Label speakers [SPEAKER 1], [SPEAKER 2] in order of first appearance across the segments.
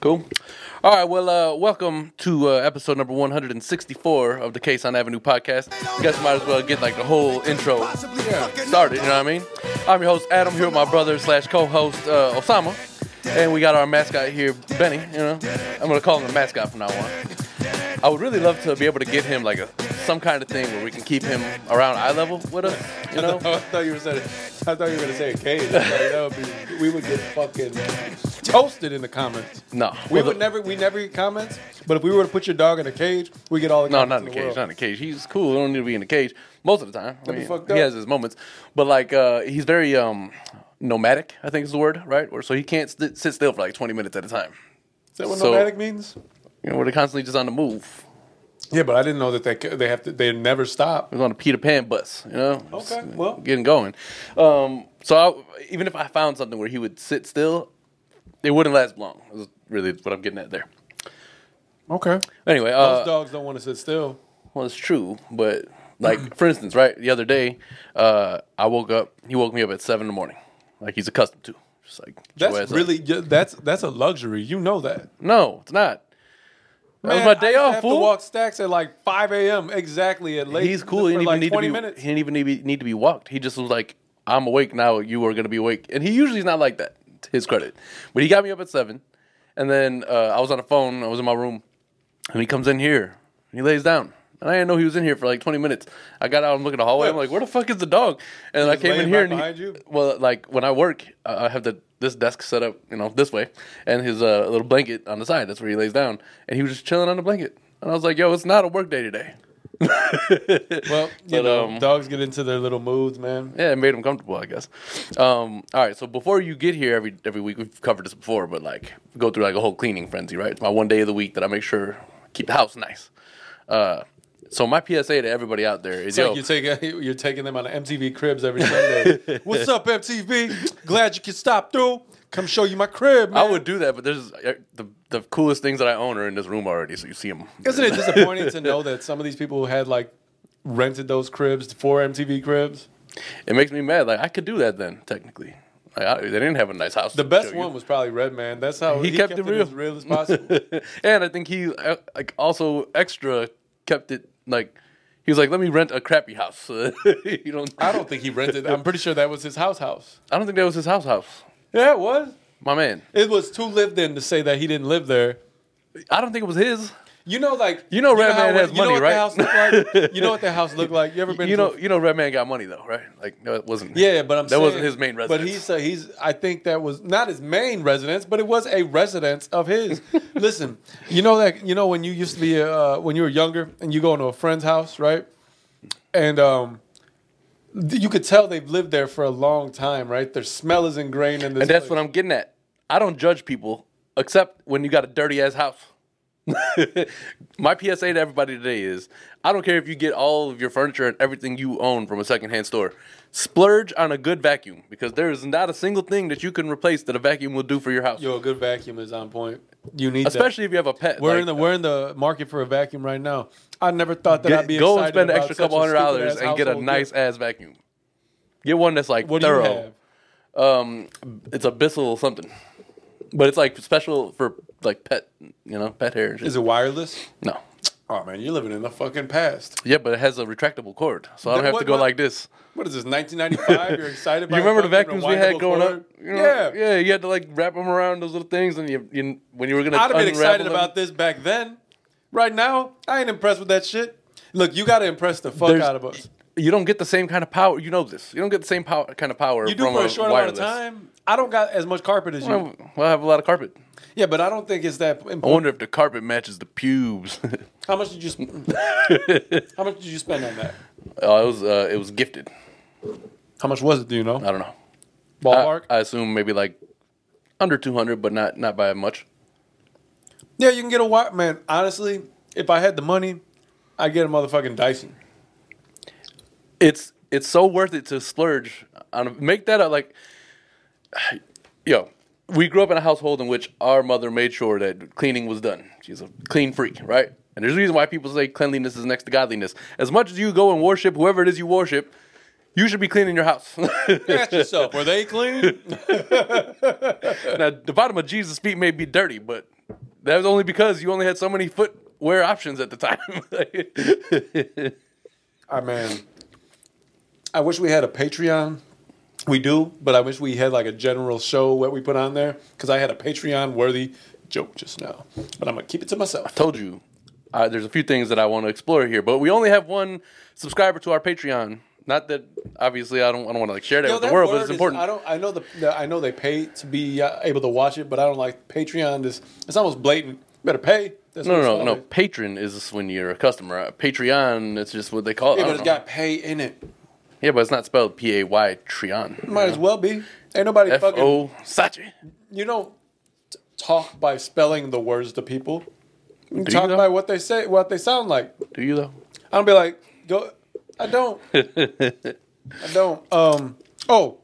[SPEAKER 1] Cool. All right. Well, uh, welcome to uh, episode number 164 of the Case on Avenue podcast. I guess might as well get like the whole intro started. You know what I mean? I'm your host Adam here with my brother slash co-host uh, Osama, and we got our mascot here Benny. You know, I'm gonna call him the mascot from now on. I would really love to be able to give him like a some kind of thing where we can keep him around eye level with us. You know?
[SPEAKER 2] I thought you were saying, I thought you were gonna say a cage. I was like, that would be, we would get fucking toasted in the comments.
[SPEAKER 1] No.
[SPEAKER 2] We
[SPEAKER 1] Well,
[SPEAKER 2] would
[SPEAKER 1] the-
[SPEAKER 2] never, we never get comments. But if we were to put your dog in a cage, we get all the
[SPEAKER 1] No,
[SPEAKER 2] comments
[SPEAKER 1] not in the
[SPEAKER 2] in
[SPEAKER 1] cage.
[SPEAKER 2] world.
[SPEAKER 1] Not in the cage. He's cool. He don't need to be in the cage most of the time. I
[SPEAKER 2] be
[SPEAKER 1] mean,
[SPEAKER 2] fucked
[SPEAKER 1] he
[SPEAKER 2] up.
[SPEAKER 1] has his moments, but like uh, he's very um, nomadic. I think is the word, right? Or so he can't st- sit still for like twenty minutes at a time.
[SPEAKER 2] Is that what
[SPEAKER 1] So-
[SPEAKER 2] nomadic means?
[SPEAKER 1] You know, where they're constantly just on the move.
[SPEAKER 2] Yeah, but I didn't know that they ca- they have to they never stop.
[SPEAKER 1] It was on a Peter Pan bus. You know.
[SPEAKER 2] Okay,
[SPEAKER 1] Just
[SPEAKER 2] well.
[SPEAKER 1] getting going. Um, so I, even if I found something where he would sit still, it wouldn't last long. Is really what I'm getting at there.
[SPEAKER 2] Okay,
[SPEAKER 1] Anyway,
[SPEAKER 2] those
[SPEAKER 1] uh,
[SPEAKER 2] dogs don't want to sit still.
[SPEAKER 1] Well, it's true, but like for instance, right the other day, uh, I woke up. He woke me up at seven in the morning, like he's accustomed to. Just like get your ass
[SPEAKER 2] That's
[SPEAKER 1] up.
[SPEAKER 2] really yeah, that's that's a luxury. You know that.
[SPEAKER 1] no, it's not. That
[SPEAKER 2] Man,
[SPEAKER 1] was my day
[SPEAKER 2] I used to
[SPEAKER 1] off.
[SPEAKER 2] Have
[SPEAKER 1] Fool.
[SPEAKER 2] to walk stacks at like 5 a.m. exactly at late.
[SPEAKER 1] he's cool. He
[SPEAKER 2] for
[SPEAKER 1] didn't
[SPEAKER 2] like
[SPEAKER 1] even need
[SPEAKER 2] 20
[SPEAKER 1] to be.
[SPEAKER 2] minutes.
[SPEAKER 1] He didn't even need to be, need to be walked. He just was like, "I'm awake now. You are going to be awake." And he usually is not like that. To his credit, but he got me up at seven, and then uh, I was on the phone. I was in my room, and he comes in here. And he lays down. And I didn't know he was in here for like 20 minutes. I got out and looking the hallway. I'm like, where the fuck is the dog? And then I came in
[SPEAKER 2] laying
[SPEAKER 1] here
[SPEAKER 2] right
[SPEAKER 1] and he-
[SPEAKER 2] behind you?
[SPEAKER 1] well, like when I work, uh, I have the this desk set up, you know, this way, and his uh, little blanket on the side. That's where he lays down, and he was just chilling on the blanket. And I was like, yo, it's not a work day today.
[SPEAKER 2] Well, you
[SPEAKER 1] But,
[SPEAKER 2] know,
[SPEAKER 1] um,
[SPEAKER 2] dogs get into their little moods, man.
[SPEAKER 1] Yeah, it made him comfortable, I guess. Um, all right, so before you get here every every week, we've covered this before, but like go through like a whole cleaning frenzy, right? It's my one day of the week that I make sure keep the house nice. Uh, so my PSA to everybody out there is
[SPEAKER 2] It's
[SPEAKER 1] yo,
[SPEAKER 2] like you're taking you're taking them on MTV Cribs every Sunday. What's up, MTV? Glad you could stop through. Come show you my crib, man.
[SPEAKER 1] I would do that, but there's uh, the the coolest things that I own are in this room already, so you see them.
[SPEAKER 2] Isn't it disappointing to know that some of these people who had like rented those cribs for MTV Cribs?
[SPEAKER 1] It makes me mad. Like I could do that then, technically. Like, I, they didn't have a nice house.
[SPEAKER 2] The best one was probably Red Man. That's how
[SPEAKER 1] He kept it real.
[SPEAKER 2] as real as possible.
[SPEAKER 1] and I think he uh, like also extra kept it like he was like, let me rent a crappy house. you don't.
[SPEAKER 2] I don't think he rented. I'm pretty sure that was his house house.
[SPEAKER 1] I don't think that was his house house.
[SPEAKER 2] Yeah, it was.
[SPEAKER 1] My man.
[SPEAKER 2] It was too lived in to say that he didn't live there.
[SPEAKER 1] I don't think it was his.
[SPEAKER 2] You know, like
[SPEAKER 1] You know Red
[SPEAKER 2] how-
[SPEAKER 1] Man has
[SPEAKER 2] you know
[SPEAKER 1] money,
[SPEAKER 2] what the
[SPEAKER 1] right?
[SPEAKER 2] house looked like? You know what the house looked like? You ever been?
[SPEAKER 1] You
[SPEAKER 2] to a
[SPEAKER 1] know, you know, Redman got money though, right? Like, no, it wasn't.
[SPEAKER 2] Yeah, but I'm
[SPEAKER 1] that
[SPEAKER 2] saying,
[SPEAKER 1] wasn't his main residence.
[SPEAKER 2] But he's uh, he's I think that was not his main residence, but it was a residence of his. Listen, you know that you know when you used to be uh, when you were younger and you go into a friend's house, right? And um, th- you could tell they've lived there for a long time, right? Their smell is ingrained in this.
[SPEAKER 1] and that's
[SPEAKER 2] place.
[SPEAKER 1] what I'm getting at. I don't judge people except when you got a dirty ass house. My PSA to everybody today is: I don't care if you get all of your furniture and everything you own from a secondhand store. Splurge on a good vacuum because there is not a single thing that you can replace that a vacuum will do for your house.
[SPEAKER 2] Yo, a good vacuum is on point. You need that.
[SPEAKER 1] Especially if you have a pet.
[SPEAKER 2] We're
[SPEAKER 1] like, uh,
[SPEAKER 2] in the we're in the market for a vacuum right now. I never thought that I'd be
[SPEAKER 1] get, go and
[SPEAKER 2] excited
[SPEAKER 1] spend an
[SPEAKER 2] about
[SPEAKER 1] extra
[SPEAKER 2] such a
[SPEAKER 1] couple hundred
[SPEAKER 2] stupid
[SPEAKER 1] dollars
[SPEAKER 2] ass
[SPEAKER 1] and get a
[SPEAKER 2] household
[SPEAKER 1] nice
[SPEAKER 2] gift.
[SPEAKER 1] ass vacuum. Get one that's like
[SPEAKER 2] What do you
[SPEAKER 1] thorough.
[SPEAKER 2] have?
[SPEAKER 1] um it's a Bissell something. But it's like special for like pet, you know, pet hair and shit.
[SPEAKER 2] Is it wireless?
[SPEAKER 1] No.
[SPEAKER 2] Oh man, you're living in the fucking past.
[SPEAKER 1] Yeah, but it has a retractable cord, so I don't
[SPEAKER 2] Then
[SPEAKER 1] have
[SPEAKER 2] what-
[SPEAKER 1] to go
[SPEAKER 2] what-
[SPEAKER 1] like this.
[SPEAKER 2] What is this? 1995? You're excited?
[SPEAKER 1] You
[SPEAKER 2] by a
[SPEAKER 1] remember the
[SPEAKER 2] fucking
[SPEAKER 1] vacuums we had
[SPEAKER 2] rewindable
[SPEAKER 1] growing
[SPEAKER 2] cord?
[SPEAKER 1] up? You know,
[SPEAKER 2] yeah.
[SPEAKER 1] yeah. You had to like wrap them around those little things, and you, you when you were gonna.
[SPEAKER 2] I'd have been excited
[SPEAKER 1] unravel them-
[SPEAKER 2] about this back then. Right now, I ain't impressed with that shit. Look, you got to impress the fuck
[SPEAKER 1] There's-
[SPEAKER 2] out of us.
[SPEAKER 1] You don't get the same kind of power. You know this. You don't get the same power, kind of power.
[SPEAKER 2] You do
[SPEAKER 1] from
[SPEAKER 2] for a short
[SPEAKER 1] wireless.
[SPEAKER 2] amount of time. I don't got as much carpet as you.
[SPEAKER 1] Well, I have a lot of carpet.
[SPEAKER 2] Yeah, but I don't think it's that
[SPEAKER 1] I
[SPEAKER 2] important.
[SPEAKER 1] wonder if the carpet matches the pubes. oh, it
[SPEAKER 2] How much did you? Sp- how much did you spend on that?
[SPEAKER 1] was uh, it was gifted.
[SPEAKER 2] How much was it? Do you know?
[SPEAKER 1] I don't know.
[SPEAKER 2] Ballpark.
[SPEAKER 1] I, I assume maybe like under two hundred, but not not by much.
[SPEAKER 2] yeah, you can get a wire. Man, honestly, if I had the money, I'd get a motherfucking Dyson.
[SPEAKER 1] it's it's so worth it to splurge on make that a like yo we grew up in a household in which our mother made sure that cleaning was done she's a clean freak right and there's a reason why people say cleanliness is next to godliness as much as you go and worship whoever it is you worship you should be cleaning your house
[SPEAKER 2] Ask yourself, were they clean?
[SPEAKER 1] now the bottom of jesus feet may be dirty but That was only because you only had so many footwear options at the time.
[SPEAKER 2] I mean, Ah, I wish we had a Patreon. We do, but I wish we had like a general show what we put on there because I had a Patreon worthy joke just now, but I'm gonna keep it to myself.
[SPEAKER 1] Told you, uh, there's a few things that I want to explore here, but we only have one subscriber to our Patreon. Not that obviously I don't I don't want to like share that
[SPEAKER 2] Yo,
[SPEAKER 1] with
[SPEAKER 2] that
[SPEAKER 1] the world,
[SPEAKER 2] word
[SPEAKER 1] but it's
[SPEAKER 2] is-
[SPEAKER 1] important.
[SPEAKER 2] I don't. I know the, the. I know they pay to be uh, able to watch it, but I don't like Patreon. Is it's almost blatant. You better pay. That's
[SPEAKER 1] no,
[SPEAKER 2] what
[SPEAKER 1] no,
[SPEAKER 2] it's
[SPEAKER 1] no, no.
[SPEAKER 2] always.
[SPEAKER 1] Patron is just when you're a customer. Uh, Patreon, that's just what they call it. I
[SPEAKER 2] Yeah, but
[SPEAKER 1] don't
[SPEAKER 2] it's
[SPEAKER 1] know.
[SPEAKER 2] got pay in it.
[SPEAKER 1] yeah, but it's not spelled P A Y Trion.
[SPEAKER 2] Might as well be. Ain't nobody
[SPEAKER 1] F
[SPEAKER 2] fucking.
[SPEAKER 1] O Sachi.
[SPEAKER 2] you don't t- talk by spelling the words to people.
[SPEAKER 1] Do you
[SPEAKER 2] You talk
[SPEAKER 1] though?
[SPEAKER 2] by what they say, what they sound like.
[SPEAKER 1] Do you though?
[SPEAKER 2] I don't be like, go. I don't. I don't. Um. Oh.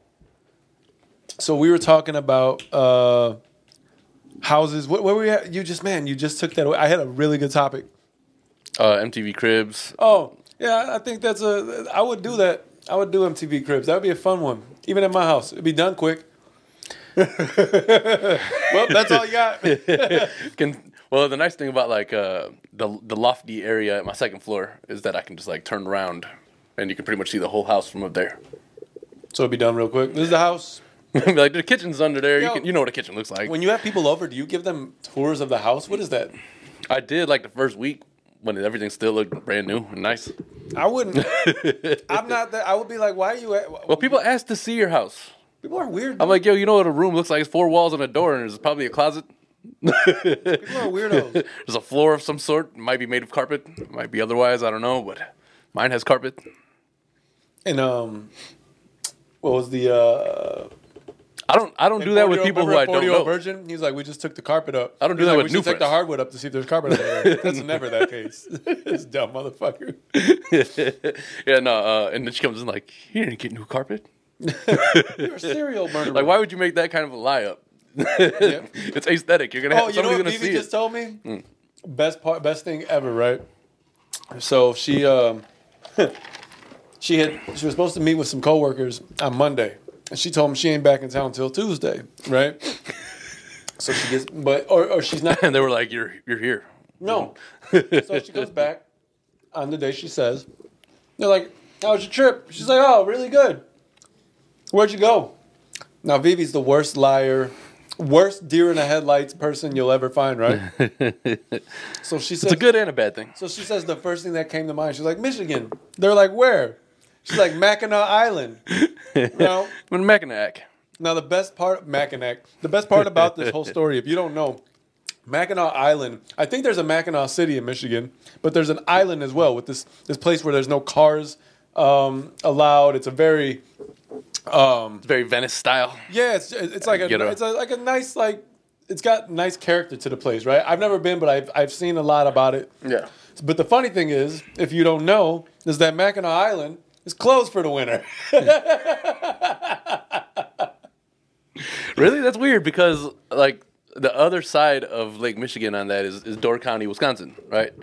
[SPEAKER 2] So we were talking about uh, houses. What, where were we at? You just man, you just took that away. I had a really good topic.
[SPEAKER 1] Uh, MTV Cribs.
[SPEAKER 2] Oh yeah, I- I think that's a. I would do that. I would do MTV Cribs. That would be a fun one. Even at my house, it'd be done quick. well, that's all you got.
[SPEAKER 1] can well the nice thing about like uh the the lofty area at my second floor is that I can just like turn around and you can pretty much see the whole house from up there.
[SPEAKER 2] So it'd be done real quick. This is the house.
[SPEAKER 1] like the kitchen's under there.
[SPEAKER 2] Yo.
[SPEAKER 1] you can you know what a kitchen looks like.
[SPEAKER 2] When you have people over, do you give them tours of the house? What is that?
[SPEAKER 1] I did like the first week when everything still looked brand new and nice.
[SPEAKER 2] I wouldn't. I'm not that. I would be like, why are you? At,
[SPEAKER 1] Well, people asked to see your house.
[SPEAKER 2] people are weird.
[SPEAKER 1] I'm like, yo, you know what a room looks like? It's four walls and a door, and there's probably a closet.
[SPEAKER 2] people are weirdos.
[SPEAKER 1] There's a floor of some sort. It might be made of carpet. It might be otherwise. I don't know, but mine has carpet.
[SPEAKER 2] and um, what was the? Uh,
[SPEAKER 1] I don't. I don't do that with
[SPEAKER 2] Forty-year-old-
[SPEAKER 1] people who
[SPEAKER 2] remember
[SPEAKER 1] I don't
[SPEAKER 2] Forty-year-old
[SPEAKER 1] know.
[SPEAKER 2] Virgin, he's like, we just took the carpet up.
[SPEAKER 1] I don't do
[SPEAKER 2] He's
[SPEAKER 1] that
[SPEAKER 2] like,
[SPEAKER 1] with
[SPEAKER 2] we
[SPEAKER 1] new
[SPEAKER 2] should take the
[SPEAKER 1] friends."
[SPEAKER 2] hardwood up to see if there's carpet up there. That's never that case. this dumb motherfucker.
[SPEAKER 1] yeah, no. Uh, and then she comes in like, you didn't get new carpet.
[SPEAKER 2] You're a serial murderer.
[SPEAKER 1] Like, why would you make that kind of a lie up?
[SPEAKER 2] Yeah.
[SPEAKER 1] it's aesthetic. You're gonna have
[SPEAKER 2] Oh, you know
[SPEAKER 1] somebody's
[SPEAKER 2] what
[SPEAKER 1] gonna see
[SPEAKER 2] Vivi just
[SPEAKER 1] it. Hmm.
[SPEAKER 2] told me? Best part, best thing ever, right? So she um, she had she was supposed to meet with some coworkers on Monday, and she told them she ain't back in town till Tuesday, right? so she gets, but or, or she's not.
[SPEAKER 1] and they were like, "You're you're here."
[SPEAKER 2] No. so she comes back on the day she says, they're like, "How was your trip?" She's like, "Oh, really good." Where'd you go? Now Vivi's the worst liar, worst deer in the headlights person you'll ever find, right? so she says,
[SPEAKER 1] It's a good and a bad thing.
[SPEAKER 2] So she says the first thing that came to mind. She's like, "Michigan." They're like, "Where?" She's like, "Mackinac Island." Now,
[SPEAKER 1] When Mackinac,
[SPEAKER 2] now the best part, Mackinac. The best part about this whole story, if you don't know, Mackinac Island. I think there's a Mackinac City in Michigan, but there's an island as well with this this place where there's no cars um, allowed. It's a very
[SPEAKER 1] it's very Venice style.
[SPEAKER 2] yeah, it's it's like a
[SPEAKER 1] Ghetto.
[SPEAKER 2] it's a, like a nice like it's got nice character to the place, right? I've never been, but I've I've seen a lot about it.
[SPEAKER 1] Yeah.
[SPEAKER 2] But the funny thing is, if you don't know, is that Mackinac Island is closed for the winter.
[SPEAKER 1] Really, that's weird because like the other side of Lake Michigan on that is, is Door County, Wisconsin, right?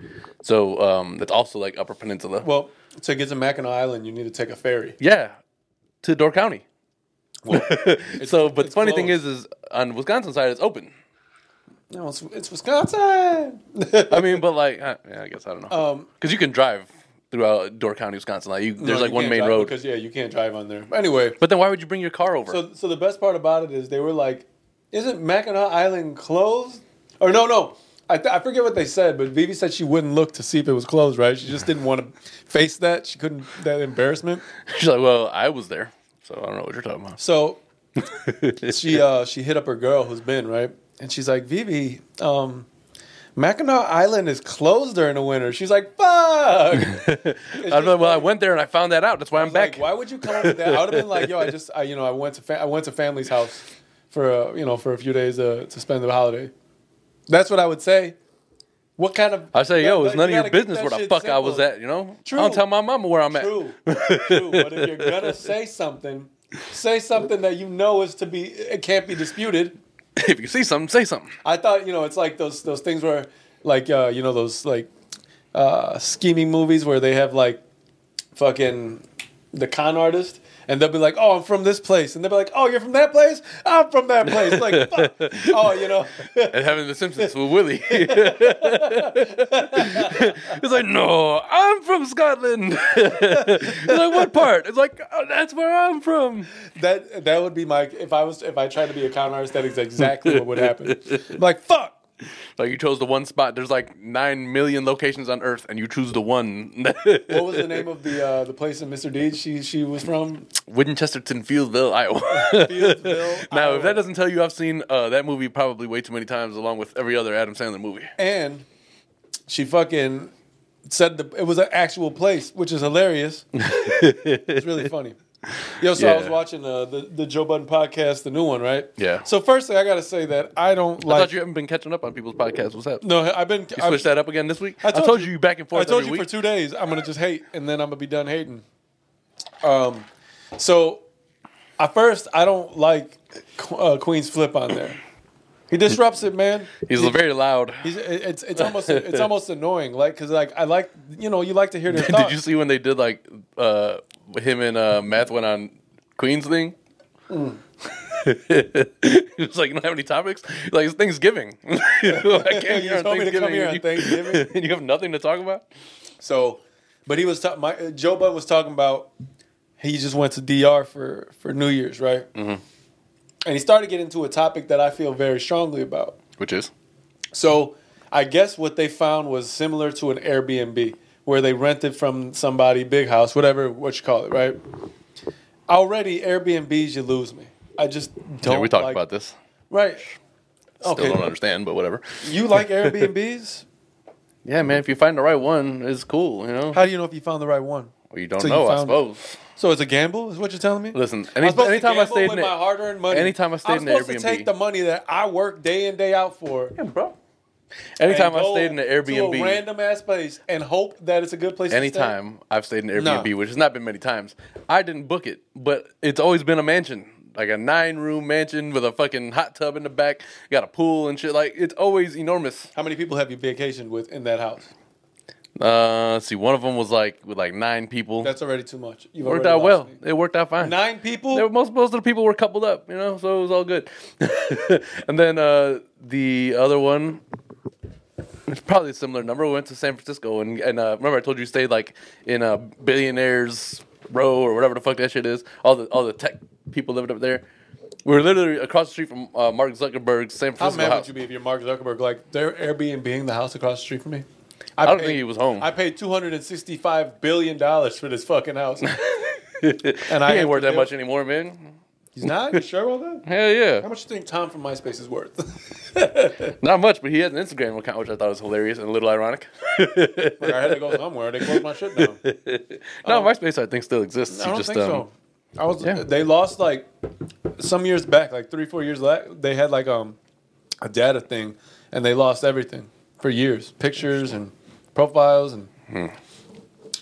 [SPEAKER 1] So um, that's also like Upper Peninsula.
[SPEAKER 2] well, to get to Mackinac Island, you need to take a ferry.
[SPEAKER 1] yeah, to Door County. so, but the
[SPEAKER 2] it's
[SPEAKER 1] funny thing is,
[SPEAKER 2] closed.
[SPEAKER 1] is on Wisconsin side it's open.
[SPEAKER 2] No, it's, it's Wisconsin.
[SPEAKER 1] I mean, but like, I, yeah, I guess I don't know.
[SPEAKER 2] Um,
[SPEAKER 1] Because you can drive throughout Door County, Wisconsin. Like, you, there's
[SPEAKER 2] No,
[SPEAKER 1] like
[SPEAKER 2] you
[SPEAKER 1] one
[SPEAKER 2] can't
[SPEAKER 1] main
[SPEAKER 2] drive
[SPEAKER 1] road.
[SPEAKER 2] because yeah, you can't drive on there. Anyway,
[SPEAKER 1] but then why would you bring your car over?
[SPEAKER 2] so so the best part about it is they were like, "Isn't Mackinac Island closed?" Or no, no, I, th- I forget what they said, but Vivi said she wouldn't look to see if it was closed. Right? She just didn't want to face that. She couldn't that embarrassment.
[SPEAKER 1] She's like, well, I was there, so I don't know what you're talking about.
[SPEAKER 2] So she uh, she hit up her girl who's been right, and she's like, "Vivi, um, Mackinac Island is closed during the winter." She's like, "Fuck."
[SPEAKER 1] I'm like, well, I went there and I found that out. That's why I'm back.
[SPEAKER 2] Like, why would you come up with that? I would have been like, yo, I just, I, you know, I went to, fa- I went to family's house for, uh, you know, for a few days uh, to spend the holiday. That's what I would say. What kind of?
[SPEAKER 1] I say, yo, it's
[SPEAKER 2] you
[SPEAKER 1] none of your
[SPEAKER 2] gotta keep
[SPEAKER 1] business
[SPEAKER 2] that
[SPEAKER 1] where the
[SPEAKER 2] shit
[SPEAKER 1] fuck I
[SPEAKER 2] simple.
[SPEAKER 1] was at. You know,
[SPEAKER 2] True.
[SPEAKER 1] I don't tell my mama where I'm
[SPEAKER 2] True, true. But if you're gonna say something, say something that you know is to be, it can't be disputed.
[SPEAKER 1] at. if you see something, say something.
[SPEAKER 2] I thought, you know, it's like those those things where, like, uh, you know, those like uh, scheming movies where they have like fucking the con artist, and they'll be like, "Oh, I'm from this place," and they'll be like, "Oh, you're from that place? I'm from that place." Like, fuck. oh, you know,
[SPEAKER 1] and having the Simpsons with Willie. it's like, no, I'm from Scotland. it's like, what part? It's like, oh, that's where I'm from.
[SPEAKER 2] that that would be my if I was if I tried to be a con artist, that is exactly what would happen. I'm like, fuck.
[SPEAKER 1] Like, you chose the one spot. There's like nine million locations on Earth, and you choose the one.
[SPEAKER 2] What was the name of the uh, the place in Mr. Deeds she she was from?
[SPEAKER 1] Winchesterton, Fieldville, Iowa.
[SPEAKER 2] Fieldsville,
[SPEAKER 1] now,
[SPEAKER 2] Iowa.
[SPEAKER 1] if that doesn't tell you, I've seen uh, that movie probably way too many times, along with every other Adam Sandler movie.
[SPEAKER 2] and she fucking said the, it was an actual place, which is hilarious. it's really funny. Yo, so I was
[SPEAKER 1] Yeah.
[SPEAKER 2] watching uh, the the Joe Budden podcast, the new one, right?
[SPEAKER 1] Yeah.
[SPEAKER 2] So first thing I gotta say that I don't
[SPEAKER 1] I
[SPEAKER 2] like.
[SPEAKER 1] thought you haven't been catching up on people's podcasts. What's up?
[SPEAKER 2] no, I've been.
[SPEAKER 1] You
[SPEAKER 2] I've-
[SPEAKER 1] switched that up again this week? I
[SPEAKER 2] told
[SPEAKER 1] told,
[SPEAKER 2] you-
[SPEAKER 1] you, back and forth
[SPEAKER 2] I told
[SPEAKER 1] every
[SPEAKER 2] you
[SPEAKER 1] week.
[SPEAKER 2] for two days I'm gonna just hate, and then I'm gonna be done hating. Um, so at first I don't like Qu- uh, Queen's flip on there. He disrupts it, man.
[SPEAKER 1] He's very loud.
[SPEAKER 2] He's, it- it's it's almost it's almost annoying, like because like I like you know you like to hear their
[SPEAKER 1] Did
[SPEAKER 2] thoughts.
[SPEAKER 1] you see when they did like uh, him and uh, Math went on Queen's thing?
[SPEAKER 2] Mm.
[SPEAKER 1] he was like, "You don't have any topics? Like it's Thanksgiving. I came
[SPEAKER 2] You
[SPEAKER 1] here on
[SPEAKER 2] told me to
[SPEAKER 1] Thanksgiving,
[SPEAKER 2] come here
[SPEAKER 1] and
[SPEAKER 2] on
[SPEAKER 1] you-
[SPEAKER 2] Thanksgiving?
[SPEAKER 1] and you have nothing to talk about."
[SPEAKER 2] So, but he was ta- my uh, Joe Budden was talking about he just went to DR for for New Year's, right?
[SPEAKER 1] Mm-hmm.
[SPEAKER 2] And he started getting into a topic that I feel very strongly about.
[SPEAKER 1] Which is
[SPEAKER 2] So, I guess what they found was similar to an Airbnb where they rented from somebody, big house, whatever what you call it, right? Already Airbnbs, you lose me. I just don't.
[SPEAKER 1] yeah, we talked
[SPEAKER 2] like-
[SPEAKER 1] about this.
[SPEAKER 2] right.
[SPEAKER 1] Still don't
[SPEAKER 2] Okay,
[SPEAKER 1] understand, but whatever.
[SPEAKER 2] you like Airbnbs?
[SPEAKER 1] Yeah, man. If you find the right one, it's cool. You know,
[SPEAKER 2] How do you know if you found the right one?
[SPEAKER 1] well, you don't
[SPEAKER 2] So you
[SPEAKER 1] know, I
[SPEAKER 2] found-
[SPEAKER 1] suppose.
[SPEAKER 2] So it's a gamble, is what you're telling me?
[SPEAKER 1] Listen,
[SPEAKER 2] I'm
[SPEAKER 1] any,
[SPEAKER 2] supposed to
[SPEAKER 1] anytime I
[SPEAKER 2] gamble
[SPEAKER 1] stayed
[SPEAKER 2] with
[SPEAKER 1] in it,
[SPEAKER 2] my hard-earned money.
[SPEAKER 1] anytime I stayed
[SPEAKER 2] I'm
[SPEAKER 1] in the
[SPEAKER 2] supposed
[SPEAKER 1] Airbnb.
[SPEAKER 2] to take the money that I work day in day out for. and
[SPEAKER 1] bro. Anytime I
[SPEAKER 2] go
[SPEAKER 1] stayed in the Airbnb,
[SPEAKER 2] to a random ass place, and hope that it's a good place. to
[SPEAKER 1] anytime I've stayed in
[SPEAKER 2] No.
[SPEAKER 1] Airbnb, which has not been many times, I didn't book it, but it's always been a mansion, like a nine room mansion with a fucking hot tub in the back, got a pool and shit. Like it's always enormous.
[SPEAKER 2] stay. How many people have you vacationed with in that house?
[SPEAKER 1] Uh, let's see, one of them was like with like nine people.
[SPEAKER 2] That's already too much. You've
[SPEAKER 1] worked
[SPEAKER 2] already
[SPEAKER 1] out well.
[SPEAKER 2] lost me.
[SPEAKER 1] It worked out fine.
[SPEAKER 2] Nine people.
[SPEAKER 1] They were, most most of the people were coupled up, you know, so it was all good. and then uh, the other one, it's probably a similar number. We went to San Francisco, and and uh, remember I told you we stayed like in a billionaires row or whatever the fuck that shit is. All the all the tech people living up there. We were literally across the street from uh, Mark Zuckerberg's San
[SPEAKER 2] How
[SPEAKER 1] Francisco
[SPEAKER 2] mad
[SPEAKER 1] house.
[SPEAKER 2] would you be if you're Mark Zuckerberg? Like they're Airbnb being the house across the street from me. I,
[SPEAKER 1] don't think he was home.
[SPEAKER 2] I paid two hundred and sixty-five billion dollars for this fucking house. and I
[SPEAKER 1] he
[SPEAKER 2] have
[SPEAKER 1] ain't worth
[SPEAKER 2] to
[SPEAKER 1] that
[SPEAKER 2] deal-
[SPEAKER 1] much anymore, man.
[SPEAKER 2] He's not. You sure about that?
[SPEAKER 1] Hell yeah.
[SPEAKER 2] How much do you think Tom from MySpace is worth?
[SPEAKER 1] Not much, but he has an Instagram account, which I thought was hilarious and a little ironic.
[SPEAKER 2] Like, I had to go somewhere. They closed my shit down. I
[SPEAKER 1] no, MySpace, I think, still exists. You
[SPEAKER 2] Um, don't
[SPEAKER 1] just,
[SPEAKER 2] think
[SPEAKER 1] um,
[SPEAKER 2] so. I was.
[SPEAKER 1] yeah.
[SPEAKER 2] They lost like some years back, like three, four years back. They had like um a data thing, and they lost everything for years, pictures and profiles and.
[SPEAKER 1] Hmm.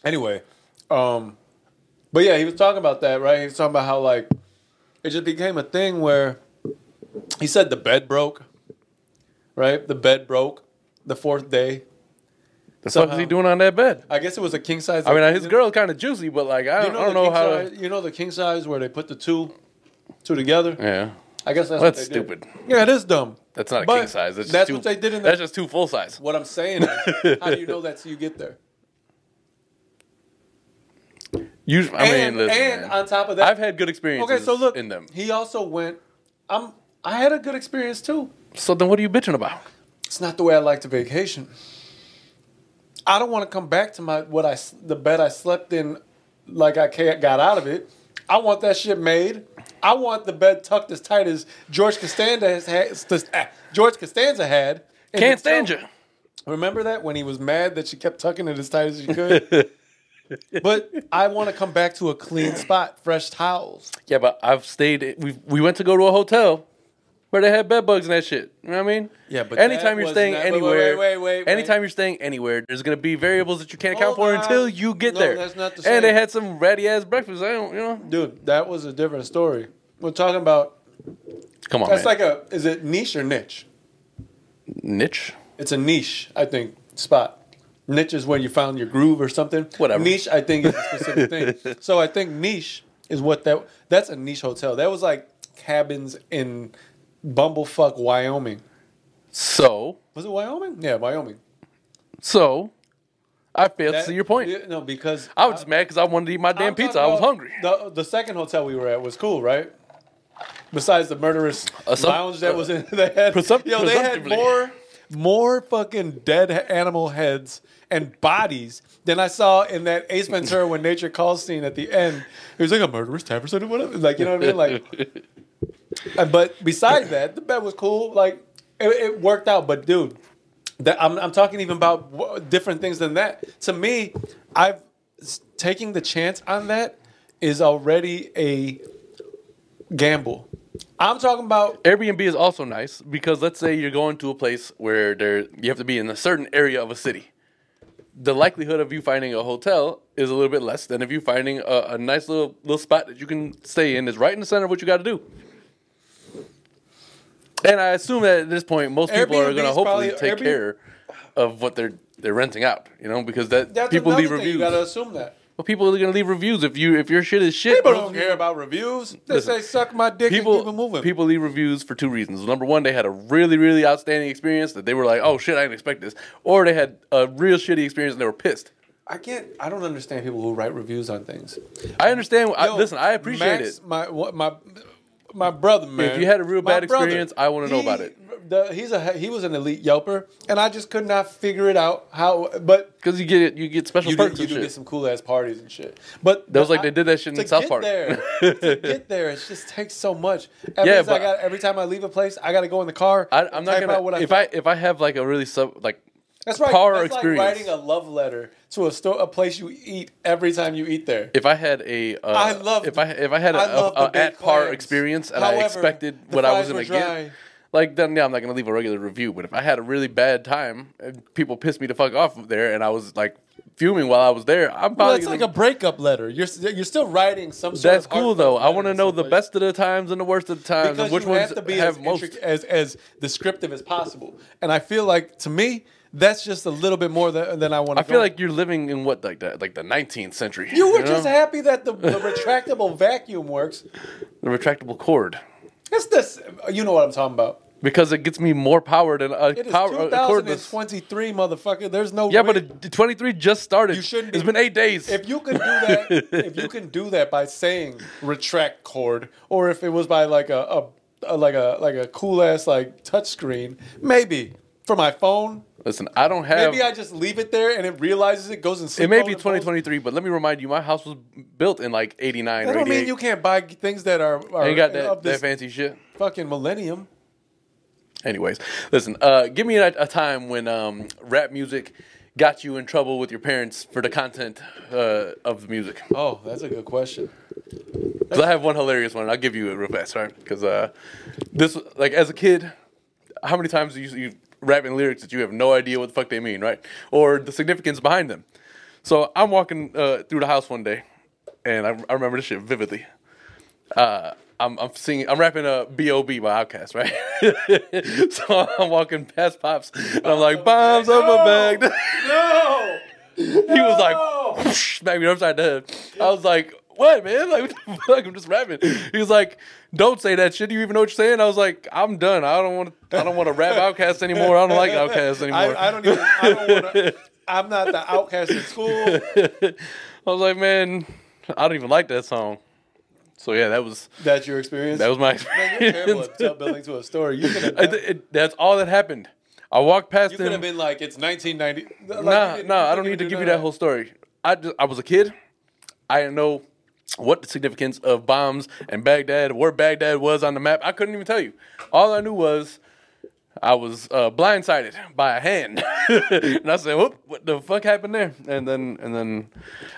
[SPEAKER 2] Anyway, um, but yeah, he was talking about that, right? He was talking about how like it just became a thing where he said the bed broke, right? The bed broke the fourth day.
[SPEAKER 1] The fuck is
[SPEAKER 2] Somehow.
[SPEAKER 1] he doing on that bed?
[SPEAKER 2] I guess it was a king size.
[SPEAKER 1] I mean, his girl's kind of juicy, but like, I,
[SPEAKER 2] You know
[SPEAKER 1] I don't
[SPEAKER 2] the
[SPEAKER 1] know
[SPEAKER 2] king
[SPEAKER 1] how.
[SPEAKER 2] size- you know the king size where they put the two, two together.
[SPEAKER 1] yeah,
[SPEAKER 2] I guess
[SPEAKER 1] that's
[SPEAKER 2] that's, what they did.
[SPEAKER 1] stupid.
[SPEAKER 2] Yeah, it is dumb.
[SPEAKER 1] That's not a
[SPEAKER 2] But
[SPEAKER 1] king size. That's,
[SPEAKER 2] that's
[SPEAKER 1] just too,
[SPEAKER 2] what they did in the-
[SPEAKER 1] That's just too full size.
[SPEAKER 2] What I'm saying is, how do you know that till you get there?
[SPEAKER 1] You, I
[SPEAKER 2] and
[SPEAKER 1] mean, listen,
[SPEAKER 2] and
[SPEAKER 1] man.
[SPEAKER 2] on top of that,
[SPEAKER 1] I've had good experiences.
[SPEAKER 2] okay. So look,
[SPEAKER 1] in them.
[SPEAKER 2] he also went. I'm. I had a good experience too.
[SPEAKER 1] So then, what are you bitching about?
[SPEAKER 2] It's not the way I like to vacation. I don't want to come back to my what I s- the bed I slept in, like I ca- got out of it. I want that shit made. I want the bed tucked as tight as George Costanza has had. s- ah, George Costanza had. in
[SPEAKER 1] Can't
[SPEAKER 2] the
[SPEAKER 1] stand you.
[SPEAKER 2] film. Remember that when he was mad that she kept tucking it as tight as she could. but I want to come back to a clean spot, fresh towels.
[SPEAKER 1] Yeah, but I've stayed. We we went to go to a hotel where they had bed bugs and that shit. You know what I mean?
[SPEAKER 2] Yeah, but that
[SPEAKER 1] anytime you're
[SPEAKER 2] was
[SPEAKER 1] staying
[SPEAKER 2] not- wait, wait,
[SPEAKER 1] anywhere,
[SPEAKER 2] wait, wait, wait.
[SPEAKER 1] anytime you're staying anywhere, there's gonna be variables that you can't account
[SPEAKER 2] Hold
[SPEAKER 1] for
[SPEAKER 2] on.
[SPEAKER 1] until you get
[SPEAKER 2] No,
[SPEAKER 1] there.
[SPEAKER 2] that's not the same.
[SPEAKER 1] And they had some ratty ass breakfast. I don't, you know.
[SPEAKER 2] Dude, that was a different story. We're talking about
[SPEAKER 1] Come on,
[SPEAKER 2] that's
[SPEAKER 1] Oh, man.
[SPEAKER 2] like a is it niche or niche?
[SPEAKER 1] niche.
[SPEAKER 2] It's a niche, I think, spot. Niche is when you found your groove or something.
[SPEAKER 1] Whatever.
[SPEAKER 2] Niche, I think, is a specific thing. So I think niche is what that that's a niche hotel. That was like cabins in bumblefuck Wyoming.
[SPEAKER 1] So,
[SPEAKER 2] Was it Wyoming? Yeah, Wyoming.
[SPEAKER 1] so, I failed
[SPEAKER 2] That-
[SPEAKER 1] to see your point.
[SPEAKER 2] yeah, No, because
[SPEAKER 1] I was just mad because I wanted to eat my damn
[SPEAKER 2] I'm
[SPEAKER 1] pizza.
[SPEAKER 2] talking
[SPEAKER 1] I was
[SPEAKER 2] about
[SPEAKER 1] hungry.
[SPEAKER 2] The, the second hotel we were at was cool, right? Besides the murderous
[SPEAKER 1] Uh, some-
[SPEAKER 2] lounge that was in, they had,
[SPEAKER 1] presump-
[SPEAKER 2] yo, they had
[SPEAKER 1] presumptively.
[SPEAKER 2] more, more fucking dead he- animal heads and bodies than I saw in that Ace Ventura when nature calls scene at the end. It was like a murderous tavern, or whatever. Like you know what I mean? Like, uh, but besides that, the bed was cool. Like it, it worked out. But dude, that I'm, I'm talking even about w- different things than that. To me, I've s- taking the chance on that is already a gamble. I'm talking about
[SPEAKER 1] Airbnb is also nice because let's say you're going to a place where there you have to be in a certain area of a city. The likelihood of you finding a hotel is a little bit less than if you finding a, a nice little little spot that you can stay in. Is right in the center of what you got to do. And I assume that at this point, most people are
[SPEAKER 2] Airbnb's
[SPEAKER 1] going to hopefully
[SPEAKER 2] probably-
[SPEAKER 1] take
[SPEAKER 2] Airbnb-
[SPEAKER 1] care of what they're they're renting out. You know, because that
[SPEAKER 2] that's
[SPEAKER 1] people
[SPEAKER 2] another
[SPEAKER 1] leave
[SPEAKER 2] thing.
[SPEAKER 1] reviews.
[SPEAKER 2] You gotta assume that
[SPEAKER 1] well, people are going to leave reviews if you if your shit is shit.
[SPEAKER 2] people
[SPEAKER 1] most
[SPEAKER 2] don't care about reviews. They
[SPEAKER 1] Listen,
[SPEAKER 2] say suck my dick and keep it
[SPEAKER 1] people
[SPEAKER 2] moving.
[SPEAKER 1] people leave reviews for two reasons. Number one, they had a really really outstanding experience that they were like, "Oh shit, I didn't expect this," or they had a real shitty experience and they were pissed.
[SPEAKER 2] I can't. I don't understand people who write reviews on things.
[SPEAKER 1] I understand. I,
[SPEAKER 2] Yo,
[SPEAKER 1] listen, I appreciate
[SPEAKER 2] Max,
[SPEAKER 1] it.
[SPEAKER 2] My what- my my brother, man.
[SPEAKER 1] you had a real
[SPEAKER 2] my
[SPEAKER 1] bad experience, I wanna know
[SPEAKER 2] he-
[SPEAKER 1] about it.
[SPEAKER 2] the- he's a he was an elite Yelper, and I just could not figure it out how. But
[SPEAKER 1] Because you get it, you get special
[SPEAKER 2] you do,
[SPEAKER 1] perks
[SPEAKER 2] you
[SPEAKER 1] and
[SPEAKER 2] do
[SPEAKER 1] shit.
[SPEAKER 2] get some cool ass parties and shit. But that
[SPEAKER 1] was like they did that shit in South Park.
[SPEAKER 2] There, to get there, it just takes so much. Every
[SPEAKER 1] Yeah,
[SPEAKER 2] time I
[SPEAKER 1] but-
[SPEAKER 2] got, every time I leave a place, I got to go in the car.
[SPEAKER 1] I, I'm not
[SPEAKER 2] type
[SPEAKER 1] gonna.
[SPEAKER 2] out what
[SPEAKER 1] if I if I have like a really sub like
[SPEAKER 2] that's right.
[SPEAKER 1] power
[SPEAKER 2] that's
[SPEAKER 1] experience.
[SPEAKER 2] like writing a love letter to a store, a place you eat every time you eat there.
[SPEAKER 1] if I had a uh,
[SPEAKER 2] I love
[SPEAKER 1] if
[SPEAKER 2] the-
[SPEAKER 1] I if I had a
[SPEAKER 2] I love the
[SPEAKER 1] a- a
[SPEAKER 2] baked
[SPEAKER 1] at par
[SPEAKER 2] clams.
[SPEAKER 1] experience and I
[SPEAKER 2] However,
[SPEAKER 1] expected
[SPEAKER 2] the
[SPEAKER 1] what I was
[SPEAKER 2] fries
[SPEAKER 1] gonna
[SPEAKER 2] were
[SPEAKER 1] get.
[SPEAKER 2] dry.
[SPEAKER 1] Like then yeah, I'm not gonna leave a regular review. But if I had a really bad time, and people pissed me the fuck off there, and I was like fuming while I was there. I'm
[SPEAKER 2] Well,
[SPEAKER 1] probably
[SPEAKER 2] it's like
[SPEAKER 1] gonna-
[SPEAKER 2] a breakup letter. You're s- you're still writing some. Sort
[SPEAKER 1] that's
[SPEAKER 2] of
[SPEAKER 1] cool
[SPEAKER 2] heartfelt
[SPEAKER 1] though. I
[SPEAKER 2] letter
[SPEAKER 1] want to
[SPEAKER 2] to
[SPEAKER 1] know the
[SPEAKER 2] somebody.
[SPEAKER 1] best of the times and the worst of the times,
[SPEAKER 2] because
[SPEAKER 1] and which
[SPEAKER 2] you
[SPEAKER 1] ones
[SPEAKER 2] have to be
[SPEAKER 1] have
[SPEAKER 2] as,
[SPEAKER 1] most.
[SPEAKER 2] intric- as as descriptive as possible. And I feel like to me, that's just a little bit more than, than I want.
[SPEAKER 1] I feel like you're living in what like the like the 19th century.
[SPEAKER 2] you were
[SPEAKER 1] know?
[SPEAKER 2] just happy that the, the retractable vacuum works.
[SPEAKER 1] the retractable cord
[SPEAKER 2] It's this. You know what I'm talking about.
[SPEAKER 1] because it gets me more power than a
[SPEAKER 2] It is
[SPEAKER 1] power a cord. that's-
[SPEAKER 2] 2023, motherfucker. There's no
[SPEAKER 1] Yeah,
[SPEAKER 2] way-
[SPEAKER 1] but it, 23 just started.
[SPEAKER 2] You shouldn't
[SPEAKER 1] It's
[SPEAKER 2] be-
[SPEAKER 1] been eight days.
[SPEAKER 2] If you can do that, if you can do that by saying retract cord, or if it was by like a, a, a like a like a cool ass like touchscreen, maybe for my phone,
[SPEAKER 1] Listen, I don't have.
[SPEAKER 2] maybe I just leave it there and it realizes it goes and sleep
[SPEAKER 1] it may
[SPEAKER 2] mode
[SPEAKER 1] be
[SPEAKER 2] and folds.
[SPEAKER 1] 2023, but let me remind you, my house was built in like 89
[SPEAKER 2] That
[SPEAKER 1] or
[SPEAKER 2] don't
[SPEAKER 1] 88.
[SPEAKER 2] mean you can't buy things that are, are
[SPEAKER 1] ain't got that,
[SPEAKER 2] of
[SPEAKER 1] that
[SPEAKER 2] this
[SPEAKER 1] fancy shit.
[SPEAKER 2] fucking millennium.
[SPEAKER 1] Anyways, listen, uh, give me a, a time when um, rap music got you in trouble with your parents for the content uh, of the music.
[SPEAKER 2] Oh, that's a good question.
[SPEAKER 1] 'Cause I have one hilarious one. and I'll give you it real fast, all right? Because uh, this, like, as a kid, how many times do you, you rap in lyrics that you have no idea what the fuck they mean, right? Or the significance behind them. So I'm walking uh, through the house one day, and I, I remember this shit vividly. Uh, I'm, I'm singing, I'm rapping uh, B.O.B. by Outkast, right? so I'm walking past Pops, and I'm like, bombs up a bag.
[SPEAKER 2] No,
[SPEAKER 1] He was like,
[SPEAKER 2] No!
[SPEAKER 1] whoosh, smacked me upside the head. I was like, what, man? Like, what the fuck? I'm just rapping. He was like, don't say that shit. Do you even know what you're saying? I was like, I'm done. I don't want to. I don't want to rap Outcast anymore. I don't like Outcast anymore.
[SPEAKER 2] I, I don't even. I don't want to. I'm not the outcast at school.
[SPEAKER 1] I was like, man, I don't even like that song. So yeah, that was
[SPEAKER 2] That's your experience.
[SPEAKER 1] that was my
[SPEAKER 2] Man, you're terrible
[SPEAKER 1] experience.
[SPEAKER 2] at tell- building to a story. You could have
[SPEAKER 1] I th- it- that's all that happened. I walked past
[SPEAKER 2] You could have
[SPEAKER 1] him.
[SPEAKER 2] been like, it's 1990. Like, you
[SPEAKER 1] nah,
[SPEAKER 2] didn't-
[SPEAKER 1] nah. I
[SPEAKER 2] you
[SPEAKER 1] don't need
[SPEAKER 2] didn't
[SPEAKER 1] to
[SPEAKER 2] even
[SPEAKER 1] give
[SPEAKER 2] do
[SPEAKER 1] you that whole story. I just, I was a kid. I didn't know what the significance of bombs and Baghdad, where Baghdad was on the map. I couldn't even tell you. All I knew was I was uh, blindsided by a hand, and I said, "Whoop! What the fuck happened there?" And then, and then,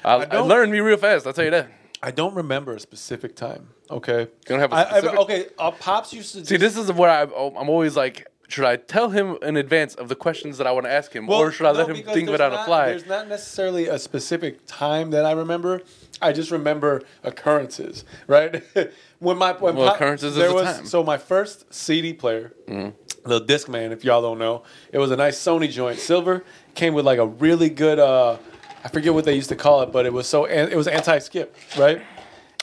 [SPEAKER 1] I, I,
[SPEAKER 2] don't-
[SPEAKER 1] learned me real fast. I will tell you that.
[SPEAKER 2] I don't remember a specific time. Okay.
[SPEAKER 1] don't have a
[SPEAKER 2] I- I-
[SPEAKER 1] specific-
[SPEAKER 2] okay, uh, Pops used to
[SPEAKER 1] See,
[SPEAKER 2] just-
[SPEAKER 1] this is where I, I'm always like, should I tell him in advance of the questions that I want to ask him,
[SPEAKER 2] Well,
[SPEAKER 1] or should I let
[SPEAKER 2] no,
[SPEAKER 1] him
[SPEAKER 2] because
[SPEAKER 1] think of it
[SPEAKER 2] there's
[SPEAKER 1] on the
[SPEAKER 2] not-
[SPEAKER 1] fly?
[SPEAKER 2] There's not necessarily a specific time that I remember. I just remember occurrences, right? when my when
[SPEAKER 1] Well,
[SPEAKER 2] Pop-
[SPEAKER 1] occurrences is
[SPEAKER 2] there
[SPEAKER 1] the
[SPEAKER 2] was
[SPEAKER 1] time. Mm-hmm.
[SPEAKER 2] so my first CD player, the Discman, if y'all don't know, it was a nice Sony joint, silver, came with like a really good. Uh, I forget what they used to call it, but it was so an- it was anti skip, right?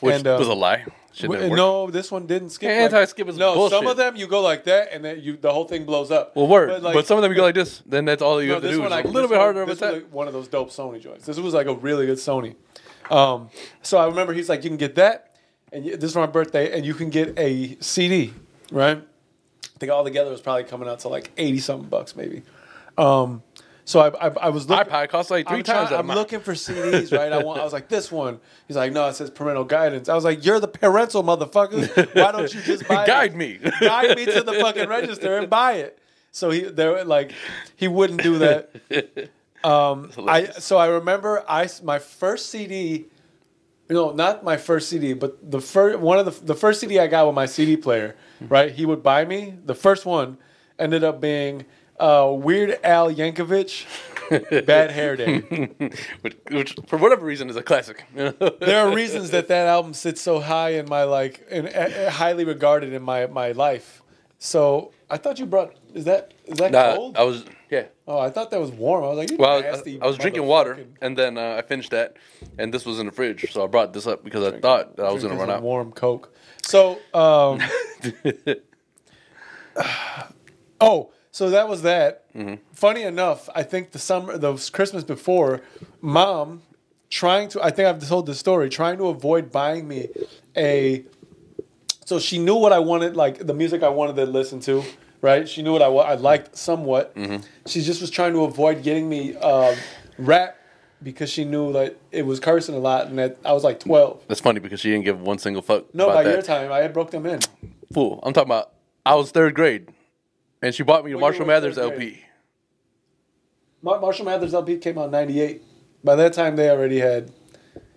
[SPEAKER 1] which
[SPEAKER 2] And, uh,
[SPEAKER 1] was a lie. Shit didn't work.
[SPEAKER 2] No, this one didn't skip.
[SPEAKER 1] Yeah, anti-skip is
[SPEAKER 2] no. Some
[SPEAKER 1] bullshit.
[SPEAKER 2] of them you go like that, and then you the whole thing blows up.
[SPEAKER 1] well, word. But,
[SPEAKER 2] But, like,
[SPEAKER 1] some of them you go like this, then that's all you
[SPEAKER 2] no,
[SPEAKER 1] have to
[SPEAKER 2] this
[SPEAKER 1] do.
[SPEAKER 2] one
[SPEAKER 1] It's
[SPEAKER 2] like
[SPEAKER 1] a little bit harder of a
[SPEAKER 2] This was
[SPEAKER 1] time.
[SPEAKER 2] like one of those dope Sony joints. This was like a really good Sony. Um, so I remember he's like, you can get that, and you- this is my birthday, and you can get a CD, right? I think all together was probably coming out to like eighty something bucks, maybe. Um, so I, I, I was looking.
[SPEAKER 1] iPod costs like three
[SPEAKER 2] I'm
[SPEAKER 1] times
[SPEAKER 2] trying-
[SPEAKER 1] that
[SPEAKER 2] I'm
[SPEAKER 1] amount.
[SPEAKER 2] looking for CDs, right? I want. I was like, this one. He's like, no, it says parental guidance. I was like, you're the parental motherfucker. Why don't you just buy
[SPEAKER 1] Guide
[SPEAKER 2] it?
[SPEAKER 1] me.
[SPEAKER 2] Guide me to the fucking register and buy it. So he, they were like, he wouldn't do that. Um, I so I remember I s- my first CD. No, not my first CD, but the first one of the the first CD I got with my CD player. Right, he would buy me the first one. Ended up being uh, Weird Al Yankovic, Bad Hair Day.
[SPEAKER 1] which, which, for whatever reason, is a classic.
[SPEAKER 2] there are reasons that that album sits so high in my like and uh, highly regarded in my my life. So I thought you brought is that is that
[SPEAKER 1] nah,
[SPEAKER 2] cold?
[SPEAKER 1] I was yeah.
[SPEAKER 2] oh, I thought that was warm. I was like, you
[SPEAKER 1] Well, I was,
[SPEAKER 2] nasty
[SPEAKER 1] I was drinking
[SPEAKER 2] motherfucking-
[SPEAKER 1] water, and then uh, I finished that, and this was in the fridge, so I brought this up because I thought that I was going to
[SPEAKER 2] drinking
[SPEAKER 1] run
[SPEAKER 2] some
[SPEAKER 1] out.
[SPEAKER 2] Warm Coke. So um, oh, so that was that. Funny enough, I think the summer, the Christmas before, mom trying to. I think I've told this story. Trying to avoid buying me a so she knew what I wanted, like the music I wanted to listen to, right? She knew what I wa- I liked somewhat. She just was trying to avoid getting me uh, rap because she knew that it was cursing a lot, and that I was like twelve.
[SPEAKER 1] That's funny because she didn't give one single fuck
[SPEAKER 2] No,
[SPEAKER 1] about
[SPEAKER 2] by
[SPEAKER 1] that.
[SPEAKER 2] your time, I had broke them in.
[SPEAKER 1] Fool, I'm talking about. I was third grade, and she bought me the
[SPEAKER 2] What
[SPEAKER 1] Marshall
[SPEAKER 2] year was
[SPEAKER 1] Mathers
[SPEAKER 2] third
[SPEAKER 1] LP.
[SPEAKER 2] grade? Mar- Marshall Mathers LP came out in '98. By that time, they already had.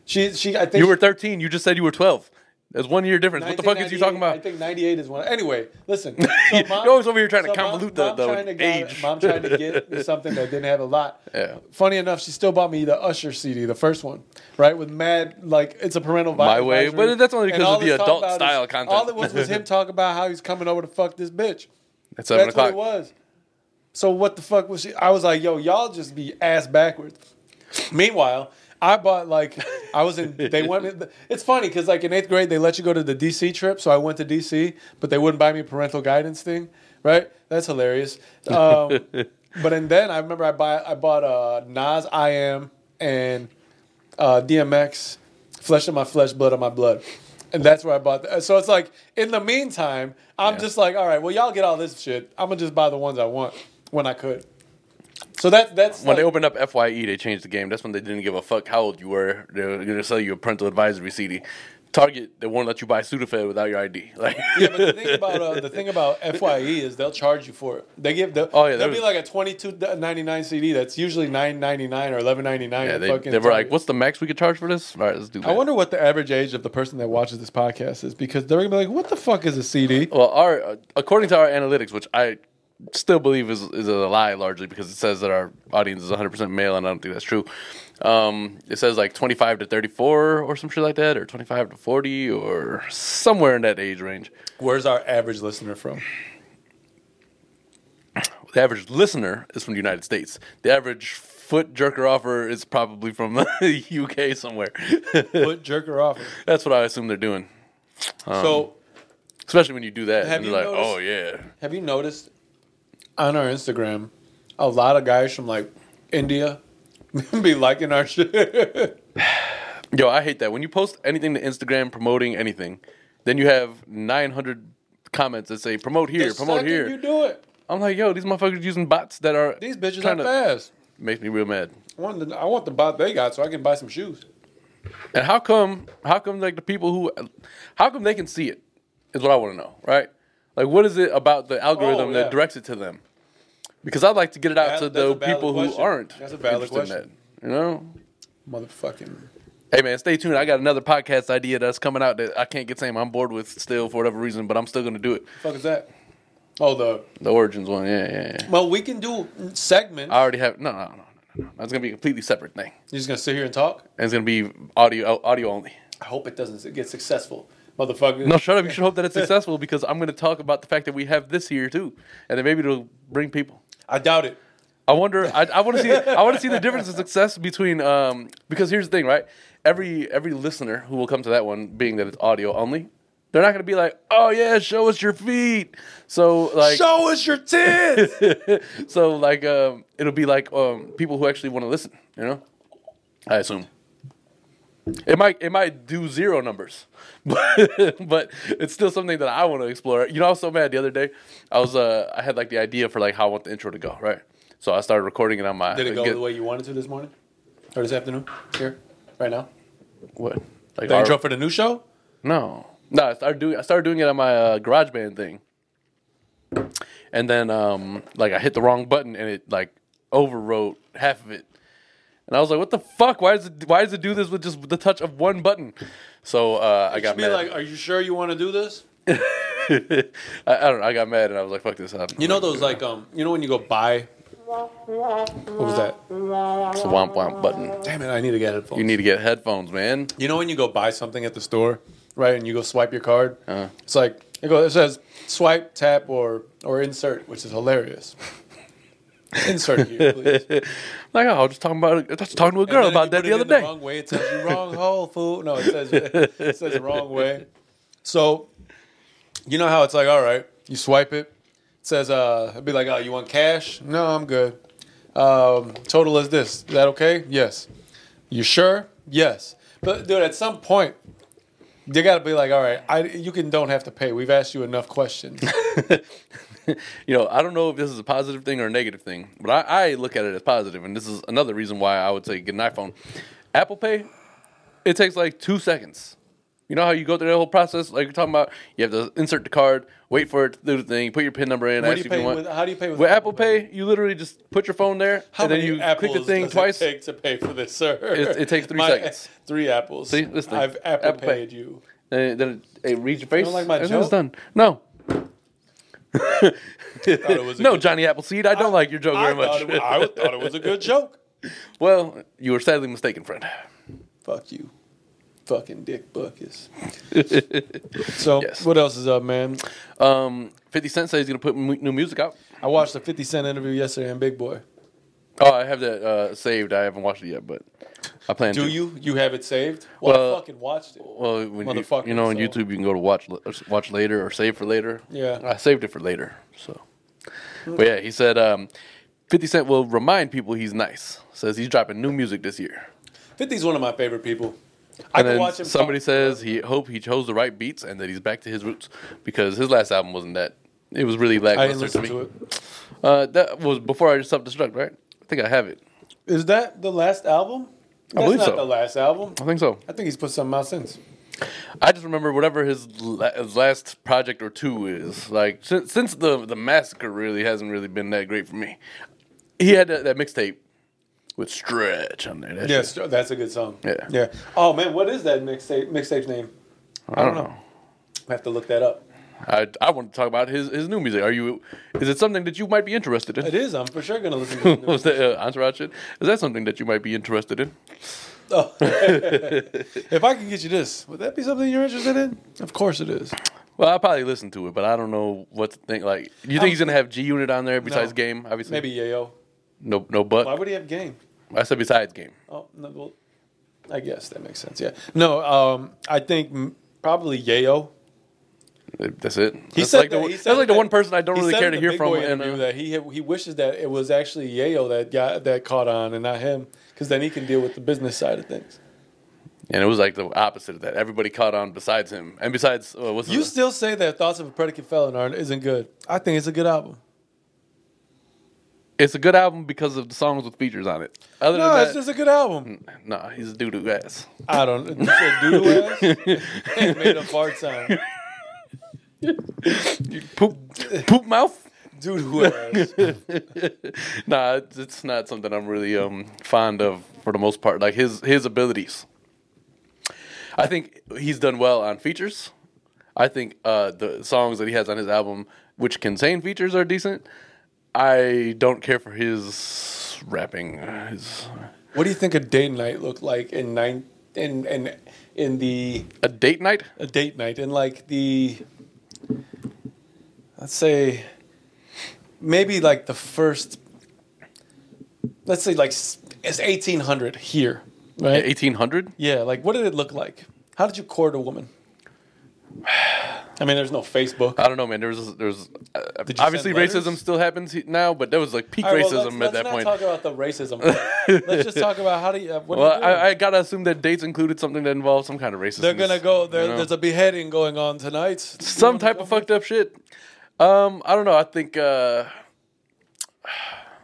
[SPEAKER 2] She, she, I think
[SPEAKER 1] You were
[SPEAKER 2] she-
[SPEAKER 1] 13. You just said you were 12. That's one year difference. What the fuck is you talking
[SPEAKER 2] 1998 I
[SPEAKER 1] about?
[SPEAKER 2] think '98 is one. Anyway, listen. So
[SPEAKER 1] You're always over here trying to
[SPEAKER 2] mom-
[SPEAKER 1] convolute the-
[SPEAKER 2] mom
[SPEAKER 1] the
[SPEAKER 2] trying to get-
[SPEAKER 1] age.
[SPEAKER 2] mom tried to get me something that didn't have a lot.
[SPEAKER 1] Yeah.
[SPEAKER 2] Funny enough, she still bought me the Usher CD, the first one, right? With mad like it's a parental vi-
[SPEAKER 1] My Way,
[SPEAKER 2] advisory.
[SPEAKER 1] but that's only
[SPEAKER 2] And
[SPEAKER 1] because
[SPEAKER 2] all
[SPEAKER 1] of the
[SPEAKER 2] this talk
[SPEAKER 1] adult
[SPEAKER 2] about
[SPEAKER 1] style
[SPEAKER 2] is-
[SPEAKER 1] content.
[SPEAKER 2] All it was was him talking about how he's coming over to fuck this bitch.
[SPEAKER 1] At seven
[SPEAKER 2] That's
[SPEAKER 1] o'clock.
[SPEAKER 2] what it was. So what the fuck was she? I was like, yo, y'all just be ass backwards. Meanwhile, I bought like I was in. They went. It's funny because like in eighth grade they let you go to the DC trip, so I went to DC, but they wouldn't buy me a parental guidance thing, right? That's hilarious. Um, but and then I remember I buy I bought uh, Nas I Am and uh, DMX, Flesh of My Flesh, Blood of My Blood. And that's where I bought that. So it's like, in the meantime, I'm
[SPEAKER 1] Yeah.
[SPEAKER 2] just like, all right, well, y'all get all this shit. I'm going to just buy the ones I want when I could. So that, that's.
[SPEAKER 1] When they
[SPEAKER 2] like-
[SPEAKER 1] opened up FYE, they changed the game. That's when they didn't give a fuck how old you were. They were going to sell you a parental advisory CD. Target, they won't let you buy Sudafed without your ID. Like,
[SPEAKER 2] yeah, but the thing about uh, the thing about FYE is they'll charge you for it. They give the
[SPEAKER 1] Oh, yeah, that
[SPEAKER 2] there'll be
[SPEAKER 1] was-
[SPEAKER 2] like a twenty two ninety nine CD that's usually nine ninety nine or eleven ninety nine.
[SPEAKER 1] yeah, they, they were like, what's the max we could charge for this? All right, let's do that.
[SPEAKER 2] I wonder what the average age of the person that watches this podcast is because they're gonna be like, what the fuck is a CD?
[SPEAKER 1] Well, our uh, according to our analytics, which I still believe is is a lie largely because it says that our audience is 100% male, and I don't think that's true. Um, it says like 25 to 34 or some shit like that, or 25 to 40 or somewhere in that age range.
[SPEAKER 2] Where's our average listener from?
[SPEAKER 1] The average listener is from the United States. The average foot jerker offer is probably from the UK somewhere.
[SPEAKER 2] Put jerker off.
[SPEAKER 1] that's what I assume they're doing. Um,
[SPEAKER 2] so
[SPEAKER 1] Especially when you do that,
[SPEAKER 2] Have
[SPEAKER 1] and
[SPEAKER 2] you
[SPEAKER 1] you're like,
[SPEAKER 2] noticed-
[SPEAKER 1] oh yeah.
[SPEAKER 2] Have you noticed on our Instagram a lot of guys from like India be liking our shit?
[SPEAKER 1] Yo, I hate that. When you post anything to Instagram promoting anything, then you have 900 comments that say promote here,
[SPEAKER 2] The
[SPEAKER 1] promote
[SPEAKER 2] second
[SPEAKER 1] here.
[SPEAKER 2] You do it.
[SPEAKER 1] I'm like, yo, these motherfuckers using bots that are
[SPEAKER 2] These bitches
[SPEAKER 1] trying
[SPEAKER 2] are fast.
[SPEAKER 1] makes me real mad.
[SPEAKER 2] I want, the, I want the bot they got so I can buy some shoes.
[SPEAKER 1] And how come how come like the people who how come they can see it is what I want to know, right? Like what is it about the algorithm
[SPEAKER 2] Oh, yeah.
[SPEAKER 1] that directs it to them? Because I'd like to get it out
[SPEAKER 2] That-
[SPEAKER 1] to
[SPEAKER 2] that's
[SPEAKER 1] the
[SPEAKER 2] a valid
[SPEAKER 1] people who
[SPEAKER 2] question.
[SPEAKER 1] aren't
[SPEAKER 2] That's a valid
[SPEAKER 1] interested in
[SPEAKER 2] question.
[SPEAKER 1] that. You know?
[SPEAKER 2] Motherfucking.
[SPEAKER 1] Hey man, stay tuned. I got another podcast idea that's coming out that I can't get same I'm bored with still for whatever reason, but I'm still gonna do it.
[SPEAKER 2] fuck is that? Oh, the.
[SPEAKER 1] The origins one, yeah, yeah, yeah.
[SPEAKER 2] Well, we can do segments.
[SPEAKER 1] I already have no, no, no, no, no. That's gonna be a completely separate thing,
[SPEAKER 2] You're just going to sit here and talk?
[SPEAKER 1] and it's gonna be audio, audio only.
[SPEAKER 2] I hope it doesn't get successful. Motherfucker.
[SPEAKER 1] No, shut up. You should hope that it's successful because I'm gonna talk about the fact that we have this here too, and then maybe it'll bring people.
[SPEAKER 2] I doubt it.
[SPEAKER 1] I wonder. I, I want to see. I want to see the difference in success between. Um, because here's the thing, right? Every every listener who will come to that one, being that it's audio only, they're not going to be like, "Oh yeah, show us your feet." So like,
[SPEAKER 2] Show us your tits.
[SPEAKER 1] so like, um, it'll be like um, people who actually want to listen. You know, I assume. It might it might do zero numbers, but but it's still something that I want to explore. You know, I was so mad the other day. I was uh I had like the idea for like how I want the intro to go, right? So I started recording it on my. uh,
[SPEAKER 2] Did it go
[SPEAKER 1] get-
[SPEAKER 2] the way you wanted to this morning, or this afternoon? Here, right now.
[SPEAKER 1] What? Like
[SPEAKER 2] The
[SPEAKER 1] our-
[SPEAKER 2] intro for the new show.
[SPEAKER 1] No, no. I started doing I started doing it on my uh, GarageBand thing, and then um like I hit the wrong button and it like overwrote half of it, and I was like, what the fuck? Why does it why does it do this with just the touch of one button? So uh, I got
[SPEAKER 2] Be
[SPEAKER 1] mad.
[SPEAKER 2] like, are you sure you want to do this?
[SPEAKER 1] I, I don't know. I got mad and I was like, fuck this uh, up.
[SPEAKER 2] You know those like um, you know when you go buy. What was that?
[SPEAKER 1] it's the womp womp button.
[SPEAKER 2] Damn it! I need to get headphones.
[SPEAKER 1] You need to get headphones, man.
[SPEAKER 2] You know when you go buy something at the store, right? And you go swipe your card.
[SPEAKER 1] Uh-huh.
[SPEAKER 2] It's like it goes. It says swipe, tap, or or insert, which is hilarious. insert here, please.
[SPEAKER 1] Like oh, I was just talking about I was talking to a girl
[SPEAKER 2] And then
[SPEAKER 1] about
[SPEAKER 2] if
[SPEAKER 1] that
[SPEAKER 2] you
[SPEAKER 1] the
[SPEAKER 2] put
[SPEAKER 1] other
[SPEAKER 2] it in
[SPEAKER 1] day.
[SPEAKER 2] wrong way, it says you wrong hole, fool. No, it says it says wrong way. So, you know how it's like, all right, you swipe it. It says, uh, it'd be like, oh, you want cash? No, I'm good. Um, total is this. Is that okay? Yes. You sure? Yes. But dude, at some point, they gotta be like, all right, I, you can don't have to pay. We've asked you enough questions.
[SPEAKER 1] you know, I don't know if this is a positive thing or a negative thing, but I, I look at it as positive, and this is another reason why I would say get an iPhone. Apple Pay, it takes like two seconds. You know how you go through that whole process, like you're talking about. You have to insert the card, wait for it to do the thing, put your PIN number in,
[SPEAKER 2] What do
[SPEAKER 1] ask
[SPEAKER 2] you
[SPEAKER 1] if
[SPEAKER 2] pay
[SPEAKER 1] you want.
[SPEAKER 2] with- how do you pay with
[SPEAKER 1] with
[SPEAKER 2] Apple
[SPEAKER 1] Apple Pay? You literally just put your phone there,
[SPEAKER 2] How
[SPEAKER 1] and then
[SPEAKER 2] many
[SPEAKER 1] you
[SPEAKER 2] apples
[SPEAKER 1] click the thing
[SPEAKER 2] does
[SPEAKER 1] twice.
[SPEAKER 2] It take to pay for this, sir.
[SPEAKER 1] It- it takes three seconds.
[SPEAKER 2] Three apples.
[SPEAKER 1] See, this thing.
[SPEAKER 2] I've apple,
[SPEAKER 1] Apple Pay.
[SPEAKER 2] paid you.
[SPEAKER 1] Then it, then it, it reads your face.
[SPEAKER 2] don't like my
[SPEAKER 1] and then it's
[SPEAKER 2] joke?
[SPEAKER 1] done. No,
[SPEAKER 2] Thought it was a
[SPEAKER 1] no,
[SPEAKER 2] good-
[SPEAKER 1] Johnny Appleseed. I don't like your joke
[SPEAKER 2] I
[SPEAKER 1] very
[SPEAKER 2] thought,
[SPEAKER 1] much.
[SPEAKER 2] it was, I thought it was a good joke.
[SPEAKER 1] well, you were sadly mistaken, friend.
[SPEAKER 2] Fuck you, fucking Dick Buckus. so what else is up, man?
[SPEAKER 1] Um, Fifty Cent says he's gonna put mu- new music out.
[SPEAKER 2] I watched a Fifty Cent interview yesterday on Big Boy.
[SPEAKER 1] Oh, I have that uh, saved. I haven't watched it yet, but I plan to.
[SPEAKER 2] Do you? You have it saved? Well,
[SPEAKER 1] Well-
[SPEAKER 2] I fucking watched it.
[SPEAKER 1] Well, when you,
[SPEAKER 2] Motherfucker,
[SPEAKER 1] you know, on
[SPEAKER 2] so-
[SPEAKER 1] YouTube, you can go to watch l- watch later or save for later.
[SPEAKER 2] Yeah.
[SPEAKER 1] I saved it for later. So, but yeah, he said um, Fifty Cent will remind people he's nice. Says he's dropping new music this year.
[SPEAKER 2] 50's one of my favorite people. I
[SPEAKER 1] And
[SPEAKER 2] can
[SPEAKER 1] then
[SPEAKER 2] watch him.
[SPEAKER 1] somebody
[SPEAKER 2] talk.
[SPEAKER 1] says he hope he chose the right beats and that he's back to his roots because his last album wasn't that. It was really
[SPEAKER 2] I didn't
[SPEAKER 1] lackluster
[SPEAKER 2] listen
[SPEAKER 1] to me.
[SPEAKER 2] to it.
[SPEAKER 1] Uh, that was before I self destruct, right? I think I have it.
[SPEAKER 2] Is that the last album? That's
[SPEAKER 1] believe
[SPEAKER 2] not
[SPEAKER 1] so.
[SPEAKER 2] the last album.
[SPEAKER 1] I think so.
[SPEAKER 2] I think he's put something out since.
[SPEAKER 1] I just remember whatever his, la- his last project or two is. Like since, since the the massacre really hasn't really been that great for me. He had that, that mixtape with Stretch on there. That
[SPEAKER 2] Yes, that's a good song.
[SPEAKER 1] Yeah.
[SPEAKER 2] Yeah. Oh man, what is that mixtape mixtape's name?
[SPEAKER 1] shit- I don't know.
[SPEAKER 2] I have to look that up.
[SPEAKER 1] I I want to talk about his, his new music. Are you? Is it something that you might be interested in?
[SPEAKER 2] It is. I'm for sure gonna listen to it.
[SPEAKER 1] Was that uh, entourage shit? Is that something that you might be interested in?
[SPEAKER 2] Oh. if I could get you this, would that be something you're interested in? Of course it is.
[SPEAKER 1] Well, I probably listen to it, but I don't know what to think. Like, you think
[SPEAKER 2] Um,
[SPEAKER 1] he's gonna have G Unit on there besides Game? Obviously,
[SPEAKER 2] Maybe Yayo.
[SPEAKER 1] no, no,
[SPEAKER 2] Why
[SPEAKER 1] but
[SPEAKER 2] would he have game?
[SPEAKER 1] I said besides Game.
[SPEAKER 2] Oh no. Well, I guess that makes sense. Yeah. No. Um. I think m- probably Yayo.
[SPEAKER 1] That's it.
[SPEAKER 2] He
[SPEAKER 1] that's
[SPEAKER 2] said
[SPEAKER 1] like
[SPEAKER 2] that-
[SPEAKER 1] the,
[SPEAKER 2] he
[SPEAKER 1] that's
[SPEAKER 2] said
[SPEAKER 1] like the
[SPEAKER 2] that-
[SPEAKER 1] one person I don't
[SPEAKER 2] he
[SPEAKER 1] really
[SPEAKER 2] said
[SPEAKER 1] care
[SPEAKER 2] in
[SPEAKER 1] to
[SPEAKER 2] the
[SPEAKER 1] hear
[SPEAKER 2] Big
[SPEAKER 1] from.
[SPEAKER 2] Boy
[SPEAKER 1] And,
[SPEAKER 2] interview
[SPEAKER 1] uh,
[SPEAKER 2] that he he wishes that it was actually Yayo that got that caught on and not him, because then he can deal with the business side of things.
[SPEAKER 1] and it was like the opposite of that. Everybody caught on besides him, and besides uh, what's
[SPEAKER 2] You
[SPEAKER 1] his,
[SPEAKER 2] still say that Thoughts of a Predicate Felon aren't- isn't good. I think it's a good album.
[SPEAKER 1] it's a good album because of the songs with features on it. Other
[SPEAKER 2] No,
[SPEAKER 1] than
[SPEAKER 2] it's
[SPEAKER 1] that,
[SPEAKER 2] just a good album.
[SPEAKER 1] nah, he's a doo doo ass.
[SPEAKER 2] I don't. You said doodle ass. It made a fart sound.
[SPEAKER 1] Poop, poop mouth.
[SPEAKER 2] Doodle ass.
[SPEAKER 1] nah, it's, it's not something I'm really um fond of for the most part. Like his his abilities. I think he's done well on features. I think uh, the songs that he has on his album, which contain features, are decent. I don't care for his rapping. His,
[SPEAKER 2] What do you think a date night looked like in nine in in in the
[SPEAKER 1] a date night?
[SPEAKER 2] a date night in like the let's say maybe like the first let's say like s- it's 1800 here, right?
[SPEAKER 1] Eighteen hundred.
[SPEAKER 2] Yeah, like what did it look like? How did you court a woman? I mean, there's no Facebook.
[SPEAKER 1] I don't know, man. There was there was uh,
[SPEAKER 2] Did you
[SPEAKER 1] obviously
[SPEAKER 2] send letters?
[SPEAKER 1] racism still happens he- now, but there was like peak
[SPEAKER 2] All right, well,
[SPEAKER 1] racism
[SPEAKER 2] let's,
[SPEAKER 1] at that
[SPEAKER 2] let's
[SPEAKER 1] point.
[SPEAKER 2] not talk about the racism. let's just talk about how do you. Uh, what
[SPEAKER 1] Well,
[SPEAKER 2] do you do?
[SPEAKER 1] I, I gotta assume that dates included something that involved some kind of racism.
[SPEAKER 2] They're gonna go. There,
[SPEAKER 1] you know?
[SPEAKER 2] There's a beheading going on tonight.
[SPEAKER 1] some type of fucked up shit. Um, I don't know. I think uh,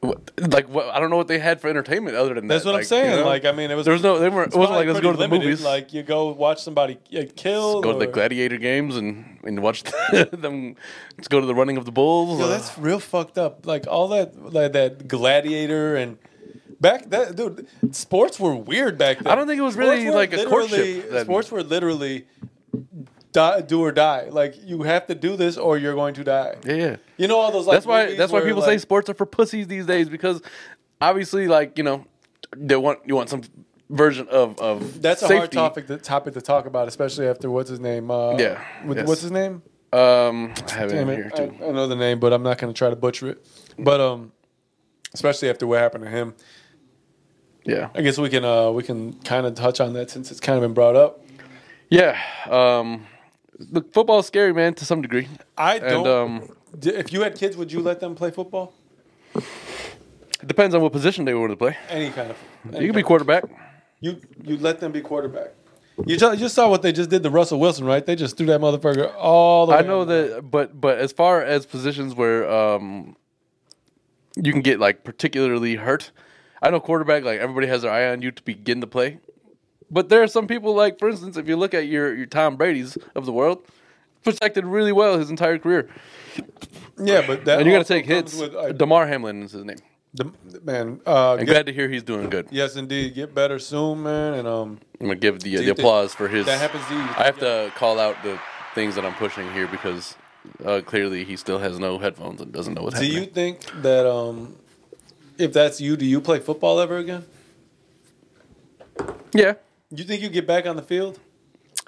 [SPEAKER 1] what- like what, I don't know what they had for entertainment other than
[SPEAKER 2] That's
[SPEAKER 1] that.
[SPEAKER 2] what I'm
[SPEAKER 1] like,
[SPEAKER 2] saying.
[SPEAKER 1] you know?
[SPEAKER 2] Like, I mean, it was.
[SPEAKER 1] there was no. They weren't. It wasn't
[SPEAKER 2] probably
[SPEAKER 1] like let's go to
[SPEAKER 2] pretty
[SPEAKER 1] the
[SPEAKER 2] limited.
[SPEAKER 1] movies.
[SPEAKER 2] Like you go watch somebody get killed.
[SPEAKER 1] go to the
[SPEAKER 2] or-
[SPEAKER 1] gladiator games and and watch them. Let's go to the running of the bulls.
[SPEAKER 2] Yo, that's real fucked up. Like all that, like that gladiator and back that dude. Sports were weird back then.
[SPEAKER 1] I don't think it was really,
[SPEAKER 2] were
[SPEAKER 1] like, a courtship
[SPEAKER 2] literally-
[SPEAKER 1] then.
[SPEAKER 2] Sports were literally die, do or die. Like you have to do this or you're going to die.
[SPEAKER 1] yeah, yeah.
[SPEAKER 2] You know all those. Like,
[SPEAKER 1] that's why.
[SPEAKER 2] movies
[SPEAKER 1] That's why
[SPEAKER 2] where,
[SPEAKER 1] people say
[SPEAKER 2] like,
[SPEAKER 1] sports are for pussies these days because obviously, like you know, they want you want some version of of
[SPEAKER 2] that's a hard
[SPEAKER 1] safety.
[SPEAKER 2] topic. To, topic to talk about, especially after what's his name. Uh,
[SPEAKER 1] Yeah,
[SPEAKER 2] with-
[SPEAKER 1] yes.
[SPEAKER 2] What's his name?
[SPEAKER 1] Um, I have it
[SPEAKER 2] Damn
[SPEAKER 1] in
[SPEAKER 2] it,
[SPEAKER 1] here
[SPEAKER 2] I,
[SPEAKER 1] too.
[SPEAKER 2] I know the name, but I'm not going to try to butcher it. But um, especially after what happened to him,
[SPEAKER 1] Yeah.
[SPEAKER 2] I guess we can uh we can kind of touch on that since it's kind of been brought up.
[SPEAKER 1] Yeah. Um, look, football's scary, man, to some degree.
[SPEAKER 2] I
[SPEAKER 1] And
[SPEAKER 2] don't.
[SPEAKER 1] um,
[SPEAKER 2] D- if you had kids, would you let them play football?
[SPEAKER 1] it depends on what position they want to play.
[SPEAKER 2] Any kind of. any
[SPEAKER 1] You can be
[SPEAKER 2] kind of-
[SPEAKER 1] quarterback.
[SPEAKER 2] You you let them be quarterback. You just, you just saw what they just did to Russell Wilson, right? They just threw that motherfucker all the way.
[SPEAKER 1] I know that, but but as far as positions where um, you can get like particularly hurt, I know quarterback. Like everybody has their eye on you to begin to play, but there are some people like, for instance, if you look at your your Tom Brady's of the world, protected really well his entire career,
[SPEAKER 2] Yeah, but that
[SPEAKER 1] and you got to
[SPEAKER 2] also
[SPEAKER 1] take
[SPEAKER 2] comes
[SPEAKER 1] hits.
[SPEAKER 2] With, uh,
[SPEAKER 1] Damar Hamlin is his name.
[SPEAKER 2] the, man, uh,
[SPEAKER 1] I'm
[SPEAKER 2] get-
[SPEAKER 1] glad to hear he's doing good.
[SPEAKER 2] yes, indeed, get better soon, man. And um,
[SPEAKER 1] I'm gonna give the, uh,
[SPEAKER 2] you
[SPEAKER 1] the
[SPEAKER 2] think
[SPEAKER 1] applause for his.
[SPEAKER 2] that happens to you?
[SPEAKER 1] I have to call out the things that I'm pushing here because uh, clearly he still has no headphones and doesn't know what's
[SPEAKER 2] do
[SPEAKER 1] happening.
[SPEAKER 2] you think that um, if that's you, do you play football ever again?
[SPEAKER 1] Yeah,
[SPEAKER 2] You think you get back on the field?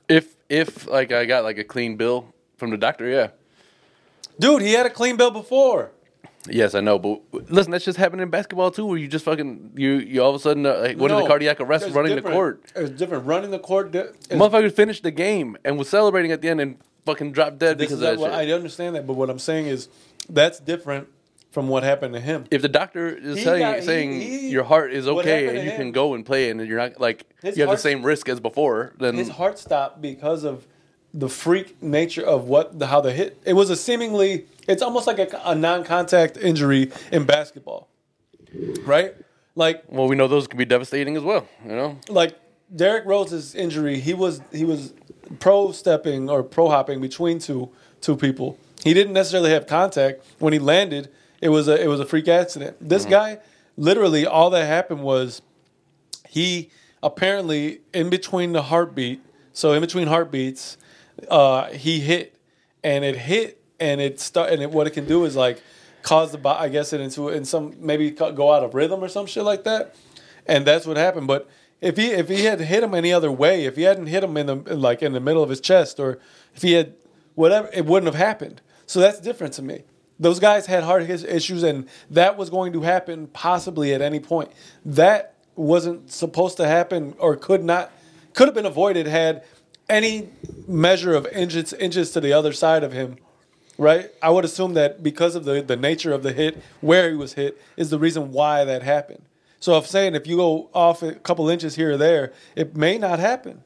[SPEAKER 1] if if like I got like a clean bill from the doctor, yeah.
[SPEAKER 2] Dude, he had a clean bill before.
[SPEAKER 1] Yes, I know, but listen, that's just happened in basketball too, where you just fucking you you all of a sudden uh, like one of the
[SPEAKER 2] No,
[SPEAKER 1] cardiac arrests
[SPEAKER 2] it's
[SPEAKER 1] running the
[SPEAKER 2] different.
[SPEAKER 1] court.
[SPEAKER 2] It's different. Running the court. di- is-
[SPEAKER 1] Motherfucker finished the game and was celebrating at the end and fucking dropped dead
[SPEAKER 2] this
[SPEAKER 1] because
[SPEAKER 2] is
[SPEAKER 1] of that
[SPEAKER 2] not what-
[SPEAKER 1] shit.
[SPEAKER 2] I understand that, but what I'm saying is that's different from what happened to him.
[SPEAKER 1] if the doctor is
[SPEAKER 2] He
[SPEAKER 1] telling
[SPEAKER 2] got- he-
[SPEAKER 1] saying
[SPEAKER 2] he-
[SPEAKER 1] your heart is
[SPEAKER 2] what
[SPEAKER 1] okay
[SPEAKER 2] happened
[SPEAKER 1] and
[SPEAKER 2] to
[SPEAKER 1] you can
[SPEAKER 2] him-
[SPEAKER 1] go and play and you're not like you
[SPEAKER 2] His
[SPEAKER 1] have the
[SPEAKER 2] heart-
[SPEAKER 1] same risk as before, then
[SPEAKER 2] His heart stopped because of the freak nature of what the, how the hit. It was a seemingly. It's almost like a, a non-contact injury in basketball, right? Like
[SPEAKER 1] Well, we know those can be devastating as well. You know,
[SPEAKER 2] like Derrick Rose's injury, he was he was pro stepping or pro hopping between two two people. He didn't necessarily have contact when he landed. It was a it was a freak accident. This guy, literally, all that happened was he apparently in between the heartbeat. So in between heartbeats, uh, he hit, and it hit, and it start, and it, what it can do is like cause the body. I guess it into in some maybe co- go out of rhythm or some shit like that, and that's what happened. But if he if he had hit him any other way, if he hadn't hit him in the like in the middle of his chest, or if he had whatever, it wouldn't have happened. So that's different to me. Those guys had heart his- issues, and that was going to happen possibly at any point. That wasn't supposed to happen, or could not, could have been avoided had any measure of inches inches to the other side of him. Right, I would assume that because of the, the nature of the hit, where he was hit, is the reason why that happened. So I'm saying if you go off a couple inches here or there, it may not happen.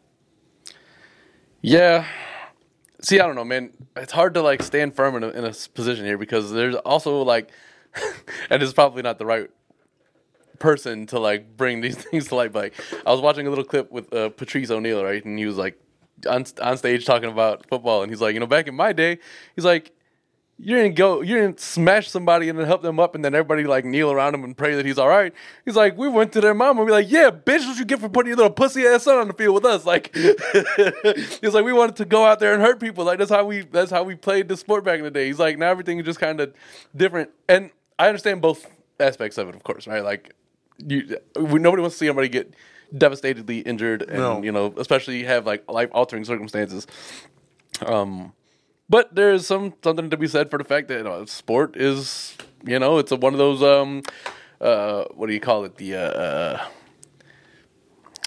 [SPEAKER 1] yeah. See, I don't know, man. It's hard to like stand firm in a, in a s- position here because there's also like, and it's probably not the right person to like bring these things to light. But like, I was watching a little clip with uh, Patrice O'Neill, right, and he was like on on stage talking about football, and he's like, you know, back in my day, he's like. You didn't go. You didn't smash somebody and then help them up, and then everybody like kneel around him and pray that he's all right. He's like, we went to their mom and be like, yeah, bitch, what you get for putting your little pussy ass son on the field with us? Like, he's like, we wanted to go out there and hurt people. Like that's how we that's how we played the sport back in the day. He's like, now everything is just kind of different, and I understand both aspects of it, of course, right? Like, you we, nobody wants to see somebody get devastatedly injured, and
[SPEAKER 2] No.
[SPEAKER 1] you know, especially have like life altering circumstances. Um, but there is some something to be said for the fact that you know, sport is, you know, it's a, one of those um, uh, what do you call it? The uh, uh,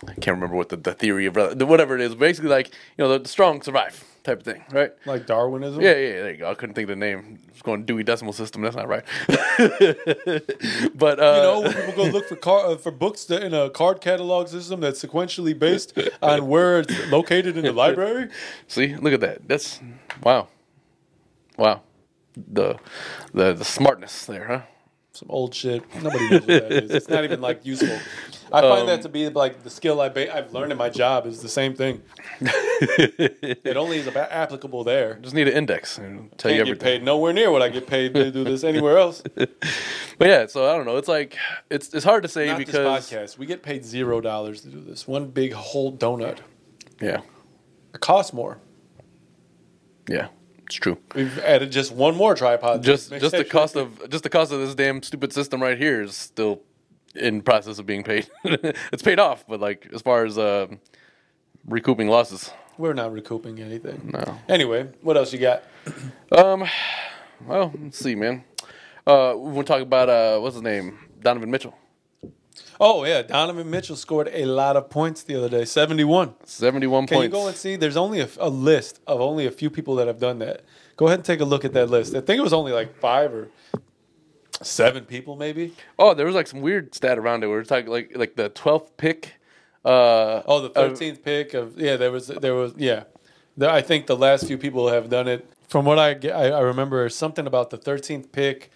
[SPEAKER 1] I can't remember what the, the theory of rel- the, whatever it is. Basically, like you know, the, the strong survive type of thing, right?
[SPEAKER 2] Like Darwinism?
[SPEAKER 1] Yeah, yeah, yeah, there you go. I couldn't think of the name. It's going Dewey Decimal System. That's not right. but uh,
[SPEAKER 2] You know, when people go look for car, uh, for books that, in a card catalog system that's sequentially based on where it's located in the library.
[SPEAKER 1] See, look at that. That's wow, wow. The the the smartness there, huh?
[SPEAKER 2] Some old shit. Nobody knows what that is. It's not even like useful. I find
[SPEAKER 1] Um,
[SPEAKER 2] that to be like the skill I ba- I've learned in my job is the same thing. it only is about applicable there.
[SPEAKER 1] Just need an index and tell you
[SPEAKER 2] Can't get
[SPEAKER 1] everything.
[SPEAKER 2] paid nowhere near what I get paid to do this anywhere else.
[SPEAKER 1] But yeah, so I don't know. It's like it's it's hard to say
[SPEAKER 2] Not
[SPEAKER 1] because
[SPEAKER 2] this podcast. We get paid zero dollars to do this. One big whole donut.
[SPEAKER 1] yeah,
[SPEAKER 2] It costs more.
[SPEAKER 1] yeah, it's true.
[SPEAKER 2] We've added just one more tripod.
[SPEAKER 1] Just
[SPEAKER 2] Make
[SPEAKER 1] just the
[SPEAKER 2] that
[SPEAKER 1] cost
[SPEAKER 2] shit-
[SPEAKER 1] of just the cost of this damn stupid system right here is still in process of being paid. it's paid off, but like as far as uh, recouping losses, Uh,
[SPEAKER 2] We're not recouping anything.
[SPEAKER 1] no.
[SPEAKER 2] Anyway, what else you got?
[SPEAKER 1] Um, well, let's see, man. Uh, we want to talk about uh, what's his name, Donovan Mitchell,
[SPEAKER 2] Oh yeah, Donovan Mitchell scored a lot of points the other day, seventy-one.
[SPEAKER 1] seventy-one
[SPEAKER 2] Can
[SPEAKER 1] points.
[SPEAKER 2] you go and see? There's only a, a list of only a few people that have done that. Go ahead and take a look at that list. I think it was only like five or seven people, maybe.
[SPEAKER 1] oh, there was like some weird stat around it. We were talking like like the twelfth pick. Uh,
[SPEAKER 2] Oh, the
[SPEAKER 1] of-
[SPEAKER 2] thirteenth pick of yeah. There was there was yeah. The, I think the last few people have done it. From what I get- I, I remember, something about the thirteenth pick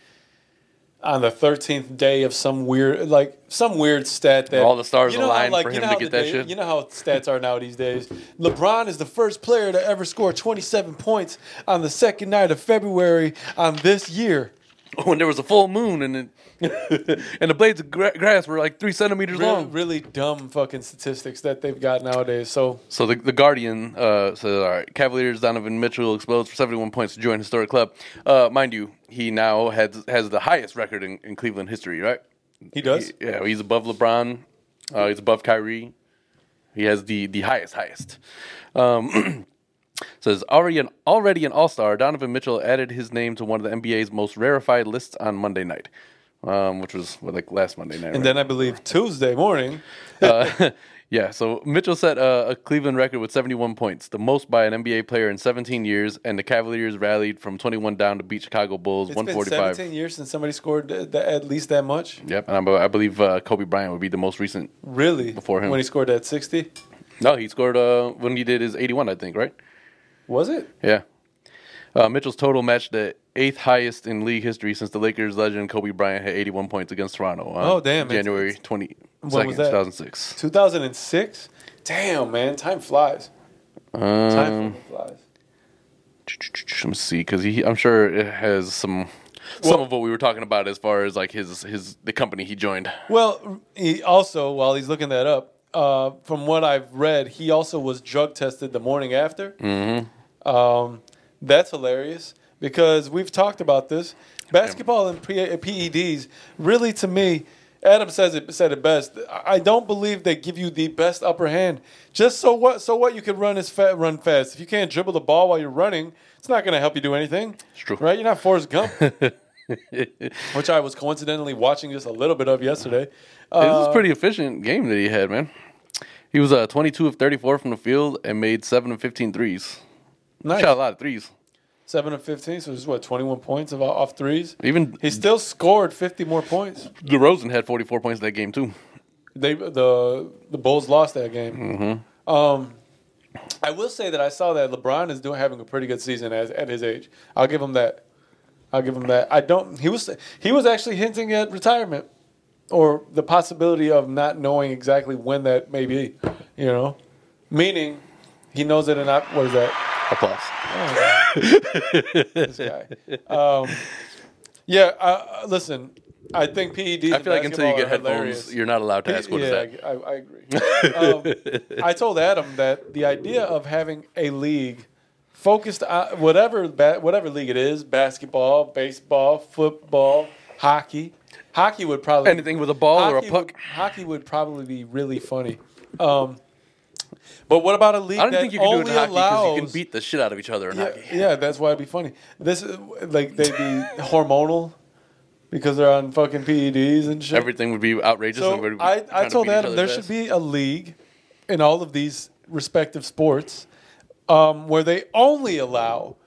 [SPEAKER 2] on the thirteenth day of some weird like some weird stat that
[SPEAKER 1] All the stars
[SPEAKER 2] how,
[SPEAKER 1] aligned for him to
[SPEAKER 2] how
[SPEAKER 1] get
[SPEAKER 2] the
[SPEAKER 1] that
[SPEAKER 2] day-
[SPEAKER 1] shit?
[SPEAKER 2] You know how stats are now these days. LeBron is the first player to ever score twenty seven points on the second night of February on this year.
[SPEAKER 1] when there was a full moon and it, and the blades of gra- grass were like three centimeters
[SPEAKER 2] Really,
[SPEAKER 1] long.
[SPEAKER 2] really dumb fucking statistics that they've got nowadays. So
[SPEAKER 1] So the, the Guardian uh, says, all right, Cavaliers Donovan Mitchell explodes for 71 points to join historic club. Uh, mind you, he now has has the highest record in, in Cleveland history, right?
[SPEAKER 2] he does.
[SPEAKER 1] Yeah, he's above LeBron. Uh, he's above Kyrie. He has the the highest, highest. Um, says already an already an All Star. Donovan Mitchell added his name to one of the NBA's most rarefied lists on Monday night, um, which was well, like last Monday night.
[SPEAKER 2] And
[SPEAKER 1] right?
[SPEAKER 2] then I believe Tuesday morning.
[SPEAKER 1] Uh, yeah, so Mitchell set uh, a Cleveland record with 71 points, the most by an NBA player in 17 years, and the Cavaliers rallied from 21 down to beat Chicago Bulls
[SPEAKER 2] It's been
[SPEAKER 1] 145.
[SPEAKER 2] 17 years since somebody scored th- th- at least that much.
[SPEAKER 1] Yep, and I, I believe uh, Kobe Bryant would be the most recent.
[SPEAKER 2] Really?
[SPEAKER 1] Before him.
[SPEAKER 2] When he scored that 60?
[SPEAKER 1] No, he scored uh, when he did his 81, I think, right?
[SPEAKER 2] Was it?
[SPEAKER 1] Yeah. Uh, Mitchell's total matched the eighth highest in league history since the Lakers legend Kobe Bryant had 81 points against Toronto. On
[SPEAKER 2] Oh, damn, it's-
[SPEAKER 1] January
[SPEAKER 2] it's-
[SPEAKER 1] 22nd,
[SPEAKER 2] When was that?
[SPEAKER 1] 2006.
[SPEAKER 2] 2006? Damn, man. Time flies. Time
[SPEAKER 1] Um,
[SPEAKER 2] fucking flies.
[SPEAKER 1] let me see, because I'm sure it has some some
[SPEAKER 2] Well-
[SPEAKER 1] of what we were talking about as far as like his his the company he joined.
[SPEAKER 2] Well, he also, while he's looking that up, uh, from what I've read, he also was drug tested the morning after. Um, that's hilarious because we've talked about this. Basketball and pre- PEDs, really, to me, Adam says it said it best. I I don't believe they give you the best upper hand. Just so what? So what? You can run as fa- run fast. If you can't dribble the ball while you're running, it's not going to help you do anything. It's
[SPEAKER 1] true.
[SPEAKER 2] right? You're not Forrest Gump, which I was coincidentally watching just a little bit of yesterday. Uh,
[SPEAKER 1] This is a pretty efficient game that he had, man. He was uh, 22 of 34 from the field and made 7 of 15 threes.
[SPEAKER 2] Nice.
[SPEAKER 1] Shot a lot of threes.
[SPEAKER 2] Seven of fifteen, so this is what twenty-one points of off threes.
[SPEAKER 1] Even
[SPEAKER 2] He still scored fifty more points.
[SPEAKER 1] DeRozan had 44 points that game, too.
[SPEAKER 2] They the the Bulls lost that game. Um, I will say that I saw that LeBron is doing having a pretty good season as at his age. I'll give him that. I'll give him that. I don't. He was he was actually hinting at retirement or the possibility of not knowing exactly when that may be. You know, meaning he knows it and not. What is that?
[SPEAKER 1] Applause.
[SPEAKER 2] this guy. Um, yeah, uh, listen, I think E PEDs.
[SPEAKER 1] I feel like until you get headphones, you're not allowed to ask what is
[SPEAKER 2] yeah,
[SPEAKER 1] that.
[SPEAKER 2] I, I agree. um, I told Adam that the idea of having a league focused on whatever ba- whatever league it is basketball, baseball, football, hockey. Hockey would probably
[SPEAKER 1] Anything with a ball or a
[SPEAKER 2] hockey
[SPEAKER 1] puck.
[SPEAKER 2] Would, hockey would probably be really funny. Um, but what about a league
[SPEAKER 1] I don't
[SPEAKER 2] that
[SPEAKER 1] think you can do it
[SPEAKER 2] only
[SPEAKER 1] in hockey because you can
[SPEAKER 2] allows-
[SPEAKER 1] beat the shit out of each other in
[SPEAKER 2] yeah,
[SPEAKER 1] hockey.
[SPEAKER 2] yeah, that's why it'd be funny. This is like they'd be hormonal. because they're on fucking PEDs and shit.
[SPEAKER 1] Everything would be outrageous. and
[SPEAKER 2] so
[SPEAKER 1] we'd be
[SPEAKER 2] I,
[SPEAKER 1] trying
[SPEAKER 2] I
[SPEAKER 1] to
[SPEAKER 2] told
[SPEAKER 1] beat each
[SPEAKER 2] Adam
[SPEAKER 1] other's
[SPEAKER 2] there
[SPEAKER 1] ass.
[SPEAKER 2] should be a league in all of these respective sports um, where they only allow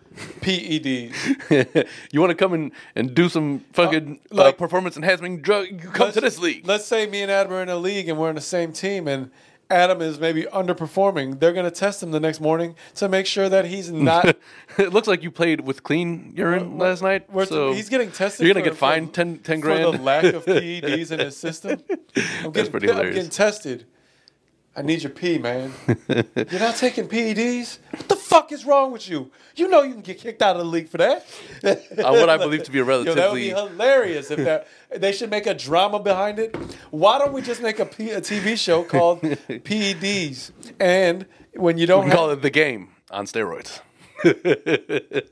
[SPEAKER 2] E PEDs.
[SPEAKER 1] you want to come and, and do some fucking uh,
[SPEAKER 2] like-
[SPEAKER 1] performance enhancing drug? You come to
[SPEAKER 2] Let's-
[SPEAKER 1] this league.
[SPEAKER 2] Let's say me and Adam are in a league and we're on the same team and Adam is maybe underperforming. They're going to test him the next morning to make sure that he's not.
[SPEAKER 1] it looks like you played with clean urine last night.
[SPEAKER 2] We're-
[SPEAKER 1] so
[SPEAKER 2] he's getting tested.
[SPEAKER 1] You're gonna
[SPEAKER 2] for-
[SPEAKER 1] get fined
[SPEAKER 2] for-
[SPEAKER 1] 10, 10
[SPEAKER 2] for the
[SPEAKER 1] grand.
[SPEAKER 2] lack of PEDs in his system. I'm getting,
[SPEAKER 1] pretty
[SPEAKER 2] I'm
[SPEAKER 1] hilarious.
[SPEAKER 2] getting tested. I need your pee, man. You're not taking PEDs. What the fuck is wrong with you? You know you can get kicked out of the league for that.
[SPEAKER 1] Uh, what I believe to be a
[SPEAKER 2] Yo, that would be
[SPEAKER 1] relatively-
[SPEAKER 2] hilarious if that. they should make a drama behind it. Why don't we just make a, P, a TV show called PEDs? And when you don't
[SPEAKER 1] We call
[SPEAKER 2] have
[SPEAKER 1] it the game on steroids.
[SPEAKER 2] the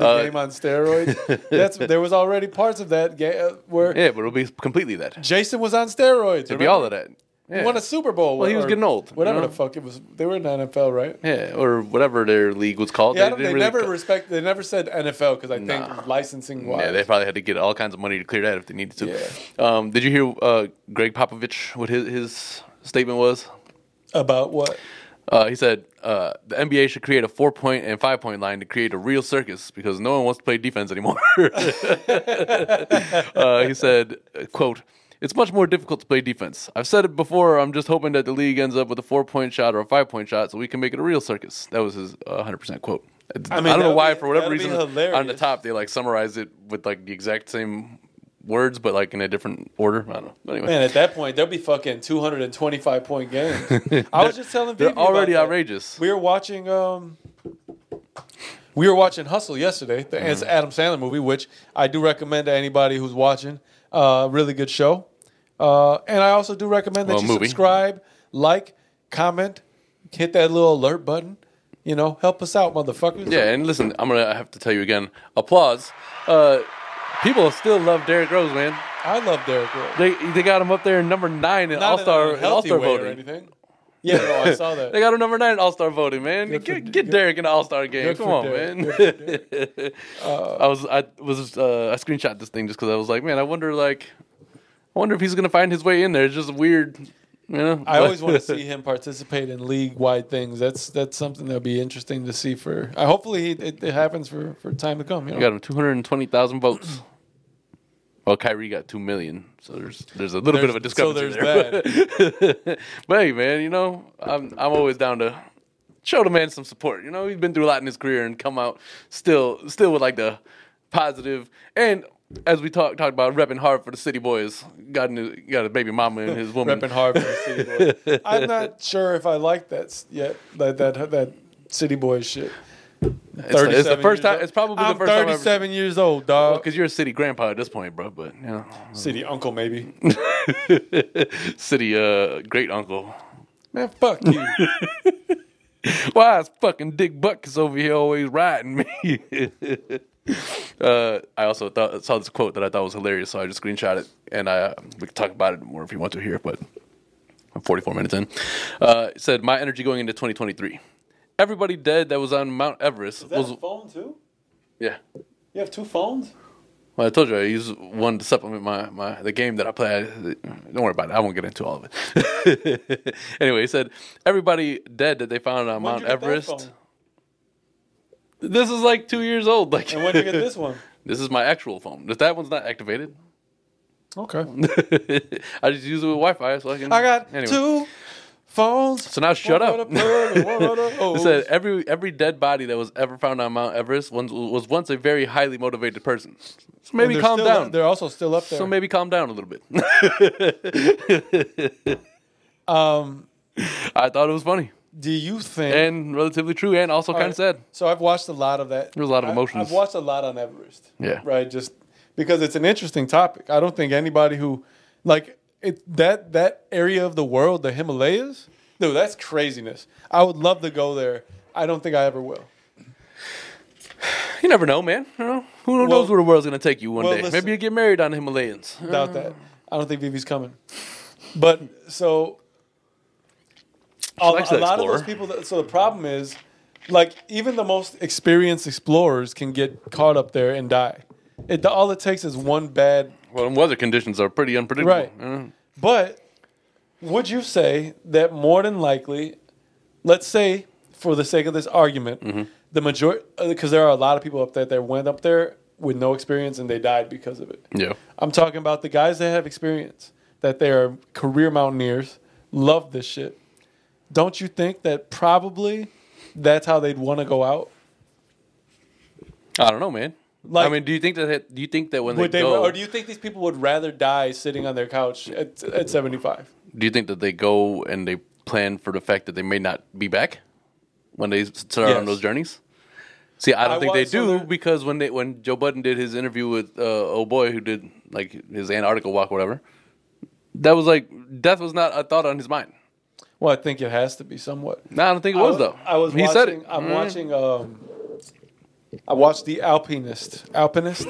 [SPEAKER 1] uh,
[SPEAKER 2] game on steroids, that's there was already parts of that game where
[SPEAKER 1] Yeah, but it'll be completely that.
[SPEAKER 2] Jason was on steroids.
[SPEAKER 1] It'll be all of that. Yeah.
[SPEAKER 2] won a Super Bowl.
[SPEAKER 1] Well, he was
[SPEAKER 2] or
[SPEAKER 1] getting old, you
[SPEAKER 2] Whatever
[SPEAKER 1] know?
[SPEAKER 2] the fuck it was. They were in the NFL, right?
[SPEAKER 1] Yeah, or whatever their league was called.
[SPEAKER 2] Yeah, I don't, they
[SPEAKER 1] didn't really
[SPEAKER 2] never
[SPEAKER 1] ca-
[SPEAKER 2] respect. They never said NFL because I think licensing wise.
[SPEAKER 1] Yeah, they probably had to get all kinds of money to clear that if they needed to.
[SPEAKER 2] Yeah.
[SPEAKER 1] Um, did you hear uh, Greg Popovich? What his, his statement was?
[SPEAKER 2] about what?
[SPEAKER 1] Uh, he said uh, the NBA should create a four point and five point line to create a real circus because no one wants to play defense anymore. uh, he said, uh, "quote It's much more difficult to play defense. I've said it before. I'm just hoping that the league ends up with a four point shot or a five point shot so we can make it a real circus." That was his 100 percent quote. I,
[SPEAKER 2] mean,
[SPEAKER 1] don't know
[SPEAKER 2] that'd
[SPEAKER 1] why,
[SPEAKER 2] be-
[SPEAKER 1] for whatever
[SPEAKER 2] that'd be
[SPEAKER 1] reason, on the
[SPEAKER 2] hilarious.
[SPEAKER 1] top they like summarize it with like the exact same words, but like in a different order. I don't know. But anyway,
[SPEAKER 2] Man, at that point, there'll be fucking 225 point games. I was just telling
[SPEAKER 1] they're
[SPEAKER 2] Vivi about
[SPEAKER 1] already
[SPEAKER 2] that.
[SPEAKER 1] outrageous.
[SPEAKER 2] We were watching. um we were watching Hustle yesterday, the
[SPEAKER 1] Mm-hmm.
[SPEAKER 2] it's an Adam Sandler movie, which I do recommend to anybody who's watching. Uh, really good show, uh, and I also do recommend that
[SPEAKER 1] Well,
[SPEAKER 2] you
[SPEAKER 1] movie.
[SPEAKER 2] subscribe, like, comment, hit that little alert button. You know, help us out, motherfuckers.
[SPEAKER 1] Yeah, and listen, I'm gonna have to tell you again. Applause. Uh, people still love Derrick Rose, man.
[SPEAKER 2] I love Derrick Rose.
[SPEAKER 1] They they got him up there in number nine in
[SPEAKER 2] Not
[SPEAKER 1] All Star
[SPEAKER 2] in a
[SPEAKER 1] All
[SPEAKER 2] healthy
[SPEAKER 1] Star
[SPEAKER 2] way or
[SPEAKER 1] voting.
[SPEAKER 2] anything. Yeah, no, I saw that.
[SPEAKER 1] They got him number nine in All Star voting, man.
[SPEAKER 2] Good for-
[SPEAKER 1] get
[SPEAKER 2] good-
[SPEAKER 1] get Derrick in the All Star game.
[SPEAKER 2] good
[SPEAKER 1] Come
[SPEAKER 2] for
[SPEAKER 1] on,
[SPEAKER 2] Derrick.
[SPEAKER 1] man.
[SPEAKER 2] Uh,
[SPEAKER 1] I was I was uh, I screenshot this thing just because I was like, man, I wonder like, I wonder if he's gonna find his way in there. It's just weird, you know.
[SPEAKER 2] I always want to see him participate in league wide things. That's that's something that'll be interesting to see for. I hopefully he, it, it happens for for time to come. You know?
[SPEAKER 1] We got him 220,000 votes. Well, Kyrie got 2 million. So there's there's a little bit of a
[SPEAKER 2] There's- so
[SPEAKER 1] discrepancy
[SPEAKER 2] there's
[SPEAKER 1] there. but hey, man, you know, I'm, I'm always down to show the man some support. You know, he's been through a lot in his career and come out still still with like the positive and as we talk, talked about repping hard for the city boys, got a, new, got a baby mama and his woman.
[SPEAKER 2] Repping hard for the city boy. I'm not sure if I like that s- yet. That that that city boy shit.
[SPEAKER 1] It's the- it's the
[SPEAKER 2] 37
[SPEAKER 1] first
[SPEAKER 2] years
[SPEAKER 1] time.
[SPEAKER 2] old.
[SPEAKER 1] It's probably the
[SPEAKER 2] I'm
[SPEAKER 1] first time. I've ever-
[SPEAKER 2] 37 years old, dog.
[SPEAKER 1] Cause you're a city grandpa at this point, bro. But you know,
[SPEAKER 2] city uncle, maybe.
[SPEAKER 1] city uh, great uncle.
[SPEAKER 2] Man, fuck you.
[SPEAKER 1] Why is fucking Dick Buckus over here always riding me? uh, I also thought, saw this quote that I thought was hilarious, so I just screenshot it, and I, we can talk about it more if you want to here. But I'm 44 minutes in. Uh, it said, "My energy going into 2023. Everybody dead that was on Mount Everest was
[SPEAKER 2] phone too?
[SPEAKER 1] yeah."
[SPEAKER 2] You have two phones?
[SPEAKER 1] Well, I told you I used one to supplement my, my the game that I play. I- Don't worry about it. I won't get into all of it. anyway, he said everybody dead that they found on Mount Everest. This is like two years old. Like
[SPEAKER 2] And when did you get this one?
[SPEAKER 1] This is my actual phone. If that one's not activated,
[SPEAKER 2] Okay.
[SPEAKER 1] I just use it with Wi-Fi so I can.
[SPEAKER 2] I got
[SPEAKER 1] Anyway.
[SPEAKER 2] two phones.
[SPEAKER 1] So now shut
[SPEAKER 2] One
[SPEAKER 1] up.
[SPEAKER 2] for the plug Oh, and one for the
[SPEAKER 1] It
[SPEAKER 2] hose.
[SPEAKER 1] said every every dead body that was ever found on Mount Everest was, was once a very highly motivated person. So
[SPEAKER 2] And
[SPEAKER 1] maybe
[SPEAKER 2] they're
[SPEAKER 1] calm
[SPEAKER 2] still-
[SPEAKER 1] down.
[SPEAKER 2] They're also still up there.
[SPEAKER 1] So maybe calm down a little bit.
[SPEAKER 2] um,
[SPEAKER 1] I thought it was funny
[SPEAKER 2] do you think?
[SPEAKER 1] and relatively true, and also kind of sad.
[SPEAKER 2] So I've watched a lot of that.
[SPEAKER 1] There's a lot of
[SPEAKER 2] I-
[SPEAKER 1] emotions.
[SPEAKER 2] I've watched a lot on Everest.
[SPEAKER 1] Yeah.
[SPEAKER 2] Right. Just because it's an interesting topic. I don't think anybody who like it that that area of the world, the Himalayas, dude, that's craziness. I would love to go there. I don't think I ever will.
[SPEAKER 1] You never know, man. You know who knows where the world's gonna take you one
[SPEAKER 2] well,
[SPEAKER 1] day.
[SPEAKER 2] listen-
[SPEAKER 1] maybe you get married on the Himalayans.
[SPEAKER 2] Doubt that. I don't think Vivi's coming. But so a,
[SPEAKER 1] likes
[SPEAKER 2] a
[SPEAKER 1] to
[SPEAKER 2] lot of
[SPEAKER 1] explore.
[SPEAKER 2] those people. That, so the problem is, like, even the most experienced explorers can get caught up there and die. It all it takes is one bad.
[SPEAKER 1] Well, them weather conditions are pretty unpredictable. Uh,
[SPEAKER 2] Right.
[SPEAKER 1] Yeah.
[SPEAKER 2] But would you say that more than likely, let's say for the sake of this argument, the majority because there are a lot of people up there that went up there with no experience and they died because of it.
[SPEAKER 1] Yeah.
[SPEAKER 2] I'm talking about the guys that have experience, that they are career mountaineers, love this shit. Don't you think that probably that's how they'd want to go out?
[SPEAKER 1] I don't know, man.
[SPEAKER 2] Like-
[SPEAKER 1] I mean, do you think that do you think that when
[SPEAKER 2] Would
[SPEAKER 1] they
[SPEAKER 2] they,
[SPEAKER 1] go,
[SPEAKER 2] or do you think these people would rather die sitting on their couch at, at 75?
[SPEAKER 1] do you think that they go and they plan for the fact that they may not be back when they start
[SPEAKER 2] Yes.
[SPEAKER 1] on those journeys? See, I don't
[SPEAKER 2] I
[SPEAKER 1] think they
[SPEAKER 2] watched some
[SPEAKER 1] do
[SPEAKER 2] of the-
[SPEAKER 1] because when they when Joe Budden did his interview with uh, old boy who did like his Antarctica walk, or whatever, that was like death was not a thought on his mind.
[SPEAKER 2] Well, I think it has to be somewhat.
[SPEAKER 1] No, I don't think it was, though.
[SPEAKER 2] I was
[SPEAKER 1] he
[SPEAKER 2] watching,
[SPEAKER 1] said it.
[SPEAKER 2] I'm
[SPEAKER 1] Mm.
[SPEAKER 2] watching. Um, I watched the Alpinist. Alpinist.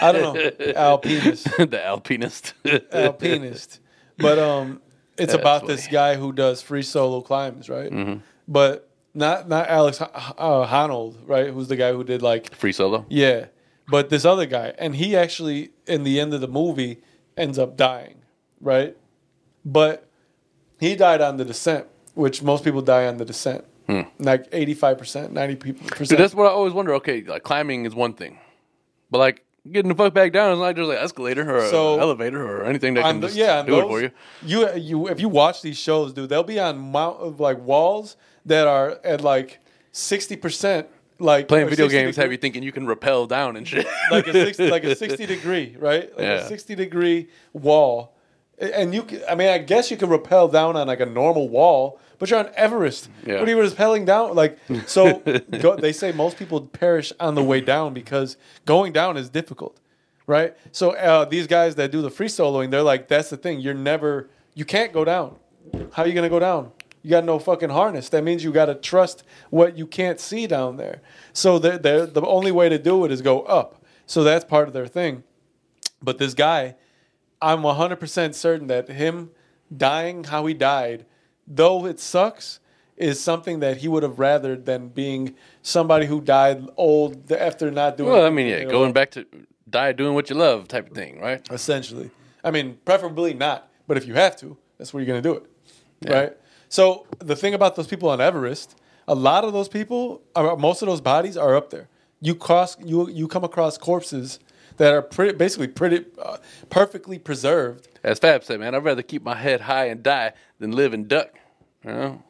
[SPEAKER 2] I don't know. Alpinist.
[SPEAKER 1] the alpinist.
[SPEAKER 2] alpinist. But um, it's
[SPEAKER 1] That's
[SPEAKER 2] about
[SPEAKER 1] funny.
[SPEAKER 2] this
[SPEAKER 1] Mm-hmm.
[SPEAKER 2] guy who does free solo climbs, right? But not not Alex H- uh, Honnold, right? Who's the guy who did like
[SPEAKER 1] Free solo.
[SPEAKER 2] yeah, but this other guy, and he actually in the end of the movie ends up dying, right? But he died on the descent, which most people die on the descent,
[SPEAKER 1] Hmm.
[SPEAKER 2] like eighty five percent, ninety
[SPEAKER 1] Dude,
[SPEAKER 2] percent.
[SPEAKER 1] that's what I always wonder. Okay, like climbing is one thing, but like getting the fuck back down is not just like escalator or a
[SPEAKER 2] So,
[SPEAKER 1] elevator or anything that
[SPEAKER 2] on
[SPEAKER 1] can
[SPEAKER 2] the,
[SPEAKER 1] just
[SPEAKER 2] yeah, on
[SPEAKER 1] do
[SPEAKER 2] those,
[SPEAKER 1] it for you.
[SPEAKER 2] You you if you watch these shows, dude, they'll be on mount of like walls that are at like sixty percent, like
[SPEAKER 1] Playing
[SPEAKER 2] or
[SPEAKER 1] video
[SPEAKER 2] 60
[SPEAKER 1] games have you thinking you can rappel down and shit.
[SPEAKER 2] like a 60, like a sixty degree, right? Like
[SPEAKER 1] Yeah.
[SPEAKER 2] a sixty degree wall, A- and you. Can, I mean, I guess you can rappel down on like a normal wall, but you're on Everest.
[SPEAKER 1] Yeah.
[SPEAKER 2] What are you rappelling down? Like so, go, they say most people perish on the way down because going down is difficult, right? So uh, these guys that do the free soloing, they're like, that's the thing. You're never, you can't go down. How you gonna go down? You got no fucking harness. That means you got to trust what you can't see down there. So they're, they're, the only way to do it is go up. So that's part of their thing. But this guy, I'm 100% certain that him dying how he died, though it sucks, is something that he would have rather than being somebody who died old after not doing.
[SPEAKER 1] well, I mean, yeah,
[SPEAKER 2] anything.
[SPEAKER 1] going back to die doing what you love type of thing, right?
[SPEAKER 2] essentially. I mean, preferably not, but if you have to, that's where you're going to do it, right? So the thing about those people on Everest, a lot of those people, are, most of those bodies are up there. You cross, you you come across corpses that are pretty, basically pretty, uh, perfectly preserved.
[SPEAKER 1] As Fab said, man, I'd rather keep my head high and die than live and duck. You know,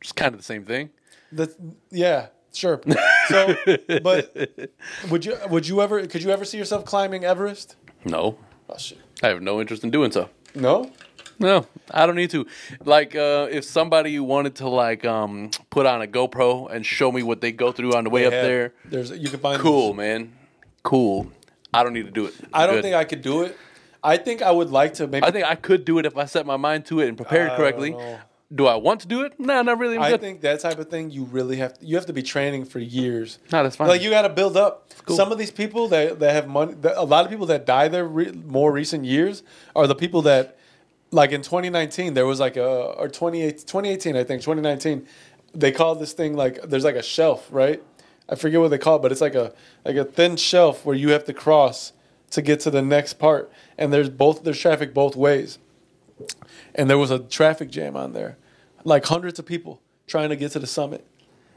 [SPEAKER 1] it's kind of the same thing.
[SPEAKER 2] That's yeah, sure. So, but would you would you ever could you ever see yourself climbing Everest?
[SPEAKER 1] No,
[SPEAKER 2] Oh shit,
[SPEAKER 1] I have no interest in doing so.
[SPEAKER 2] no.
[SPEAKER 1] No, I don't need to. Like, uh, if somebody wanted to like um, put on a GoPro and show me what they go through on the way up
[SPEAKER 2] Yeah,
[SPEAKER 1] there,
[SPEAKER 2] there's you can find
[SPEAKER 1] cool, man, cool. I don't need to do it.
[SPEAKER 2] I don't
[SPEAKER 1] Good.
[SPEAKER 2] think I could do it. I think I would like to maybe
[SPEAKER 1] I think I could do it if I set my mind to it and prepared
[SPEAKER 2] I
[SPEAKER 1] correctly.
[SPEAKER 2] don't know.
[SPEAKER 1] Do I want to do it? No, not really. I'm
[SPEAKER 2] I
[SPEAKER 1] good.
[SPEAKER 2] think that type of thing you really have to, you have to be training for years.
[SPEAKER 1] No, that's fine.
[SPEAKER 2] Like you got to build up.
[SPEAKER 1] cool.
[SPEAKER 2] Some of these people that, that have money, that, a lot of people that die their re, more recent years are the people that, like in 2019, there was like a or 28, 2018, I think 2019, they called this thing like there's like a shelf, right? I forget what they call it, but it's like a like a thin shelf where you have to cross to get to the next part, and there's both there's traffic both ways and there was a traffic jam on there, like hundreds of people trying to get to the summit.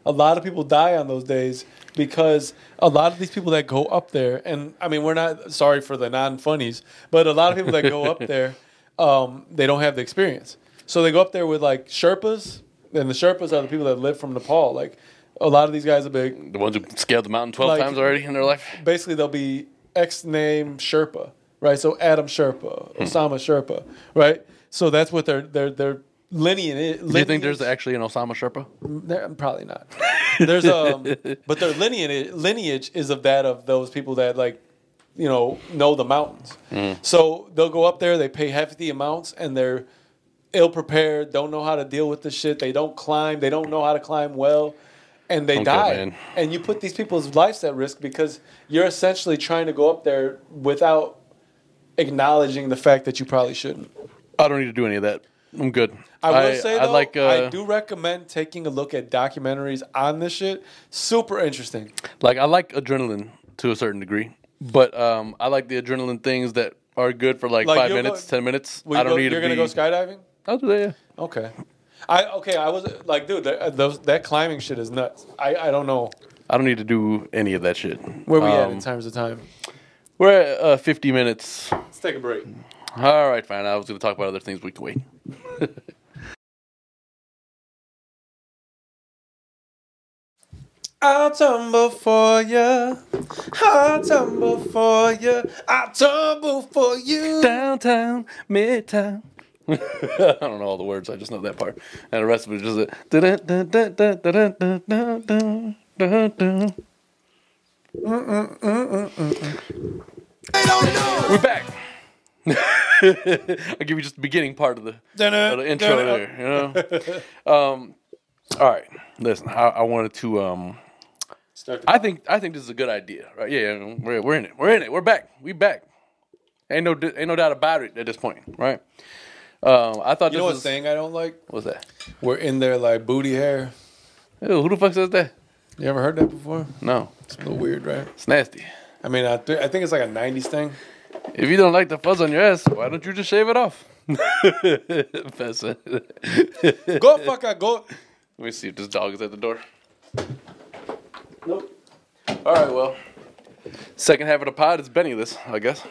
[SPEAKER 2] A lot of people die on those days because a lot of these people that go up there, and I mean, we're not sorry for the non funnies, but a lot of people that go up there, um, they don't have the experience. So they go up there with like Sherpas, and the Sherpas are the people that live from Nepal. Like a lot of these guys are big
[SPEAKER 1] the ones who scaled the mountain twelve
[SPEAKER 2] Like-
[SPEAKER 1] times already in their life.
[SPEAKER 2] basically they'll be X name Sherpa, right? So Adam Sherpa,
[SPEAKER 1] Hmm.
[SPEAKER 2] Osama Sherpa, right? So that's what their their their lineage.
[SPEAKER 1] Do you think there's actually an Osama Sherpa?
[SPEAKER 2] There- probably not. There's um, but their lineage lineage is of that of those people that like, you know, know the mountains. So they'll go up there. They pay hefty amounts, and they're ill prepared. Don't know how to deal with the shit. They don't climb. They don't know how to climb well, and they
[SPEAKER 1] Okay,
[SPEAKER 2] die.
[SPEAKER 1] man.
[SPEAKER 2] And you put these people's lives at risk because you're essentially trying to go up there without acknowledging the fact that you probably shouldn't.
[SPEAKER 1] I don't need to do any of that. I'm good.
[SPEAKER 2] I will say
[SPEAKER 1] I
[SPEAKER 2] though,
[SPEAKER 1] like uh,
[SPEAKER 2] I do recommend taking a look at documentaries on this shit. Super interesting.
[SPEAKER 1] like I like adrenaline to a certain degree. But um, I like the adrenaline things that are good for like,
[SPEAKER 2] Like,
[SPEAKER 1] five
[SPEAKER 2] you'll
[SPEAKER 1] minutes,
[SPEAKER 2] go-
[SPEAKER 1] ten minutes.
[SPEAKER 2] Will
[SPEAKER 1] I
[SPEAKER 2] you
[SPEAKER 1] don't
[SPEAKER 2] go-
[SPEAKER 1] need
[SPEAKER 2] You're
[SPEAKER 1] to
[SPEAKER 2] gonna
[SPEAKER 1] be.
[SPEAKER 2] go skydiving?
[SPEAKER 1] I'll do that. Yeah.
[SPEAKER 2] Okay. I okay. I was like, dude, that, uh, those, that climbing shit is nuts. I, I don't know
[SPEAKER 1] I don't need to do any of that shit.
[SPEAKER 2] where we at
[SPEAKER 1] Um,
[SPEAKER 2] in terms of time.
[SPEAKER 1] We're at uh, 50 minutes.
[SPEAKER 2] Let's take a break.
[SPEAKER 1] All right, fine. I was going to talk about other things. We can wait.
[SPEAKER 2] I'll tumble for you. I'll tumble for you. I'll tumble for you.
[SPEAKER 1] Downtown, midtown. I don't know all the words. I just know that part, and the rest of it is just a. We're back. I'll give you just the beginning part of the, of the intro there. You know. Um, all right, listen. I, I wanted to. Um,
[SPEAKER 2] Start the-
[SPEAKER 1] I think I think this is a good idea, right? Yeah, yeah, we're we're in it. We're in it. We're back. We back. Ain't no di- ain't no doubt about it at this point, right? Um, I thought this
[SPEAKER 2] you know what
[SPEAKER 1] was
[SPEAKER 2] saying I don't like?
[SPEAKER 1] what's that?
[SPEAKER 2] We're in there like booty hair.
[SPEAKER 1] Ew, who the fuck says that?
[SPEAKER 2] You ever heard that before?
[SPEAKER 1] No,
[SPEAKER 2] It's a little weird, right?
[SPEAKER 1] it's nasty.
[SPEAKER 2] I mean, I, th- I think it's like a '90s thing.
[SPEAKER 1] If you don't like the fuzz on your ass, why don't you just shave it off? That's it. Let
[SPEAKER 2] Go fuck a go.
[SPEAKER 1] me see if this dog is at the door.
[SPEAKER 2] Nope.
[SPEAKER 1] All right, well, second half of the pod is Bennyless, I guess.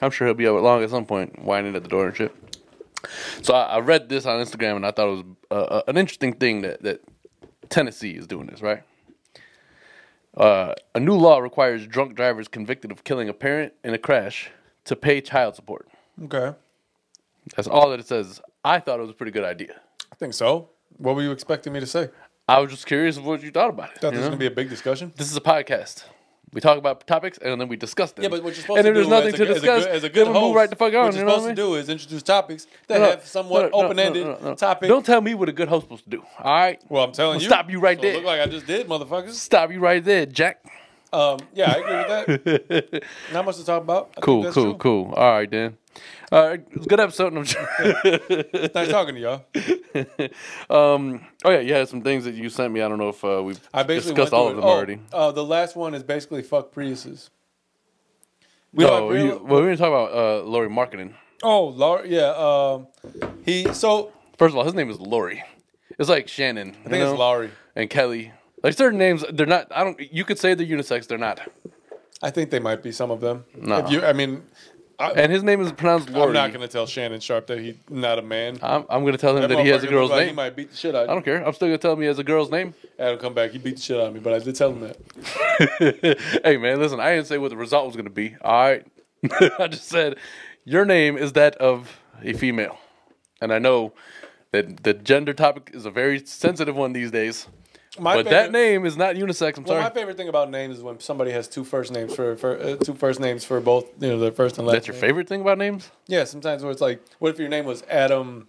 [SPEAKER 1] I'm sure he'll be out long at some point, whining at the door and shit. So I, I read this on Instagram and I thought it was uh, uh, an interesting thing that, that Tennessee is doing this, right? Uh, a new law requires drunk drivers convicted of killing a parent in a crash to pay child support.
[SPEAKER 2] Okay.
[SPEAKER 1] That's all that it says. I thought it was a pretty good idea.
[SPEAKER 2] I think so. What were you expecting me to say?
[SPEAKER 1] I was just curious of what you thought about it.
[SPEAKER 2] Thought
[SPEAKER 1] you
[SPEAKER 2] this was
[SPEAKER 1] know?
[SPEAKER 2] gonna be a big discussion.
[SPEAKER 1] this is a podcast. We talk about topics and then we discuss them.
[SPEAKER 2] Yeah, but what you're supposed
[SPEAKER 1] and
[SPEAKER 2] to
[SPEAKER 1] if there's
[SPEAKER 2] do
[SPEAKER 1] nothing
[SPEAKER 2] as
[SPEAKER 1] to
[SPEAKER 2] a, as a
[SPEAKER 1] discuss,
[SPEAKER 2] good- as a good
[SPEAKER 1] then we
[SPEAKER 2] host,
[SPEAKER 1] move right the fuck on.
[SPEAKER 2] What
[SPEAKER 1] you
[SPEAKER 2] you're
[SPEAKER 1] know what
[SPEAKER 2] supposed
[SPEAKER 1] I mean?
[SPEAKER 2] to do is introduce topics that
[SPEAKER 1] No,
[SPEAKER 2] have somewhat
[SPEAKER 1] no, no,
[SPEAKER 2] open-ended
[SPEAKER 1] no, no, no.
[SPEAKER 2] topic.
[SPEAKER 1] Don't tell me what a good host supposed to do. All right.
[SPEAKER 2] well, I'm telling you,
[SPEAKER 1] stop you right
[SPEAKER 2] So
[SPEAKER 1] there.
[SPEAKER 2] Look like I just did, motherfuckers.
[SPEAKER 1] Stop you right there, Jack.
[SPEAKER 2] Um, yeah, I agree with that. Not much to talk about. I think
[SPEAKER 1] Cool,
[SPEAKER 2] that's
[SPEAKER 1] cool,
[SPEAKER 2] true.
[SPEAKER 1] cool. All right, then. All right, it was a good episode. I'm sure.
[SPEAKER 2] It's nice talking to y'all.
[SPEAKER 1] um, oh yeah, you had some things that you sent me. I don't know if uh, we've
[SPEAKER 2] I basically
[SPEAKER 1] discussed
[SPEAKER 2] went
[SPEAKER 1] all of
[SPEAKER 2] through
[SPEAKER 1] them
[SPEAKER 2] it. Oh,
[SPEAKER 1] already.
[SPEAKER 2] Uh, the last one is basically fuck Priuses. We
[SPEAKER 1] No,
[SPEAKER 2] don't have
[SPEAKER 1] Oh, you,
[SPEAKER 2] real-
[SPEAKER 1] well, we didn't talk about uh, Lori marketing.
[SPEAKER 2] oh, Lord, yeah. Um, he so
[SPEAKER 1] First of all, his name is Lori. It's like Shannon.
[SPEAKER 2] I think it's Laurie.
[SPEAKER 1] and Kelly. Like certain names, they're not. I don't. You could say they're unisex. They're not.
[SPEAKER 2] I think they might be some of them.
[SPEAKER 1] No.
[SPEAKER 2] If you, I mean, I,
[SPEAKER 1] And his name is pronounced Lori.
[SPEAKER 2] I'm not gonna tell Shannon Sharp that he's not a man.
[SPEAKER 1] I'm, I'm gonna tell him that he has a
[SPEAKER 2] motherfucker
[SPEAKER 1] girl's
[SPEAKER 2] look like He
[SPEAKER 1] name.
[SPEAKER 2] might beat the shit out.
[SPEAKER 1] I don't care. I'm still gonna tell him he has a girl's name.
[SPEAKER 2] Adam come back. He beat the shit out of me, but I did tell him that.
[SPEAKER 1] hey man, listen. I didn't say what the result was gonna be. All right. I just said your name is that of a female, and I know that the gender topic is a very sensitive one these days.
[SPEAKER 2] My
[SPEAKER 1] but that
[SPEAKER 2] favorite-
[SPEAKER 1] name is not unisex. I'm
[SPEAKER 2] Well,
[SPEAKER 1] sorry.
[SPEAKER 2] my favorite thing about names is when somebody has two first names for, for uh, two first names for both, you know, their first and last.
[SPEAKER 1] That's your
[SPEAKER 2] name.
[SPEAKER 1] favorite thing about names?
[SPEAKER 2] Yeah, sometimes where it's like, what if your name was Adam?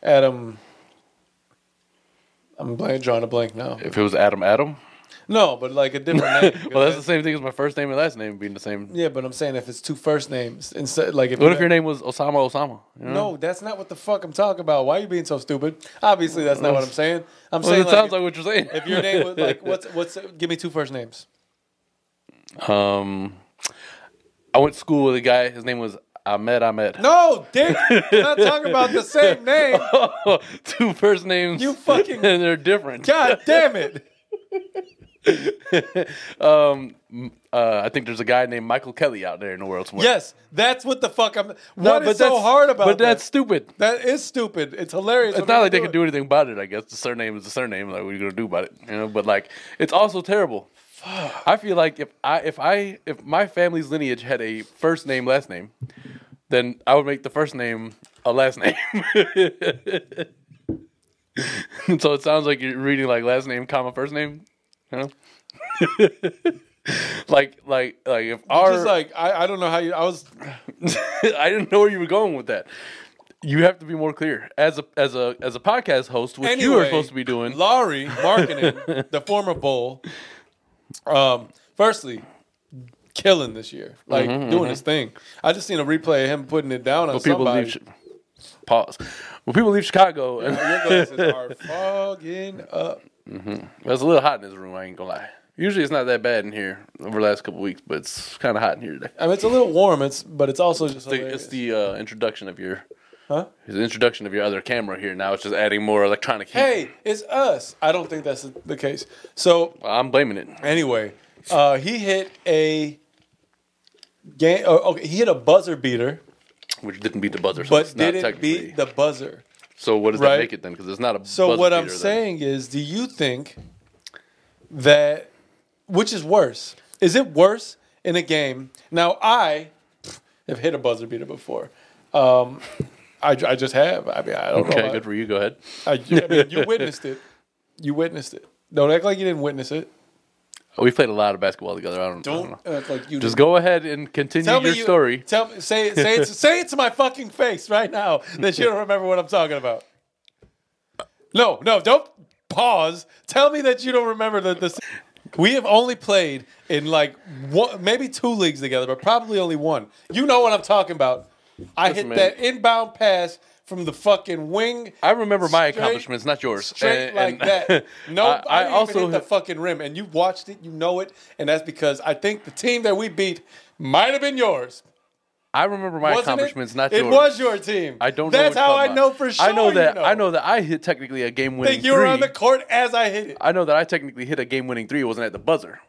[SPEAKER 2] Adam. I'm blank, drawing a blank now.
[SPEAKER 1] If it was Adam, Adam.
[SPEAKER 2] No, but like a different name.
[SPEAKER 1] Well, that's the same thing as my first name and last name being the same.
[SPEAKER 2] Yeah, but I'm saying if it's two first names instead, like if
[SPEAKER 1] What if your name was Osama Osama? You know?
[SPEAKER 2] No, that's not what the fuck I'm talking about. Why are you being so stupid? Obviously, that's not what I'm saying. I'm
[SPEAKER 1] Well,
[SPEAKER 2] saying
[SPEAKER 1] it
[SPEAKER 2] like,
[SPEAKER 1] sounds like what you're saying.
[SPEAKER 2] if your name was like what's what's give me two first names.
[SPEAKER 1] um, I went to school with a guy. His name was Ahmed Ahmed.
[SPEAKER 2] No, dick. We're not talking about the same name.
[SPEAKER 1] Two first names.
[SPEAKER 2] You fucking-
[SPEAKER 1] and they're different.
[SPEAKER 2] God damn it.
[SPEAKER 1] Um, m- uh, I think there's a guy named Michael Kelly out there in the world somewhere.
[SPEAKER 2] Yes, that's what the fuck I'm. What is
[SPEAKER 1] No, but
[SPEAKER 2] so
[SPEAKER 1] that's-
[SPEAKER 2] hard about
[SPEAKER 1] But
[SPEAKER 2] that?
[SPEAKER 1] that's stupid.
[SPEAKER 2] that is stupid. It's hilarious.
[SPEAKER 1] It's not like they can do anything about it. I guess the surname is the surname. Like, what are you gonna do about it? You know, but like, it's also terrible. I feel like if I if I if my family's lineage had a first name last name, then I would make the first name a last name. And so it sounds like you're reading like last name comma first name. You know, like like like if our
[SPEAKER 2] Just like I, I don't know how you. I was.
[SPEAKER 1] I didn't know where you were going with that. You have to be more clear as a as a as a podcast host, which you are
[SPEAKER 2] Anyway,
[SPEAKER 1] supposed to be doing.
[SPEAKER 2] Laurie Markkinen, the former bull. Um, firstly, killing this year, like doing his thing. I just seen a replay of him putting it down on
[SPEAKER 1] Mm-hmm, people
[SPEAKER 2] somebody.
[SPEAKER 1] leave. Chi- Pause. When people leave Chicago, and
[SPEAKER 2] Your glasses are fogging up.
[SPEAKER 1] there's a little hot in this room. I ain't gonna lie. Usually it's not that bad in here over the last couple weeks, but it's kind of hot in here today.
[SPEAKER 2] I mean, it's a little warm. It's but it's also just
[SPEAKER 1] The- it's the uh, introduction of your
[SPEAKER 2] huh?
[SPEAKER 1] it's the introduction of your other camera here. Now it's just adding more electronic heat.
[SPEAKER 2] Hey, it's us. I don't think that's the- the case. So
[SPEAKER 1] I'm blaming it.
[SPEAKER 2] anyway, uh, he hit a game. Oh, okay, he hit a buzzer beater,
[SPEAKER 1] Which didn't beat the buzzer, so
[SPEAKER 2] but
[SPEAKER 1] it's not
[SPEAKER 2] didn't
[SPEAKER 1] technically.
[SPEAKER 2] beat the buzzer.
[SPEAKER 1] so what does that
[SPEAKER 2] right.
[SPEAKER 1] make it then? Because it's not a.
[SPEAKER 2] So
[SPEAKER 1] buzzer
[SPEAKER 2] what I'm
[SPEAKER 1] beater then.
[SPEAKER 2] saying is, do you think that which is worse? Is it worse in a game? Now I have hit a buzzer beater before. Um, I, I just have. I mean, I don't
[SPEAKER 1] Okay,
[SPEAKER 2] know.
[SPEAKER 1] good for you. Go ahead.
[SPEAKER 2] I, I mean, you witnessed it. You witnessed it. Don't act like you didn't witness it.
[SPEAKER 1] We played a lot of basketball together. I don't, I don't
[SPEAKER 2] Don't
[SPEAKER 1] know.
[SPEAKER 2] act like you.
[SPEAKER 1] Just
[SPEAKER 2] didn't.
[SPEAKER 1] go ahead and continue your
[SPEAKER 2] you-
[SPEAKER 1] story.
[SPEAKER 2] Tell me. Say it. Say it. say it to my fucking face right now that you don't remember what I'm talking about. No, no, don't pause. Tell me that you don't remember the. the we have only played in like one, maybe two leagues together, but probably only one. You know what I'm talking about. I hit
[SPEAKER 1] man.
[SPEAKER 2] that inbound pass from the fucking wing.
[SPEAKER 1] I remember my
[SPEAKER 2] Straight-
[SPEAKER 1] accomplishments, not yours.
[SPEAKER 2] straight
[SPEAKER 1] And-
[SPEAKER 2] like
[SPEAKER 1] and-
[SPEAKER 2] that. No, I,
[SPEAKER 1] I,
[SPEAKER 2] didn't
[SPEAKER 1] also
[SPEAKER 2] even hit the fucking rim, and you watched it. You know it, and that's because I think the team that we beat might have been yours.
[SPEAKER 1] I remember my
[SPEAKER 2] Wasn't
[SPEAKER 1] accomplishments,
[SPEAKER 2] it?
[SPEAKER 1] not
[SPEAKER 2] it
[SPEAKER 1] yours.
[SPEAKER 2] was your team.
[SPEAKER 1] I don't. know
[SPEAKER 2] That's
[SPEAKER 1] what you're
[SPEAKER 2] how I
[SPEAKER 1] talking
[SPEAKER 2] know
[SPEAKER 1] about.
[SPEAKER 2] for sure.
[SPEAKER 1] I know that.
[SPEAKER 2] You know.
[SPEAKER 1] I know that I hit technically a game winning.
[SPEAKER 2] Think you were on
[SPEAKER 1] three.
[SPEAKER 2] the court as I hit it.
[SPEAKER 1] I know that I technically hit a game winning three. It wasn't at the buzzer,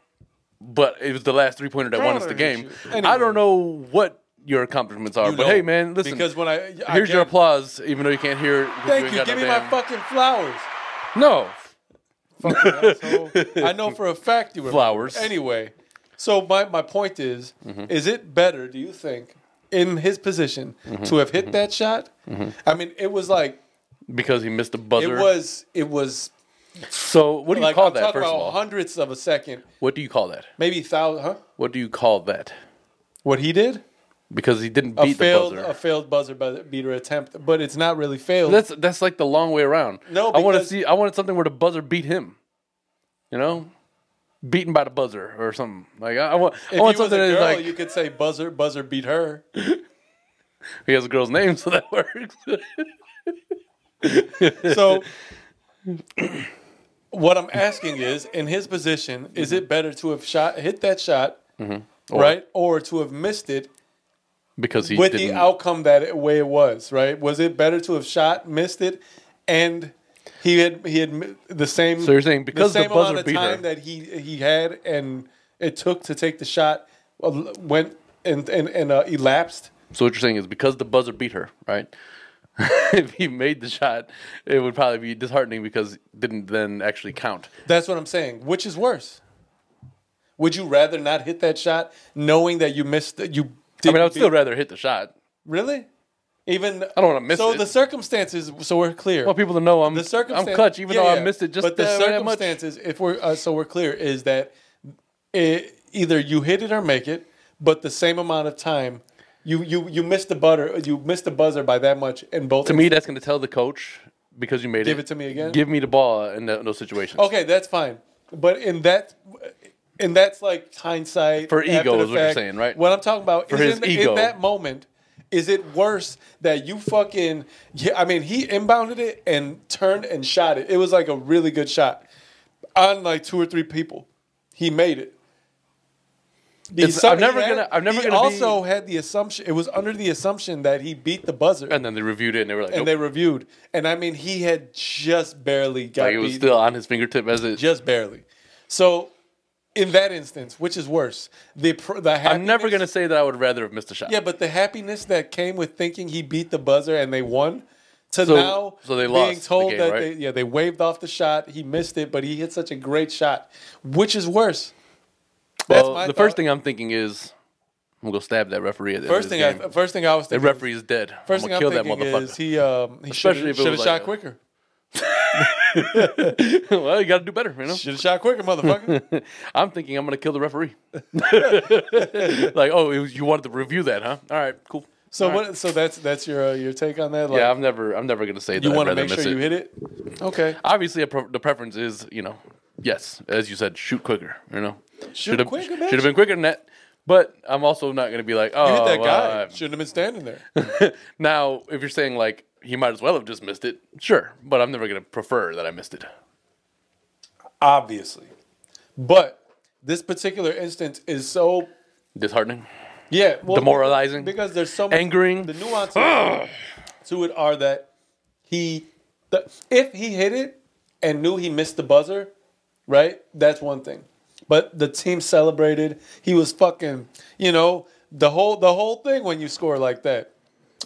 [SPEAKER 1] but it was the last three pointer that won us the
[SPEAKER 2] Brother,
[SPEAKER 1] game.
[SPEAKER 2] you-
[SPEAKER 1] I
[SPEAKER 2] anyway.
[SPEAKER 1] don't know what your accomplishments are,
[SPEAKER 2] You
[SPEAKER 1] but
[SPEAKER 2] know.
[SPEAKER 1] hey, man, listen.
[SPEAKER 2] Because when I I
[SPEAKER 1] here's your
[SPEAKER 2] can't-
[SPEAKER 1] applause, even though you can't hear. it 'cause
[SPEAKER 2] Thank
[SPEAKER 1] ain't
[SPEAKER 2] you.
[SPEAKER 1] got
[SPEAKER 2] Give
[SPEAKER 1] no
[SPEAKER 2] me my
[SPEAKER 1] damn-
[SPEAKER 2] fucking flowers.
[SPEAKER 1] no.
[SPEAKER 2] Fucking asshole. I know for a fact you were
[SPEAKER 1] Flowers. Mm-hmm.
[SPEAKER 2] Anyway, so my, my point is, is it better? Do you think in his position
[SPEAKER 1] Mm-hmm.
[SPEAKER 2] to have hit that shot? I mean, it was like
[SPEAKER 1] Because he missed the buzzer.
[SPEAKER 2] it was it was
[SPEAKER 1] So what do you
[SPEAKER 2] like
[SPEAKER 1] call
[SPEAKER 2] I'm
[SPEAKER 1] that?
[SPEAKER 2] talking
[SPEAKER 1] First of
[SPEAKER 2] about
[SPEAKER 1] all,
[SPEAKER 2] hundredths of a second,
[SPEAKER 1] what do you call that?
[SPEAKER 2] maybe thousand. Huh?
[SPEAKER 1] What do you call that?
[SPEAKER 2] What he did?
[SPEAKER 1] Because he didn't
[SPEAKER 2] A
[SPEAKER 1] beat
[SPEAKER 2] failed
[SPEAKER 1] the
[SPEAKER 2] a
[SPEAKER 1] buzzer.
[SPEAKER 2] failed buzzer bu- beater attempt, but it's not really failed.
[SPEAKER 1] That's that's like the long way around.
[SPEAKER 2] No,
[SPEAKER 1] I want to
[SPEAKER 2] because-
[SPEAKER 1] see. I wanted something where the buzzer beat him. You know, beaten by the buzzer or something. Like I, I want. I
[SPEAKER 2] if
[SPEAKER 1] want
[SPEAKER 2] you was a
[SPEAKER 1] oh, something
[SPEAKER 2] girl,
[SPEAKER 1] that's like
[SPEAKER 2] you could say buzzer buzzer beat her.
[SPEAKER 1] he has a girl's name, so that works.
[SPEAKER 2] So, what I'm asking is, in his position, is
[SPEAKER 1] Mm-hmm.
[SPEAKER 2] it better to have shot hit that shot, right, or to have missed it
[SPEAKER 1] because he
[SPEAKER 2] with
[SPEAKER 1] didn't.
[SPEAKER 2] the outcome that it, way it was, right? Was it better to have shot, missed it, and he had he had mi- the same.
[SPEAKER 1] So you're saying because the
[SPEAKER 2] the same
[SPEAKER 1] buzzer
[SPEAKER 2] amount of
[SPEAKER 1] beat her.
[SPEAKER 2] time that he he had and it took to take the shot uh, went and and, and uh, elapsed.
[SPEAKER 1] so what you're saying is because the buzzer beat her, right? if he made the shot, it would probably be disheartening because it didn't then actually count.
[SPEAKER 2] That's what I'm saying. Which is worse? Would you rather not hit that shot, knowing that you missed? You
[SPEAKER 1] I
[SPEAKER 2] didn't
[SPEAKER 1] mean, I would still
[SPEAKER 2] beat-
[SPEAKER 1] rather hit the shot.
[SPEAKER 2] really. Even I
[SPEAKER 1] don't wanna miss
[SPEAKER 2] So
[SPEAKER 1] it.
[SPEAKER 2] the circumstances. So we're clear.
[SPEAKER 1] I want people to know I'm
[SPEAKER 2] the circumstances.
[SPEAKER 1] I'm clutch, even though I missed it just
[SPEAKER 2] but the
[SPEAKER 1] that, that much.
[SPEAKER 2] circumstances. If we're uh, so we're clear, is that it, either you hit it or make it, but the same amount of time. You, you you missed the butter. You missed the buzzer by that much in both.
[SPEAKER 1] To me, that's going to tell the coach because you made it.
[SPEAKER 2] Give it to me again?
[SPEAKER 1] Give me the ball in tho- those situations.
[SPEAKER 2] Okay, that's fine. But in that, and that's like hindsight
[SPEAKER 1] For ego
[SPEAKER 2] after the
[SPEAKER 1] is what you're
[SPEAKER 2] fact.
[SPEAKER 1] saying, right?
[SPEAKER 2] What I'm talking about is
[SPEAKER 1] his
[SPEAKER 2] in, the-
[SPEAKER 1] ego.
[SPEAKER 2] in that moment. Is it worse that you fucking? Yeah, I mean, he inbounded it and turned and shot it. It was like a really good shot on like two or three people. He made it. The
[SPEAKER 1] It's-
[SPEAKER 2] assumption-
[SPEAKER 1] I'm never
[SPEAKER 2] he had-
[SPEAKER 1] gonna- I'm never
[SPEAKER 2] he
[SPEAKER 1] gonna be-
[SPEAKER 2] also had the assumption. It was under the assumption that he beat the buzzer, and,
[SPEAKER 1] And then they reviewed it and they were like, nope.
[SPEAKER 2] they reviewed. And I mean, he had just barely got
[SPEAKER 1] like it was
[SPEAKER 2] beat
[SPEAKER 1] still on his fingertip as it.
[SPEAKER 2] just barely. So, in that instance, which is worse, the pr- the happiness,
[SPEAKER 1] I'm never going to say that I would rather have missed a shot.
[SPEAKER 2] Yeah, but the happiness that came with thinking he beat the buzzer and they won, to
[SPEAKER 1] So-
[SPEAKER 2] now
[SPEAKER 1] so they
[SPEAKER 2] being
[SPEAKER 1] lost the
[SPEAKER 2] told
[SPEAKER 1] game,
[SPEAKER 2] that
[SPEAKER 1] right?
[SPEAKER 2] they yeah they waved off the shot, he missed it, but he hit such a great shot. Which is worse? That's
[SPEAKER 1] well,
[SPEAKER 2] my
[SPEAKER 1] the first
[SPEAKER 2] thought.
[SPEAKER 1] thing I'm thinking is I'm going to stab that referee at the
[SPEAKER 2] First
[SPEAKER 1] end
[SPEAKER 2] thing,
[SPEAKER 1] of this
[SPEAKER 2] I, first thing I was
[SPEAKER 1] game.
[SPEAKER 2] thinking.
[SPEAKER 1] The referee is dead.
[SPEAKER 2] first
[SPEAKER 1] I'm
[SPEAKER 2] thing
[SPEAKER 1] going to
[SPEAKER 2] I'm
[SPEAKER 1] kill that
[SPEAKER 2] thinking is
[SPEAKER 1] motherfucker.
[SPEAKER 2] he um he should
[SPEAKER 1] Especially
[SPEAKER 2] have
[SPEAKER 1] if it was
[SPEAKER 2] shot
[SPEAKER 1] like a-
[SPEAKER 2] quicker.
[SPEAKER 1] well, you got to do better, you know?
[SPEAKER 2] Should have shot quicker, motherfucker.
[SPEAKER 1] I'm thinking I'm going to kill the referee. like, oh, it was, you wanted to review that, huh? All right, cool.
[SPEAKER 2] so what? So that's that's your uh, your take on that. Like,
[SPEAKER 1] Yeah, I'm never, I'm never gonna say that.
[SPEAKER 2] you
[SPEAKER 1] I'd
[SPEAKER 2] want to
[SPEAKER 1] rather
[SPEAKER 2] make sure
[SPEAKER 1] miss
[SPEAKER 2] you
[SPEAKER 1] it.
[SPEAKER 2] hit it. Okay.
[SPEAKER 1] obviously a pre- the preference is you know yes as you said shoot quicker you know should have
[SPEAKER 2] quicker,
[SPEAKER 1] should
[SPEAKER 2] bitch.
[SPEAKER 1] have been quicker than that but I'm also not going to be like oh
[SPEAKER 2] You hit that guy.
[SPEAKER 1] well,
[SPEAKER 2] Shouldn't have been standing there.
[SPEAKER 1] I- now if you're saying like he might as well have just missed it sure but I'm never going to prefer that I missed it
[SPEAKER 2] obviously. But this particular instance is so
[SPEAKER 1] Disheartening.
[SPEAKER 2] yeah well,
[SPEAKER 1] Demoralizing.
[SPEAKER 2] because there's so much,
[SPEAKER 1] Angering.
[SPEAKER 2] The nuances to it are that he, the, if he hit it and knew he missed the buzzer, right? That's one thing. But the team celebrated. He was fucking, you know, the whole the whole thing when you score like that.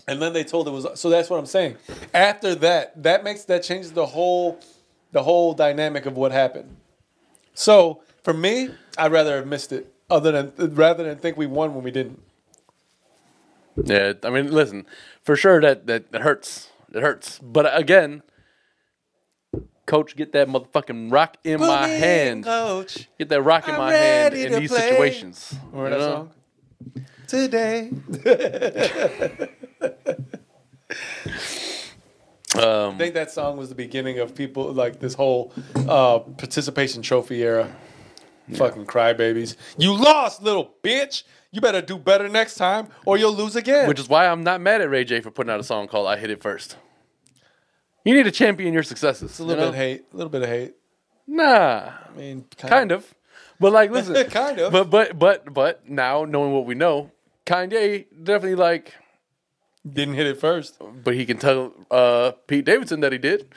[SPEAKER 2] And then they told it was so. That's what I'm saying. After that, that makes that changes the whole the whole dynamic of what happened. So for me, I'd rather have missed it, other than rather than think we won when we didn't.
[SPEAKER 1] Yeah, I mean, listen, for sure that that, that hurts. It hurts. But again, coach, get that motherfucking rock in my
[SPEAKER 2] Believe,
[SPEAKER 1] hand.
[SPEAKER 2] coach.
[SPEAKER 1] Get that rock in
[SPEAKER 2] I'm
[SPEAKER 1] my hand
[SPEAKER 2] ready
[SPEAKER 1] in
[SPEAKER 2] to
[SPEAKER 1] these
[SPEAKER 2] play.
[SPEAKER 1] situations.
[SPEAKER 2] Remember
[SPEAKER 1] you
[SPEAKER 2] that
[SPEAKER 1] know?
[SPEAKER 2] song? Today. I think that song was the beginning of people like this whole uh, participation trophy era. Fucking crybabies. You lost, little bitch. You better do better next time or you'll lose again.
[SPEAKER 1] Which is why I'm not mad at Ray J for putting out a song called "I Hit It First. You need to champion your successes.
[SPEAKER 2] a
[SPEAKER 1] you
[SPEAKER 2] little
[SPEAKER 1] know?
[SPEAKER 2] bit of hate. A little bit of hate.
[SPEAKER 1] Nah,
[SPEAKER 2] I mean,
[SPEAKER 1] kind of. But like, listen,
[SPEAKER 2] Kind of.
[SPEAKER 1] But but but but now knowing what we know, Kanye definitely like,
[SPEAKER 2] Didn't hit it first.
[SPEAKER 1] but he can tell uh, Pete Davidson that he did.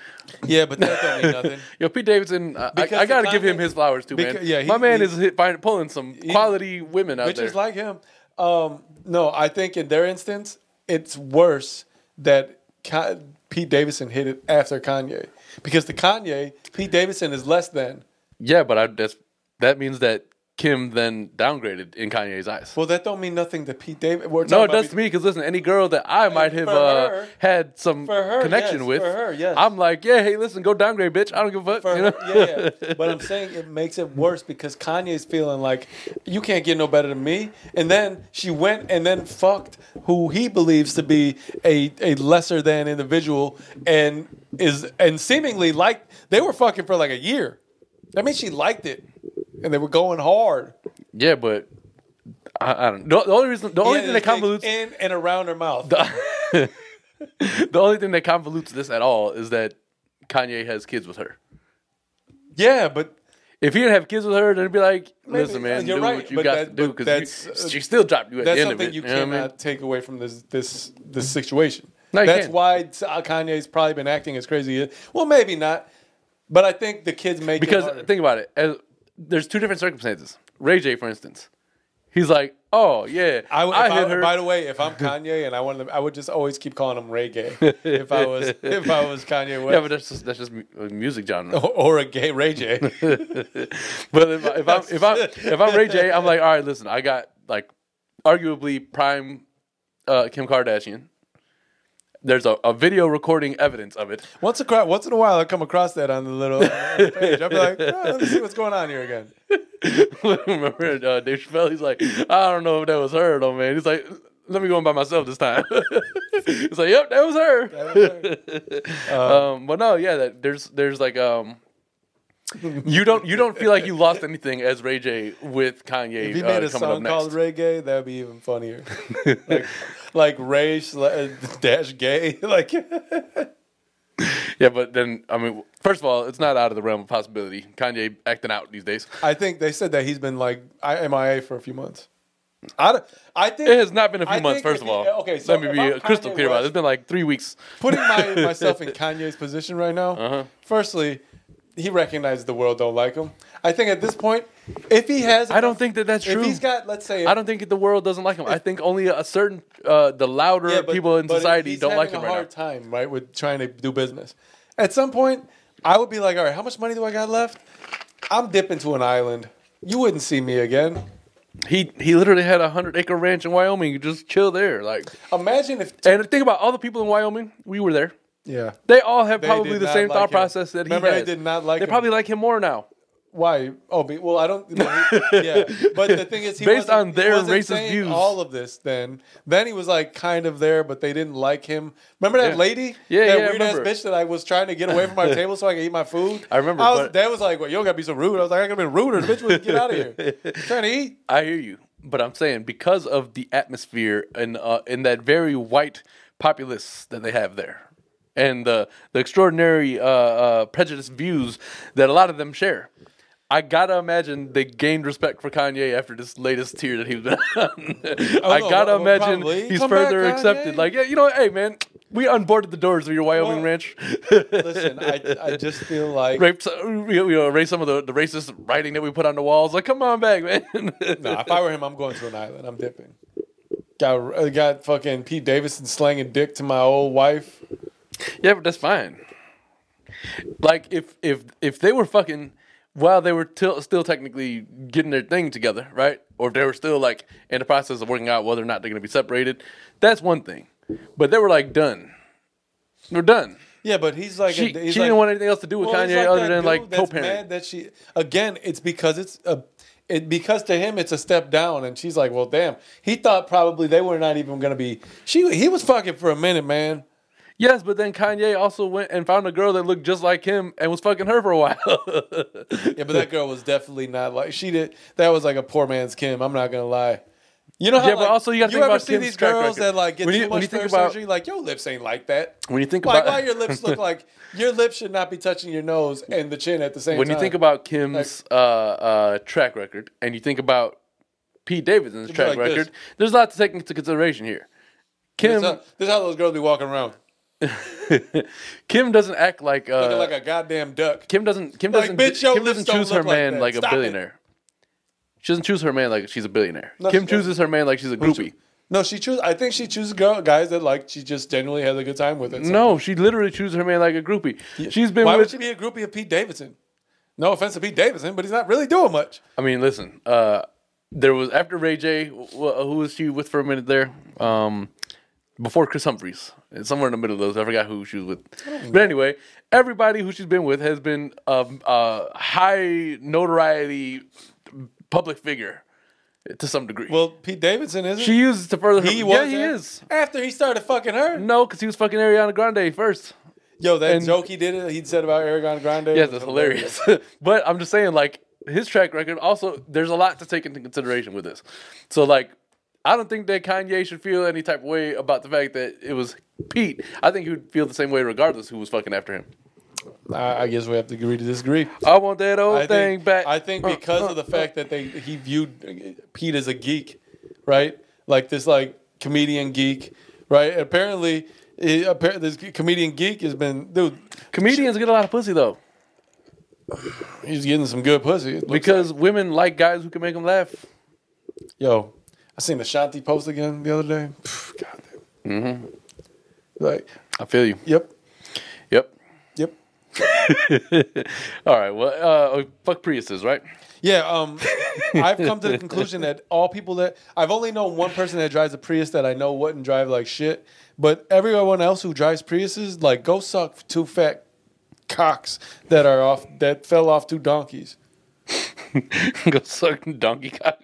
[SPEAKER 2] Yeah, but that don't mean nothing.
[SPEAKER 1] Yo, Pete Davidson, I, I,
[SPEAKER 2] Because
[SPEAKER 1] I gotta
[SPEAKER 2] the
[SPEAKER 1] give him
[SPEAKER 2] Kanye-
[SPEAKER 1] his flowers too, man.
[SPEAKER 2] Because- yeah, he-
[SPEAKER 1] My man
[SPEAKER 2] he-
[SPEAKER 1] is hit, find, pulling some quality women out
[SPEAKER 2] Which
[SPEAKER 1] there.
[SPEAKER 2] is like him. Um, no, I think in their instance, it's worse that Ka- Pete Davidson hit it after Kanye because the Kanye Pete Davidson is less than.
[SPEAKER 1] yeah, but I, that's that means that Kim then downgraded in Kanye's eyes.
[SPEAKER 2] Well, that don't mean nothing to Pete David. We're
[SPEAKER 1] no, it
[SPEAKER 2] talking about
[SPEAKER 1] does to me because listen, any girl that I might have
[SPEAKER 2] for
[SPEAKER 1] uh,
[SPEAKER 2] her-
[SPEAKER 1] had some
[SPEAKER 2] for her,
[SPEAKER 1] connection
[SPEAKER 2] yes,
[SPEAKER 1] with,
[SPEAKER 2] for her, yes.
[SPEAKER 1] I'm like, yeah, hey, listen, go downgrade, bitch. I don't give a fuck.
[SPEAKER 2] for
[SPEAKER 1] you know?
[SPEAKER 2] yeah, yeah. But I'm saying it makes it worse because Kanye's feeling like you can't get no better than me. And then she went and then fucked who he believes to be a, a lesser than individual and is and seemingly like they were fucking for like a year. That means she liked it. And they were going hard.
[SPEAKER 1] Yeah, but I, I don't. The, the only reason, the only
[SPEAKER 2] Yeah,
[SPEAKER 1] thing that
[SPEAKER 2] it's like
[SPEAKER 1] convolutes,
[SPEAKER 2] in and around her mouth.
[SPEAKER 1] the only thing that convolutes this at all is that Kanye has kids with her.
[SPEAKER 2] yeah, but
[SPEAKER 1] If he didn't have kids with her, then it'd be like, listen,
[SPEAKER 2] Maybe. uh,
[SPEAKER 1] man,
[SPEAKER 2] You're
[SPEAKER 1] do
[SPEAKER 2] right,
[SPEAKER 1] what you
[SPEAKER 2] but
[SPEAKER 1] got
[SPEAKER 2] that-
[SPEAKER 1] to do
[SPEAKER 2] but
[SPEAKER 1] because
[SPEAKER 2] that's-
[SPEAKER 1] she still dropped you at
[SPEAKER 2] that's
[SPEAKER 1] the end of
[SPEAKER 2] something
[SPEAKER 1] it.
[SPEAKER 2] you
[SPEAKER 1] You know
[SPEAKER 2] cannot
[SPEAKER 1] what I mean?
[SPEAKER 2] take away from this this this situation.
[SPEAKER 1] No, you
[SPEAKER 2] that's
[SPEAKER 1] can't.
[SPEAKER 2] why Kanye's probably been acting as crazy. as- Well, maybe not, but I think the kids make it harder.
[SPEAKER 1] Because think about it. As, there's two different circumstances. Ray J, for instance, he's like, oh yeah, I,
[SPEAKER 2] I, would- if I,
[SPEAKER 1] hit her.
[SPEAKER 2] By the way, if I'm Kanye and I wanted, to, I would just always keep calling him Ray Gay. if I was if I was Kanye West
[SPEAKER 1] yeah, but that's just that's just mu- a music genre.
[SPEAKER 2] or a gay Ray J.
[SPEAKER 1] But if, I- if I'm if I'm if I'm Ray J, I'm like, all right, listen, I got like arguably prime uh, Kim Kardashian. There's a, a video recording evidence of it.
[SPEAKER 2] once a cro- once in a while, I come across that on the little on the page. I'll be like, oh, let me see what's going on here again.
[SPEAKER 1] Remember uh, Dave Chappelle? He's like, I don't know if that was her though, man. He's like, let me go in by myself this time. it's like, yep, that was her.
[SPEAKER 2] Uh,
[SPEAKER 1] Um, but no, yeah, that, there's there's like um, you don't you don't feel like you lost anything as Ray J with Kanye.
[SPEAKER 2] If he
[SPEAKER 1] uh,
[SPEAKER 2] made a
[SPEAKER 1] coming up
[SPEAKER 2] song
[SPEAKER 1] next.
[SPEAKER 2] called Reggae, that'd be even funnier. like, like Ray sla- dash gay. Like,
[SPEAKER 1] Yeah, but then I mean, first of all, it's not out of the realm of possibility. Kanye acting out these days.
[SPEAKER 2] I think they said that he's been like I- MIA for a few months. I, don't- I think
[SPEAKER 1] It has not been a few
[SPEAKER 2] I
[SPEAKER 1] months.
[SPEAKER 2] think
[SPEAKER 1] First
[SPEAKER 2] if
[SPEAKER 1] of
[SPEAKER 2] he-
[SPEAKER 1] all,
[SPEAKER 2] okay, so
[SPEAKER 1] let me
[SPEAKER 2] if
[SPEAKER 1] be
[SPEAKER 2] I'm
[SPEAKER 1] crystal
[SPEAKER 2] Kanye
[SPEAKER 1] clear about it.
[SPEAKER 2] West-
[SPEAKER 1] It's been like three weeks.
[SPEAKER 2] putting my, myself in Kanye's position right now.
[SPEAKER 1] Uh-huh.
[SPEAKER 2] Firstly, he recognized the world don't like him. I think at this point, if he has,
[SPEAKER 1] I don't think that that's
[SPEAKER 2] If
[SPEAKER 1] true.
[SPEAKER 2] he's got, let's say,
[SPEAKER 1] I don't think the world doesn't like him. I think only a certain, uh, the louder
[SPEAKER 2] Yeah, but-
[SPEAKER 1] people in
[SPEAKER 2] but
[SPEAKER 1] society
[SPEAKER 2] he's
[SPEAKER 1] don't like him
[SPEAKER 2] having a
[SPEAKER 1] right
[SPEAKER 2] hard time, right, with trying to do business. At some point, I would be like, all right, how much money do I got left? I'm dipping to an island. You wouldn't see me again.
[SPEAKER 1] now. He he literally had a hundred acre ranch in Wyoming. You just chill there, like.
[SPEAKER 2] Imagine if,
[SPEAKER 1] And think about all the people in Wyoming. We were there.
[SPEAKER 2] yeah.
[SPEAKER 1] They all have
[SPEAKER 2] They
[SPEAKER 1] probably
[SPEAKER 2] did
[SPEAKER 1] the
[SPEAKER 2] not
[SPEAKER 1] same
[SPEAKER 2] like
[SPEAKER 1] thought
[SPEAKER 2] him.
[SPEAKER 1] process that
[SPEAKER 2] Remember,
[SPEAKER 1] he
[SPEAKER 2] they
[SPEAKER 1] has.
[SPEAKER 2] did not like
[SPEAKER 1] They
[SPEAKER 2] him.
[SPEAKER 1] probably like him more now.
[SPEAKER 2] Why? Oh, be, well, I don't. yeah, but the thing is, he
[SPEAKER 1] Based
[SPEAKER 2] wasn't-
[SPEAKER 1] on their
[SPEAKER 2] he wasn't
[SPEAKER 1] racist
[SPEAKER 2] saying
[SPEAKER 1] views.
[SPEAKER 2] all of this. Then, then he was like kind of there, but they didn't like him. Remember that
[SPEAKER 1] Yeah.
[SPEAKER 2] lady?
[SPEAKER 1] Yeah,
[SPEAKER 2] that
[SPEAKER 1] yeah, I
[SPEAKER 2] weird ass
[SPEAKER 1] remember.
[SPEAKER 2] bitch that I was trying to get away from my table so I could eat my food.
[SPEAKER 1] I remember,
[SPEAKER 2] I was,
[SPEAKER 1] but-
[SPEAKER 2] that was like, well, you don't gotta be so rude. I was like, I could have been ruder. The bitch would get out of here. I'm trying to eat.
[SPEAKER 1] I hear you, but I'm saying because of the atmosphere and uh, in that very white populace that they have there, and the the extraordinary uh, uh, prejudiced views that a lot of them share, I gotta imagine they gained respect for Kanye after this latest tear that he was. I
[SPEAKER 2] Oh, no,
[SPEAKER 1] gotta
[SPEAKER 2] well,
[SPEAKER 1] imagine
[SPEAKER 2] probably.
[SPEAKER 1] he's
[SPEAKER 2] Come back,
[SPEAKER 1] further accepted.
[SPEAKER 2] Kanye.
[SPEAKER 1] Like, yeah, you know, hey man, we unboarded the doors of your Wyoming
[SPEAKER 2] Well,
[SPEAKER 1] ranch.
[SPEAKER 2] Listen, I, I just feel like
[SPEAKER 1] Rape, you know, erase some of the, the racist writing that we put on the walls. Like, come on back, man.
[SPEAKER 2] Nah, if I were him, I'm going to an island. I'm dipping. Got uh, got fucking Pete Davidson slanging dick to my old wife.
[SPEAKER 1] Yeah, but that's fine. Like if if if they were fucking while they were till still technically getting their thing together, right? Or if they were still like in the process of working out whether or not they're gonna be separated, that's one thing. But they were like done. We're done.
[SPEAKER 2] Yeah, but he's like
[SPEAKER 1] She,
[SPEAKER 2] a, he's
[SPEAKER 1] she
[SPEAKER 2] like,
[SPEAKER 1] didn't want anything else to do with
[SPEAKER 2] Well, he's
[SPEAKER 1] Kanye
[SPEAKER 2] like
[SPEAKER 1] other
[SPEAKER 2] that
[SPEAKER 1] than
[SPEAKER 2] dude
[SPEAKER 1] like
[SPEAKER 2] that's
[SPEAKER 1] co-parent.
[SPEAKER 2] mad That she again, it's because it's a, it because to him it's a step down, and she's like, well, damn. He thought probably they were not even gonna be. She he was fucking for a minute, man.
[SPEAKER 1] Yes, but then Kanye also went and found a girl that looked just like him and was fucking her for a while.
[SPEAKER 2] Yeah, but that girl was definitely not like she did. That was like a poor man's Kim. I'm not gonna lie. You know how
[SPEAKER 1] Yeah, but
[SPEAKER 2] like,
[SPEAKER 1] also you gotta think
[SPEAKER 2] ever
[SPEAKER 1] about
[SPEAKER 2] see
[SPEAKER 1] Kim's
[SPEAKER 2] these
[SPEAKER 1] track
[SPEAKER 2] girls
[SPEAKER 1] record.
[SPEAKER 2] that like get
[SPEAKER 1] When
[SPEAKER 2] too
[SPEAKER 1] you- when
[SPEAKER 2] much
[SPEAKER 1] you think
[SPEAKER 2] thirst
[SPEAKER 1] about-
[SPEAKER 2] surgery, like your lips ain't like that.
[SPEAKER 1] when you think
[SPEAKER 2] like
[SPEAKER 1] about
[SPEAKER 2] why your lips look like your lips should not be touching your nose and the chin at the same
[SPEAKER 1] when
[SPEAKER 2] time.
[SPEAKER 1] you think about Kim's uh, uh, track record and you think about Pete Davidson's
[SPEAKER 2] be
[SPEAKER 1] track
[SPEAKER 2] like
[SPEAKER 1] record,
[SPEAKER 2] this.
[SPEAKER 1] there's a lot to take into consideration here.
[SPEAKER 2] this,
[SPEAKER 1] Kim
[SPEAKER 2] how, this how those girls be walking around
[SPEAKER 1] Kim doesn't act like, uh,
[SPEAKER 2] looking like a goddamn duck.
[SPEAKER 1] Kim doesn't Kim
[SPEAKER 2] Like,
[SPEAKER 1] doesn't
[SPEAKER 2] bitch, your
[SPEAKER 1] Kim
[SPEAKER 2] lips
[SPEAKER 1] doesn't
[SPEAKER 2] don't
[SPEAKER 1] choose her
[SPEAKER 2] look like
[SPEAKER 1] man
[SPEAKER 2] that.
[SPEAKER 1] like a
[SPEAKER 2] Stop it.
[SPEAKER 1] billionaire. She doesn't choose her man like she's a billionaire.
[SPEAKER 2] No,
[SPEAKER 1] Kim
[SPEAKER 2] she doesn't.
[SPEAKER 1] chooses her man like she's a groupie.
[SPEAKER 2] No, she choose. I think she chooses girl guys that like she just genuinely has a good time with it.
[SPEAKER 1] No, she literally chooses her man like a groupie. She's been
[SPEAKER 2] why
[SPEAKER 1] with
[SPEAKER 2] would she be a groupie of Pete Davidson? No offense to Pete Davidson, but he's not really doing much.
[SPEAKER 1] I mean, listen. Uh, there was after Ray J. wh- Who was she with for a minute there? Um, before Chris Humphries, somewhere in the middle of those. I forgot who she was with. But anyway, everybody who she's been with has been a, a high notoriety public figure to some degree.
[SPEAKER 2] Well, Pete Davidson isn't.
[SPEAKER 1] she uses to further. Her,
[SPEAKER 2] He
[SPEAKER 1] yeah,
[SPEAKER 2] was eh?
[SPEAKER 1] he
[SPEAKER 2] a-
[SPEAKER 1] is.
[SPEAKER 2] After he started fucking her.
[SPEAKER 1] No, because he was fucking Ariana Grande first.
[SPEAKER 2] Yo, that
[SPEAKER 1] And-
[SPEAKER 2] joke he did it. He said about Aragon Grande.
[SPEAKER 1] Yes,
[SPEAKER 2] was
[SPEAKER 1] that's hilarious. but I'm just saying, like his track record. Also, there's a lot to take into consideration with this. So, like, I don't think that Kanye should feel any type of way about the fact that it was Pete. I think he would feel the same way regardless who was fucking after him.
[SPEAKER 2] I, I guess we have to agree to disagree.
[SPEAKER 1] I want that old
[SPEAKER 2] I
[SPEAKER 1] thing uh,
[SPEAKER 2] think,
[SPEAKER 1] back.
[SPEAKER 2] I think because of the fact that they he viewed Pete as a geek, right? Like this, like comedian geek, right? Apparently, he, appar- this comedian geek has been dude.
[SPEAKER 1] comedians get a lot of pussy though,
[SPEAKER 2] He's getting some good pussy. It looks
[SPEAKER 1] because women like guys who can make them laugh.
[SPEAKER 2] Yo, I seen the Shanti post again the other day. Pff, God damn. Mm-hmm. Like,
[SPEAKER 1] I feel you.
[SPEAKER 2] yep,
[SPEAKER 1] Yep.
[SPEAKER 2] yep.
[SPEAKER 1] All right. Well, uh, fuck Priuses, right?
[SPEAKER 2] Yeah, um, I've come to the conclusion that all people that I've only known one person that drives a Prius that I know wouldn't drive like shit, but everyone else who drives Priuses, like, go suck two fat cocks that are off that fell off two donkeys.
[SPEAKER 1] Go suck donkey cock.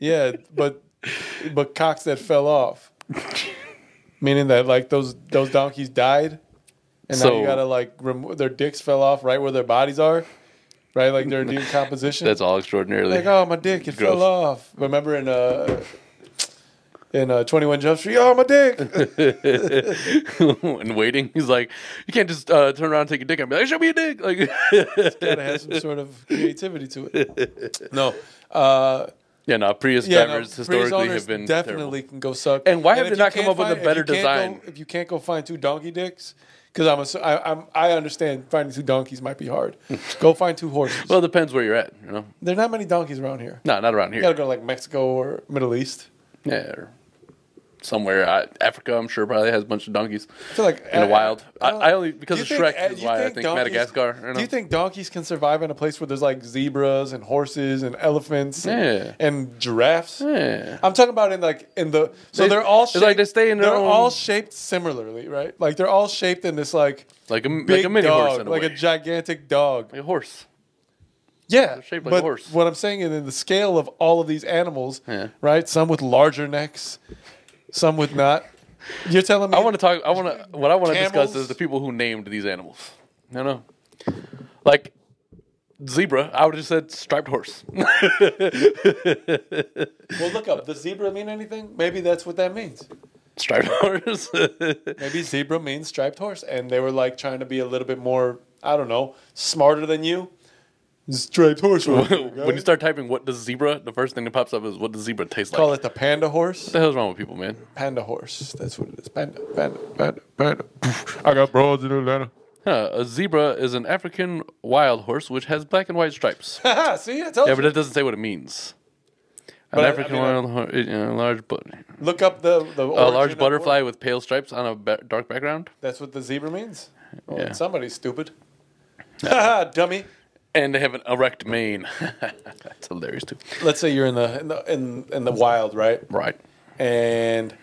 [SPEAKER 2] Yeah, but but cocks that fell off, meaning that like those those donkeys died, and now
[SPEAKER 1] So-
[SPEAKER 2] you gotta like remove their dicks fell off right where their bodies are, right? Like they're in decomposition.
[SPEAKER 1] that's all extraordinarily.
[SPEAKER 2] like oh my dick, it
[SPEAKER 1] Gross.
[SPEAKER 2] fell off. Remember in uh in uh, Twenty One Jump Street, oh my dick.
[SPEAKER 1] and waiting. He's like, you can't just uh, turn around and take a dick and be like, show me a dick. Like,
[SPEAKER 2] gotta have some sort of creativity to it. No. Uh,
[SPEAKER 1] yeah, no, Prius
[SPEAKER 2] yeah, no,
[SPEAKER 1] drivers
[SPEAKER 2] Prius
[SPEAKER 1] historically
[SPEAKER 2] owners
[SPEAKER 1] have been
[SPEAKER 2] definitely can go suck.
[SPEAKER 1] And why have
[SPEAKER 2] if
[SPEAKER 1] they
[SPEAKER 2] you
[SPEAKER 1] not come
[SPEAKER 2] can't
[SPEAKER 1] up with a
[SPEAKER 2] find- if
[SPEAKER 1] better
[SPEAKER 2] you
[SPEAKER 1] design?
[SPEAKER 2] can't Go, if you can't go find two donkey dicks, because I'm, assu- I, I'm I understand finding two donkeys might be hard. go find two horses.
[SPEAKER 1] Well, it depends where you're at. You know,
[SPEAKER 2] there are not many donkeys around here.
[SPEAKER 1] no, not around
[SPEAKER 2] You gotta
[SPEAKER 1] here.
[SPEAKER 2] go to like Mexico or Middle East.
[SPEAKER 1] Yeah, or somewhere I, Africa. I'm sure probably has a bunch of donkeys
[SPEAKER 2] I feel like
[SPEAKER 1] in the wild. I,
[SPEAKER 2] don't-
[SPEAKER 1] I only because
[SPEAKER 2] uh, Do
[SPEAKER 1] of
[SPEAKER 2] you
[SPEAKER 1] Shrek
[SPEAKER 2] think-
[SPEAKER 1] is
[SPEAKER 2] you
[SPEAKER 1] why I think
[SPEAKER 2] donkeys-
[SPEAKER 1] Madagascar. You know?
[SPEAKER 2] Do you think donkeys can survive in a place where there's like zebras and horses and elephants
[SPEAKER 1] Yeah.
[SPEAKER 2] and, and giraffes?
[SPEAKER 1] Yeah.
[SPEAKER 2] I'm talking about in like in the so
[SPEAKER 1] They-
[SPEAKER 2] they, are all
[SPEAKER 1] it's
[SPEAKER 2] shaped,
[SPEAKER 1] like they stay in their
[SPEAKER 2] they're
[SPEAKER 1] own-
[SPEAKER 2] all shaped similarly, right? Like they're all shaped in this like
[SPEAKER 1] Like a like
[SPEAKER 2] big
[SPEAKER 1] a mini
[SPEAKER 2] dog,
[SPEAKER 1] horse, in a
[SPEAKER 2] like
[SPEAKER 1] way.
[SPEAKER 2] a gigantic dog.
[SPEAKER 1] like a horse.
[SPEAKER 2] Yeah,
[SPEAKER 1] shaped like a
[SPEAKER 2] but
[SPEAKER 1] horse.
[SPEAKER 2] what I'm saying is in the scale of all of these animals,
[SPEAKER 1] Yeah.
[SPEAKER 2] right? Some with larger necks, some with not. You're telling me
[SPEAKER 1] I want to talk. I want to. What I want to discuss
[SPEAKER 2] Camels?
[SPEAKER 1] is the people who named these animals. You know, like zebra. I would have said striped horse.
[SPEAKER 2] Well, look up. Does zebra mean anything? Maybe that's what that means.
[SPEAKER 1] striped horse.
[SPEAKER 2] Maybe zebra means striped horse, and they were like trying to be a little bit more, I don't know, smarter than you. Striped horse.
[SPEAKER 1] when
[SPEAKER 2] When
[SPEAKER 1] you start typing "what does zebra," the first thing that pops up is "what does zebra taste like."
[SPEAKER 2] call
[SPEAKER 1] What
[SPEAKER 2] it the panda horse,
[SPEAKER 1] the hell's wrong with people, man?
[SPEAKER 2] panda horse. That's what it is. Panda, panda, panda, panda. I got broads in Atlanta.
[SPEAKER 1] Huh, a zebra is an African wild horse which has black and white stripes.
[SPEAKER 2] Haha, See, I told
[SPEAKER 1] yeah,
[SPEAKER 2] you.
[SPEAKER 1] but that doesn't say what it means. An
[SPEAKER 2] But I- I
[SPEAKER 1] African
[SPEAKER 2] mean, I-
[SPEAKER 1] wild horse, a large, but,
[SPEAKER 2] Look up the the
[SPEAKER 1] a
[SPEAKER 2] origin
[SPEAKER 1] large
[SPEAKER 2] of
[SPEAKER 1] butterfly with pale stripes on a ba- dark background.
[SPEAKER 2] That's what the zebra means. Well,
[SPEAKER 1] Yeah.
[SPEAKER 2] Somebody's stupid. Haha, dummy.
[SPEAKER 1] And they have an erect mane. That's hilarious too.
[SPEAKER 2] Let's say you're in the in the in, in the wild, right?
[SPEAKER 1] Right.
[SPEAKER 2] And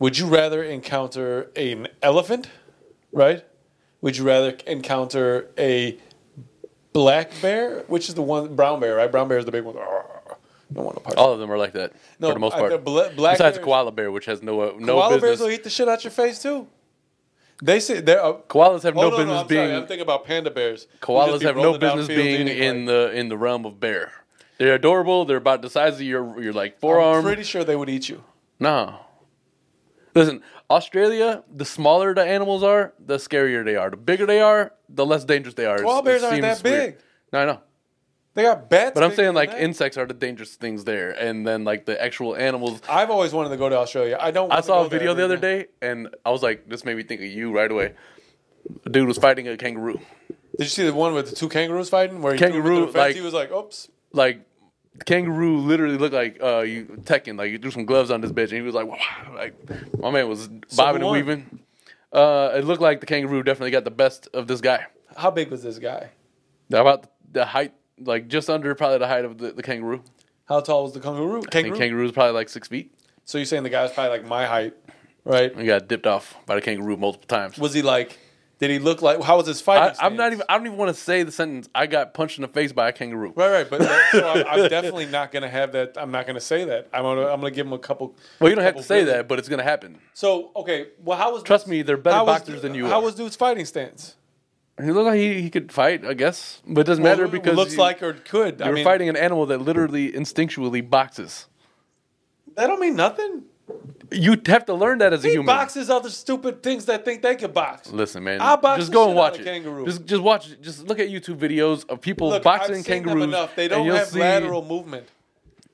[SPEAKER 2] would you rather encounter an elephant, right? Would you rather encounter a black bear, which is the one brown bear, right? Brown bear is the big one. No one apart.
[SPEAKER 1] All of them are like that
[SPEAKER 2] No,
[SPEAKER 1] for the most
[SPEAKER 2] I-
[SPEAKER 1] part.
[SPEAKER 2] the bla- black
[SPEAKER 1] Besides
[SPEAKER 2] bears-
[SPEAKER 1] koala bear, which has no uh, no
[SPEAKER 2] Koala
[SPEAKER 1] business.
[SPEAKER 2] bears will eat the shit out your face too. They say they're. Uh,
[SPEAKER 1] Koalas have
[SPEAKER 2] oh,
[SPEAKER 1] no
[SPEAKER 2] no, no,
[SPEAKER 1] business
[SPEAKER 2] I'm
[SPEAKER 1] being.
[SPEAKER 2] sorry. I'm thinking about panda bears. Who just
[SPEAKER 1] koalas
[SPEAKER 2] be
[SPEAKER 1] have no
[SPEAKER 2] rolling down
[SPEAKER 1] business
[SPEAKER 2] fields
[SPEAKER 1] being
[SPEAKER 2] eating,
[SPEAKER 1] in
[SPEAKER 2] like-
[SPEAKER 1] the in the realm of bear. They're adorable. They're about the size of your your like forearm.
[SPEAKER 2] I'm pretty sure they would eat you.
[SPEAKER 1] No. Listen, Australia. The smaller the animals are, the scarier they are. The bigger they are, the less dangerous they are. It's-
[SPEAKER 2] Koala
[SPEAKER 1] it
[SPEAKER 2] bears aren't
[SPEAKER 1] seems
[SPEAKER 2] that
[SPEAKER 1] weird.
[SPEAKER 2] big.
[SPEAKER 1] No, I know.
[SPEAKER 2] They got bats.
[SPEAKER 1] But I'm
[SPEAKER 2] bigger
[SPEAKER 1] saying
[SPEAKER 2] than
[SPEAKER 1] like
[SPEAKER 2] that.
[SPEAKER 1] insects are the dangerous things there, and then like the actual animals.
[SPEAKER 2] I've always wanted to go to Australia. I don't.
[SPEAKER 1] I
[SPEAKER 2] want to
[SPEAKER 1] saw
[SPEAKER 2] go
[SPEAKER 1] a
[SPEAKER 2] there
[SPEAKER 1] video the
[SPEAKER 2] right
[SPEAKER 1] other
[SPEAKER 2] now.
[SPEAKER 1] day, and I was like, this made me think of you right away. A dude was fighting a kangaroo.
[SPEAKER 2] Did you see the one with the two kangaroos fighting? Where he
[SPEAKER 1] Kangaroo,
[SPEAKER 2] kangaroo,
[SPEAKER 1] like-
[SPEAKER 2] he was like, "Oops."
[SPEAKER 1] Like, the kangaroo literally looked like uh, you Tekken. Like, you threw some gloves on this bitch, and he was like, wow. Like, my man was bobbing and
[SPEAKER 2] won?
[SPEAKER 1] weaving. Uh, it looked like the kangaroo definitely got the best of this guy.
[SPEAKER 2] How big was this guy?
[SPEAKER 1] About the height, like, just under probably the height of the, the kangaroo.
[SPEAKER 2] How tall was the kangaroo?
[SPEAKER 1] I think
[SPEAKER 2] Kangaroo.
[SPEAKER 1] kangaroo is probably like six feet.
[SPEAKER 2] so you're saying the guy's probably like my height, right?
[SPEAKER 1] And got dipped off by the kangaroo multiple times.
[SPEAKER 2] Was he like? Did he look like? How was his fighting?
[SPEAKER 1] I, I'm not
[SPEAKER 2] stance?
[SPEAKER 1] even. I don't even want to say the sentence. I got punched in the face by a kangaroo.
[SPEAKER 2] Right, right, but that, so I'm, I'm definitely not gonna have that. I'm not gonna say that. I'm gonna, I'm gonna give him a couple.
[SPEAKER 1] Well, you don't have to
[SPEAKER 2] couple
[SPEAKER 1] say
[SPEAKER 2] really-
[SPEAKER 1] that, but it's gonna happen.
[SPEAKER 2] So okay, well, how was
[SPEAKER 1] Trust me, they're better
[SPEAKER 2] how was-
[SPEAKER 1] boxers than you
[SPEAKER 2] How
[SPEAKER 1] are.
[SPEAKER 2] was dude's fighting stance?
[SPEAKER 1] He looked like he, he could fight, I guess, but it doesn't matter
[SPEAKER 2] Well,
[SPEAKER 1] because
[SPEAKER 2] looks
[SPEAKER 1] you,
[SPEAKER 2] like or could.
[SPEAKER 1] you're
[SPEAKER 2] I mean,
[SPEAKER 1] fighting an animal that literally instinctually boxes.
[SPEAKER 2] That don't mean nothing.
[SPEAKER 1] You have to learn that as a
[SPEAKER 2] He
[SPEAKER 1] human.
[SPEAKER 2] boxes other stupid things that think they can box.
[SPEAKER 1] Listen, man,
[SPEAKER 2] I'll box
[SPEAKER 1] just
[SPEAKER 2] the
[SPEAKER 1] go
[SPEAKER 2] shit
[SPEAKER 1] and
[SPEAKER 2] out
[SPEAKER 1] watch
[SPEAKER 2] of
[SPEAKER 1] it.
[SPEAKER 2] kangaroo.
[SPEAKER 1] Just just watch, it. just look at YouTube videos of people
[SPEAKER 2] Look,
[SPEAKER 1] boxing
[SPEAKER 2] I've seen them
[SPEAKER 1] kangaroos.
[SPEAKER 2] enough. They
[SPEAKER 1] and
[SPEAKER 2] don't
[SPEAKER 1] you'll
[SPEAKER 2] have
[SPEAKER 1] see-
[SPEAKER 2] lateral movement.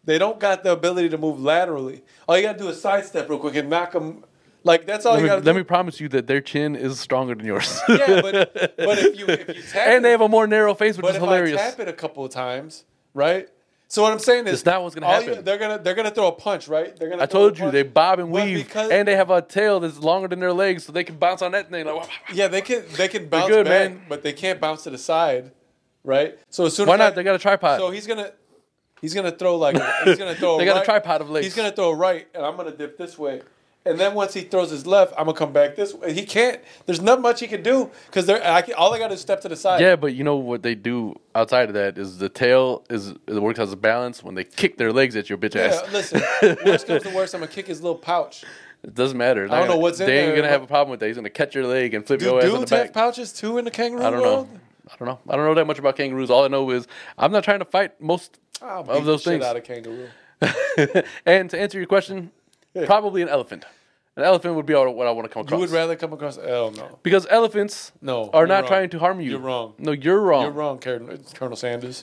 [SPEAKER 2] They don't got the ability to move laterally. All you gotta do is sidestep real quick and knock them. Like that's all
[SPEAKER 1] Let
[SPEAKER 2] you
[SPEAKER 1] me,
[SPEAKER 2] gotta
[SPEAKER 1] let
[SPEAKER 2] do.
[SPEAKER 1] me promise you that their chin is stronger than yours.
[SPEAKER 2] yeah, but but if you if you tap
[SPEAKER 1] and they
[SPEAKER 2] it-
[SPEAKER 1] have a more narrow face, which
[SPEAKER 2] But
[SPEAKER 1] is
[SPEAKER 2] if
[SPEAKER 1] hilarious.
[SPEAKER 2] I tap it a couple of times, right? So what I'm saying is,
[SPEAKER 1] It's not what's gonna
[SPEAKER 2] all you-
[SPEAKER 1] happen.
[SPEAKER 2] they're gonna they're gonna throw a punch, right? They're gonna.
[SPEAKER 1] I
[SPEAKER 2] throw a
[SPEAKER 1] told you
[SPEAKER 2] punch.
[SPEAKER 1] they bob and
[SPEAKER 2] But
[SPEAKER 1] weave,
[SPEAKER 2] because-
[SPEAKER 1] and they have a tail that's longer than their legs, so they can bounce on that thing. Like,
[SPEAKER 2] yeah, they can they can bounce
[SPEAKER 1] good,
[SPEAKER 2] back,
[SPEAKER 1] man.
[SPEAKER 2] but they can't bounce to the side, right? So as soon
[SPEAKER 1] why
[SPEAKER 2] as I-
[SPEAKER 1] not? They got a tripod.
[SPEAKER 2] So he's gonna he's gonna throw like he's gonna throw.
[SPEAKER 1] They got a
[SPEAKER 2] right-
[SPEAKER 1] tripod of legs.
[SPEAKER 2] He's gonna throw a right, and I'm gonna dip this way. And then once he throws his left, I'm gonna come back this way. He can't. There's not much he can do because they're. I can, all I got to step to the side.
[SPEAKER 1] Yeah, but you know what they do outside of that is the tail is it works as a balance when they kick their legs at your bitch
[SPEAKER 2] Yeah,
[SPEAKER 1] ass.
[SPEAKER 2] listen. worst comes to worst, I'm gonna kick his little pouch.
[SPEAKER 1] It doesn't matter.
[SPEAKER 2] I don't know what's in
[SPEAKER 1] They ain't
[SPEAKER 2] there,
[SPEAKER 1] gonna have
[SPEAKER 2] but-
[SPEAKER 1] a problem with that. He's gonna catch your leg and flip
[SPEAKER 2] Do
[SPEAKER 1] your ass on the
[SPEAKER 2] dudes have
[SPEAKER 1] back.
[SPEAKER 2] pouches too in the kangaroo
[SPEAKER 1] I don't
[SPEAKER 2] world?
[SPEAKER 1] know. I don't know. I don't know that much about kangaroos. All I know is I'm not trying to fight most
[SPEAKER 2] I'll beat
[SPEAKER 1] of those
[SPEAKER 2] the
[SPEAKER 1] things.
[SPEAKER 2] Shit out of kangaroo.
[SPEAKER 1] and to answer your question, probably an elephant. An elephant would be all- what I want to come
[SPEAKER 2] You
[SPEAKER 1] across.
[SPEAKER 2] would rather come across? Hell no.
[SPEAKER 1] because elephants
[SPEAKER 2] No,
[SPEAKER 1] are
[SPEAKER 2] you're
[SPEAKER 1] not
[SPEAKER 2] wrong.
[SPEAKER 1] trying to harm you.
[SPEAKER 2] You're wrong.
[SPEAKER 1] No, you're wrong.
[SPEAKER 2] You're wrong, Colonel Colonel Sanders.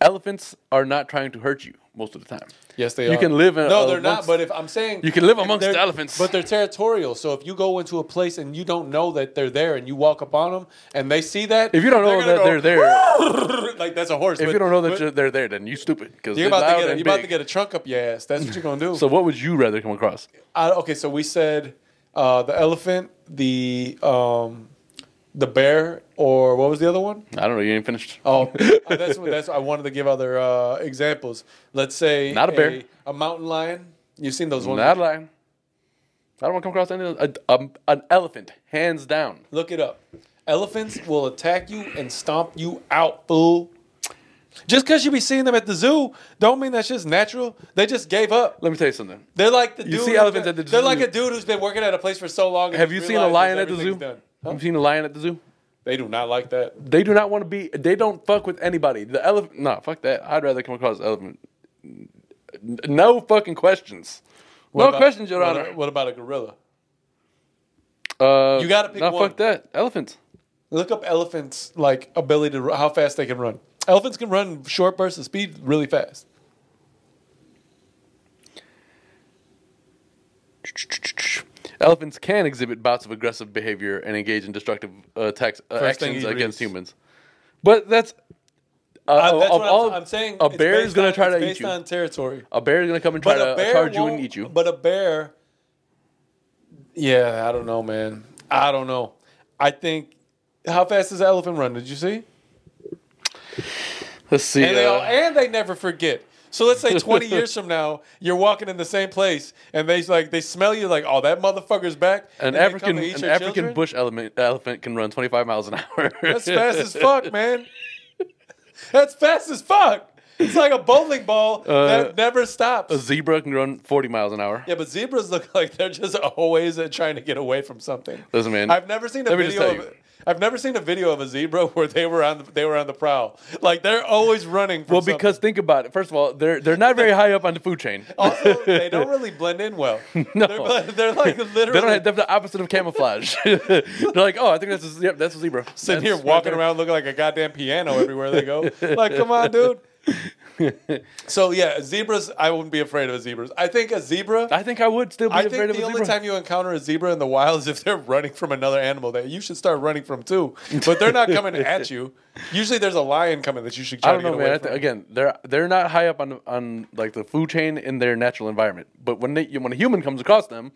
[SPEAKER 1] Elephants are not trying to hurt you most of the time.
[SPEAKER 2] Yes, they are.
[SPEAKER 1] You can live in-
[SPEAKER 2] no,
[SPEAKER 1] uh,
[SPEAKER 2] they're not.
[SPEAKER 1] amongst-
[SPEAKER 2] But if I'm saying
[SPEAKER 1] You can live
[SPEAKER 2] if
[SPEAKER 1] amongst
[SPEAKER 2] they're-
[SPEAKER 1] elephants.
[SPEAKER 2] but they're territorial. So if you go into a place and you don't know that they're there, and you walk upon them, and they see that,
[SPEAKER 1] If you don't
[SPEAKER 2] they're
[SPEAKER 1] know that
[SPEAKER 2] gonna
[SPEAKER 1] they're
[SPEAKER 2] go,
[SPEAKER 1] there,
[SPEAKER 2] like that's a horse.
[SPEAKER 1] if
[SPEAKER 2] but-
[SPEAKER 1] you don't know that
[SPEAKER 2] but
[SPEAKER 1] you're, they're there, then you stupid because
[SPEAKER 2] you're about to get a, you're about to get a trunk up your ass. That's what you're gonna do.
[SPEAKER 1] So what would you rather come across?
[SPEAKER 2] I, okay, so we said uh, the elephant, the um, the bear, or what was the other one?
[SPEAKER 1] I don't know. You ain't finished.
[SPEAKER 2] Oh, that's what that's. I wanted to give other uh, examples. Let's say
[SPEAKER 1] Not a bear.
[SPEAKER 2] a, mountain lion. You've seen those ones.
[SPEAKER 1] Not lying. I don't want to come across any of those. A, um, an elephant, hands down.
[SPEAKER 2] Look it up. Elephants will attack you and stomp you out, fool. Just because you be seeing them at the zoo, don't mean that's just natural. They just gave up.
[SPEAKER 1] Let me tell you something.
[SPEAKER 2] They're like the dude.
[SPEAKER 1] see
[SPEAKER 2] who's
[SPEAKER 1] elephants
[SPEAKER 2] been-
[SPEAKER 1] at the
[SPEAKER 2] They're
[SPEAKER 1] zoo.
[SPEAKER 2] like a dude who's been working at a place for so long. and
[SPEAKER 1] Have you
[SPEAKER 2] just
[SPEAKER 1] seen a
[SPEAKER 2] realizes
[SPEAKER 1] lion at the
[SPEAKER 2] everything's
[SPEAKER 1] zoo?
[SPEAKER 2] done.
[SPEAKER 1] Have you seen a lion at the zoo?
[SPEAKER 2] They do not like that.
[SPEAKER 1] They do not want to be. They don't fuck with anybody. The elephant. Nah, fuck that. I'd rather come across an elephant. N- No fucking questions. no
[SPEAKER 2] about-
[SPEAKER 1] questions, Your
[SPEAKER 2] what
[SPEAKER 1] Honor.
[SPEAKER 2] a- What about a gorilla?
[SPEAKER 1] Uh,
[SPEAKER 2] You gotta pick
[SPEAKER 1] nah,
[SPEAKER 2] one.
[SPEAKER 1] fuck that. Elephant.
[SPEAKER 2] Look up elephants' like ability to ru- how fast they can run. Elephants can run short bursts of speed really fast.
[SPEAKER 1] Elephants can exhibit bouts of aggressive behavior and engage in destructive uh, attacks uh,
[SPEAKER 2] First thing
[SPEAKER 1] actions
[SPEAKER 2] he
[SPEAKER 1] against
[SPEAKER 2] reads.
[SPEAKER 1] humans. But that's, uh,
[SPEAKER 2] Uh, that's
[SPEAKER 1] of
[SPEAKER 2] what
[SPEAKER 1] all-
[SPEAKER 2] I'm, I'm saying.
[SPEAKER 1] A
[SPEAKER 2] it's
[SPEAKER 1] bear is
[SPEAKER 2] based
[SPEAKER 1] going
[SPEAKER 2] on-
[SPEAKER 1] to try
[SPEAKER 2] it's
[SPEAKER 1] to eat
[SPEAKER 2] based
[SPEAKER 1] you.
[SPEAKER 2] on territory.
[SPEAKER 1] a bear is going to come and try to charge you and
[SPEAKER 2] won't-
[SPEAKER 1] eat you.
[SPEAKER 2] But a bear. Yeah, I don't know, man. I don't know. I think. How fast does the elephant run? Did you see?
[SPEAKER 1] Let's see.
[SPEAKER 2] And they all,
[SPEAKER 1] uh,
[SPEAKER 2] and they never forget. So let's say 20 years from now, you're walking in the same place, and they like they smell you like, oh, that motherfucker's back.
[SPEAKER 1] an
[SPEAKER 2] and they come
[SPEAKER 1] African,
[SPEAKER 2] to eat
[SPEAKER 1] an
[SPEAKER 2] your
[SPEAKER 1] African
[SPEAKER 2] children?
[SPEAKER 1] bush element, elephant can run 25 miles an hour.
[SPEAKER 2] That's fast as fuck, man. That's fast as fuck. It's like a bowling ball
[SPEAKER 1] Uh,
[SPEAKER 2] that never stops.
[SPEAKER 1] A zebra can run 40 miles an hour.
[SPEAKER 2] Yeah, but zebras look like they're just always uh, trying to get away from something.
[SPEAKER 1] Listen, man.
[SPEAKER 2] I've never seen a
[SPEAKER 1] Let me just
[SPEAKER 2] video.
[SPEAKER 1] tell
[SPEAKER 2] Of, I've never seen a video of a zebra where they were on the, they were on the prowl. Like they're always running. From
[SPEAKER 1] well, because think about it. First of all, they're they're not very high up on the food chain.
[SPEAKER 2] something. also they don't really blend in well.
[SPEAKER 1] No.
[SPEAKER 2] they're, bl- they're like literally
[SPEAKER 1] They don't have, they're the opposite of camouflage. they're like, oh, I think that's a, ze- yep, that's a zebra.
[SPEAKER 2] sitting
[SPEAKER 1] That's
[SPEAKER 2] here walking
[SPEAKER 1] right
[SPEAKER 2] around looking like a goddamn piano everywhere they go. like, come on, dude. so yeah, zebras. I wouldn't be afraid of zebras. I think a zebra.
[SPEAKER 1] there. I think I would still be
[SPEAKER 2] I
[SPEAKER 1] afraid
[SPEAKER 2] think
[SPEAKER 1] of a
[SPEAKER 2] the only
[SPEAKER 1] zebra.
[SPEAKER 2] time you encounter a zebra in the wild is if they're running from another animal that you should start running from too. But they're not coming at you. Usually, there's a lion coming that you should try
[SPEAKER 1] I don't
[SPEAKER 2] to
[SPEAKER 1] know,
[SPEAKER 2] get
[SPEAKER 1] man.
[SPEAKER 2] away
[SPEAKER 1] I thi-
[SPEAKER 2] from.
[SPEAKER 1] again, they're they're not high up on on like the food chain in their natural environment. But when they when a human comes across them,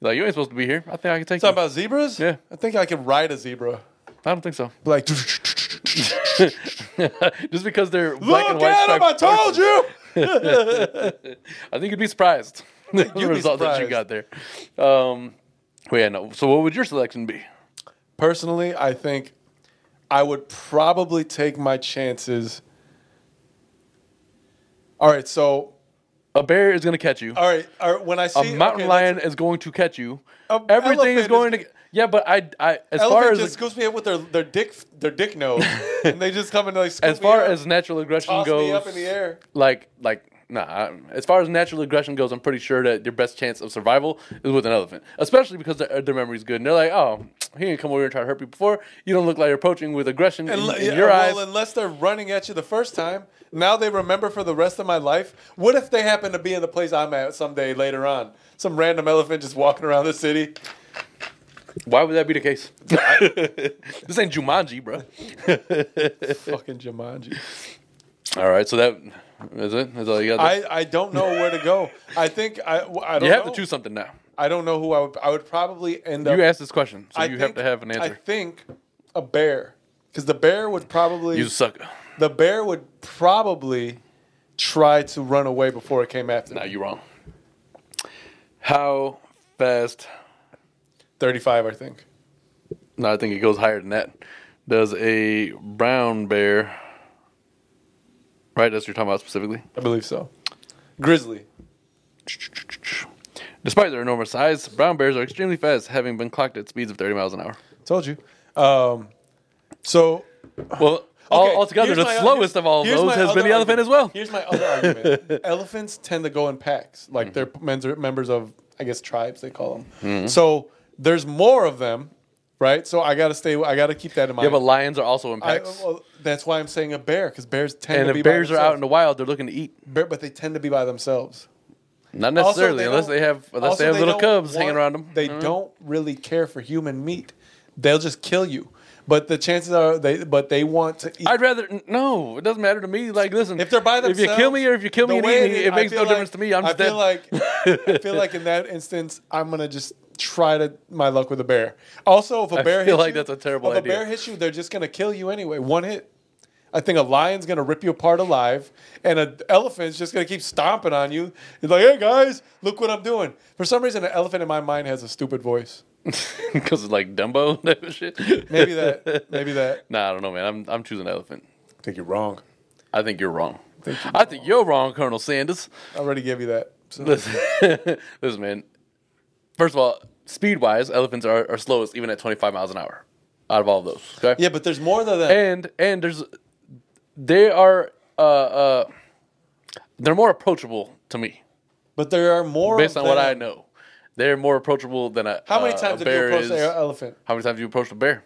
[SPEAKER 1] like you ain't supposed to be here. I think I can take.
[SPEAKER 2] Talking
[SPEAKER 1] You.
[SPEAKER 2] about zebras?
[SPEAKER 1] Yeah.
[SPEAKER 2] I think I could ride a zebra.
[SPEAKER 1] I don't think so.
[SPEAKER 2] Like,
[SPEAKER 1] Just because they're black and
[SPEAKER 2] look
[SPEAKER 1] white
[SPEAKER 2] at him! I
[SPEAKER 1] striped
[SPEAKER 2] told you.
[SPEAKER 1] I think you'd be surprised. the
[SPEAKER 2] be
[SPEAKER 1] result that you got
[SPEAKER 2] surprised.
[SPEAKER 1] there. Um, but yeah, no. So what would your selection be?
[SPEAKER 2] Personally, I think I would probably take my chances. All right, so
[SPEAKER 1] A bear is going to catch you.
[SPEAKER 2] all right, all right when I see
[SPEAKER 1] a mountain
[SPEAKER 2] okay,
[SPEAKER 1] lion is going to catch you.
[SPEAKER 2] A
[SPEAKER 1] Everything is
[SPEAKER 2] elephant
[SPEAKER 1] going
[SPEAKER 2] is-
[SPEAKER 1] to. Yeah, but I, I as
[SPEAKER 2] Elephant
[SPEAKER 1] far as
[SPEAKER 2] just scoops me up with their, their dick their dick nose, and they just come and like scoop
[SPEAKER 1] as far
[SPEAKER 2] me up,
[SPEAKER 1] as natural aggression
[SPEAKER 2] toss
[SPEAKER 1] goes,
[SPEAKER 2] me up in the air.
[SPEAKER 1] like like nah. I- As far as natural aggression goes, I'm pretty sure that your best chance of survival is with an elephant, especially because their, their memory's good. And they're like, oh, he didn't come over here and try to hurt me before. You don't look like you're approaching with aggression in,
[SPEAKER 2] Unle-
[SPEAKER 1] in your
[SPEAKER 2] yeah, well,
[SPEAKER 1] eyes.
[SPEAKER 2] unless they're running at you the first time, now they remember for the rest of my life. What if they happen to be in the place I'm at someday later on? Some random elephant just walking around the city.
[SPEAKER 1] Why would that be the case? this ain't Jumanji, bro.
[SPEAKER 2] Fucking Jumanji.
[SPEAKER 1] All right, so that is it. That's all you got. there?
[SPEAKER 2] I, I don't know where to go. I think I, w- I don't
[SPEAKER 1] you have
[SPEAKER 2] know.
[SPEAKER 1] to choose something now.
[SPEAKER 2] I don't know who I would. I would probably end up.
[SPEAKER 1] You asked this question, so
[SPEAKER 2] I
[SPEAKER 1] you have
[SPEAKER 2] think-
[SPEAKER 1] to have an
[SPEAKER 2] I
[SPEAKER 1] answer.
[SPEAKER 2] think a bear, because the bear would probably
[SPEAKER 1] You suck.
[SPEAKER 2] the bear would probably try to run away before it came after. me.
[SPEAKER 1] Now you're wrong. How fast?
[SPEAKER 2] Thirty-five, I think.
[SPEAKER 1] No, I think it goes higher than that. Does a brown bear? Right, that's what you're talking about specifically.
[SPEAKER 2] I believe so. Grizzly.
[SPEAKER 1] Despite their enormous size, brown bears are extremely fast, having been clocked at speeds of 30 miles an hour.
[SPEAKER 2] Told you. Um, so
[SPEAKER 1] Well, all, altogether,
[SPEAKER 2] here's
[SPEAKER 1] the
[SPEAKER 2] my-
[SPEAKER 1] slowest of all
[SPEAKER 2] here's
[SPEAKER 1] those
[SPEAKER 2] my
[SPEAKER 1] has been
[SPEAKER 2] other
[SPEAKER 1] the elephant
[SPEAKER 2] argument.
[SPEAKER 1] as well.
[SPEAKER 2] Here's my other argument: elephants tend to go in packs,
[SPEAKER 1] Mm-hmm.
[SPEAKER 2] like they're men- members of, I guess, tribes they call them. So there's more of them, right? So I gotta stay. I gotta keep that in mind.
[SPEAKER 1] Yeah, but lions are also in
[SPEAKER 2] I-
[SPEAKER 1] packs.
[SPEAKER 2] well, that's why I'm saying a bear because bears tend
[SPEAKER 1] and
[SPEAKER 2] to be
[SPEAKER 1] if bears
[SPEAKER 2] by
[SPEAKER 1] are out in
[SPEAKER 2] themselves.
[SPEAKER 1] the wild, they're looking to eat.
[SPEAKER 2] Bear- but they tend to be by themselves.
[SPEAKER 1] Not
[SPEAKER 2] Also,
[SPEAKER 1] necessarily, unless
[SPEAKER 2] don't-
[SPEAKER 1] they have unless
[SPEAKER 2] also,
[SPEAKER 1] they have little
[SPEAKER 2] don't
[SPEAKER 1] cubs hanging
[SPEAKER 2] want-
[SPEAKER 1] around Mm-hmm. them.
[SPEAKER 2] They don't really care for human meat. They'll just kill you. But the chances are they but they want to eat
[SPEAKER 1] I'd rather n- no. It doesn't matter to me. Like, listen,
[SPEAKER 2] if they're by themselves.
[SPEAKER 1] if you kill me or if you kill me
[SPEAKER 2] the
[SPEAKER 1] and
[SPEAKER 2] way
[SPEAKER 1] eat me, it
[SPEAKER 2] I
[SPEAKER 1] makes
[SPEAKER 2] feel
[SPEAKER 1] no difference
[SPEAKER 2] like-
[SPEAKER 1] to me. I'm
[SPEAKER 2] I
[SPEAKER 1] just dead.
[SPEAKER 2] feel like I feel like in that instance, I'm gonna just try to my luck with a bear. Also, if a bear
[SPEAKER 1] feel
[SPEAKER 2] hits
[SPEAKER 1] like
[SPEAKER 2] you,
[SPEAKER 1] that's a terrible
[SPEAKER 2] if
[SPEAKER 1] idea.
[SPEAKER 2] a bear hits you, they're just gonna kill you anyway. One hit. I think a lion's gonna rip you apart alive, and an elephant's just gonna keep stomping on you. He's like, "Hey guys, look what I'm doing." For some reason, an elephant in my mind has a stupid voice.
[SPEAKER 1] because it's like Dumbo and that shit.
[SPEAKER 2] Maybe that. maybe that.
[SPEAKER 1] Nah, I don't know, man. I'm I'm choosing elephant.
[SPEAKER 2] I think you're wrong.
[SPEAKER 1] I think you're wrong. I think you're wrong, Colonel Sanders.
[SPEAKER 2] I already gave you that. So-
[SPEAKER 1] Listen, listen, man. First of all, speed wise, elephants are, are slowest even at 25 miles an hour. Out of all those, okay?
[SPEAKER 2] yeah, but there's more than that.
[SPEAKER 1] and and there's they are uh uh they're more approachable to me
[SPEAKER 2] but there are more.
[SPEAKER 1] based
[SPEAKER 2] of
[SPEAKER 1] on what
[SPEAKER 2] them.
[SPEAKER 1] I know. They're more approachable than a
[SPEAKER 2] How many
[SPEAKER 1] uh,
[SPEAKER 2] times
[SPEAKER 1] a
[SPEAKER 2] have you
[SPEAKER 1] bear
[SPEAKER 2] approached
[SPEAKER 1] is.
[SPEAKER 2] an elephant?
[SPEAKER 1] How many times have you approached a bear?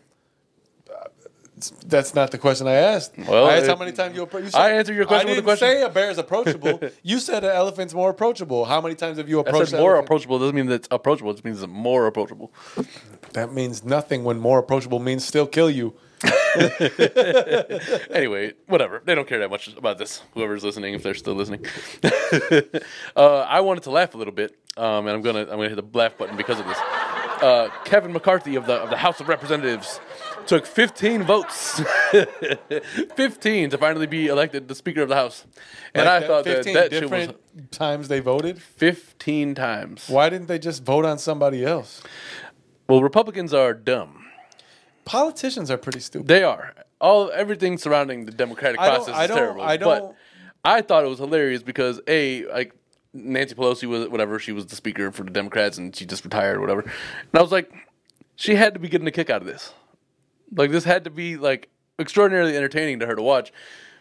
[SPEAKER 2] That's not the question I asked.
[SPEAKER 1] Well,
[SPEAKER 2] I asked how
[SPEAKER 1] it-
[SPEAKER 2] many times you approach. You
[SPEAKER 1] I answered your question
[SPEAKER 2] I
[SPEAKER 1] with a
[SPEAKER 2] didn't
[SPEAKER 1] question.
[SPEAKER 2] say a bear is approachable. you said an elephant's more approachable. How many times have you
[SPEAKER 1] I
[SPEAKER 2] approached?
[SPEAKER 1] said more
[SPEAKER 2] an elephant?
[SPEAKER 1] approachable doesn't mean that it's approachable. It just means it's more approachable.
[SPEAKER 2] That means nothing when more approachable means still kill you.
[SPEAKER 1] Anyway, whatever. They don't care that much about this. Whoever's listening, if they're still listening, uh, I wanted to laugh a little bit, um, and I'm gonna I'm gonna hit the laugh button because of this. Uh, Kevin McCarthy of the of the House of Representatives took 15 votes, 15 to finally be elected the Speaker of the House, and
[SPEAKER 2] Like
[SPEAKER 1] I thought that
[SPEAKER 2] 15
[SPEAKER 1] that shit was
[SPEAKER 2] different times they voted.
[SPEAKER 1] 15 times.
[SPEAKER 2] Why didn't they just vote on somebody else?
[SPEAKER 1] Well, Republicans are dumb.
[SPEAKER 2] Politicians are pretty stupid.
[SPEAKER 1] They are. All everything surrounding the democratic
[SPEAKER 2] I don't-
[SPEAKER 1] process
[SPEAKER 2] I
[SPEAKER 1] is
[SPEAKER 2] don't-
[SPEAKER 1] terrible.
[SPEAKER 2] I
[SPEAKER 1] But
[SPEAKER 2] don't-
[SPEAKER 1] I thought it was hilarious because a like Nancy Pelosi was whatever she was the speaker for the Democrats and she just retired or whatever, and I was like, she had to be getting a kick out of this. Like this had to be like extraordinarily entertaining to her to watch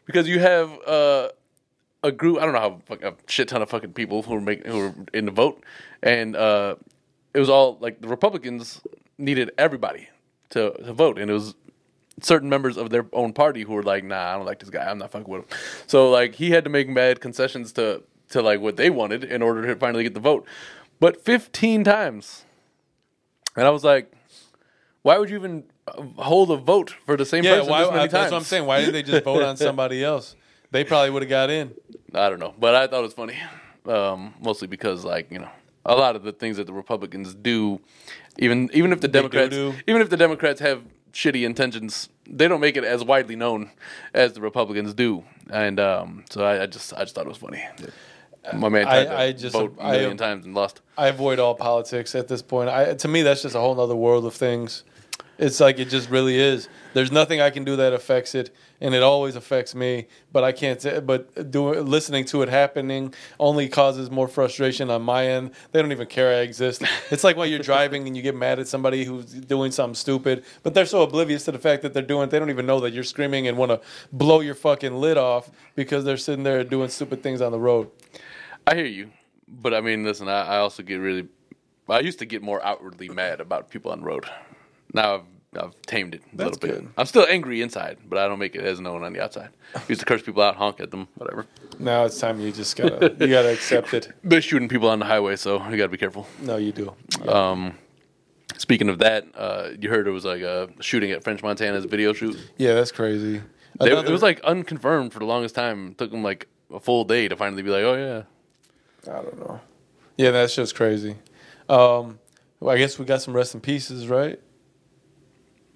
[SPEAKER 1] because you have uh, a group. I don't know how fuck, a shit ton of fucking people who were making who were in the vote, and uh, it was all like the Republicans needed everybody to, to vote, and it was certain members of their own party who were like, "Nah, I don't like this guy. I'm not fucking with him." So like he had to make mad concessions to to like what they wanted in order to finally get the vote, but 15 times, and I was like, "Why would you even uh, hold a vote for the same
[SPEAKER 2] Yeah,
[SPEAKER 1] person
[SPEAKER 2] why,
[SPEAKER 1] this many
[SPEAKER 2] I-
[SPEAKER 1] times?"
[SPEAKER 2] that's what I'm saying. Why didn't they just vote on somebody else? They probably would have got in.
[SPEAKER 1] I don't know, but I thought it was funny, um, mostly because like you know a lot of the things that the Republicans do, even even if the Democrats
[SPEAKER 2] do.
[SPEAKER 1] even if the Democrats have shitty intentions, they don't make it as widely known as the Republicans do, and um, so I, I just I just thought it was funny. My man tried
[SPEAKER 2] I-
[SPEAKER 1] to
[SPEAKER 2] I just-
[SPEAKER 1] vote a
[SPEAKER 2] I-
[SPEAKER 1] million times and lost.
[SPEAKER 2] I avoid all politics at this point. I, to me, that's just a whole other world of things. It's like it just really is. There's nothing I can do that affects it, and it always affects me. But I can't. T- but doing listening to it happening only causes more frustration on my end. They don't even care I exist. It's like when you're driving and you get mad at somebody who's doing something stupid, but they're so oblivious to the fact that they're doing. it, They don't even know that you're screaming and want to blow your fucking lid off because they're sitting there doing stupid things on the road.
[SPEAKER 1] I hear you, but I mean, listen, I, I also get really. I used to get more outwardly mad about people on the road. Now I've I've tamed it a
[SPEAKER 2] That's
[SPEAKER 1] little bit.
[SPEAKER 2] good.
[SPEAKER 1] I'm still angry inside, but I don't make it as known on the outside. I used to curse people out, honk at them, whatever.
[SPEAKER 2] Now it's time you just gotta you gotta accept it.
[SPEAKER 1] They're shooting people on the highway, so you got to be careful.
[SPEAKER 2] No, you do.
[SPEAKER 1] Um, speaking of that, uh, you heard it was like a shooting at French Montana's video shoot.
[SPEAKER 2] Yeah, that's crazy.
[SPEAKER 1] They, it
[SPEAKER 2] Another-
[SPEAKER 1] was like unconfirmed for the longest time. It took them like a full day to finally be like, oh yeah.
[SPEAKER 2] I don't know. Yeah, that's just crazy. Um, well, I guess we got some rest in pieces, right?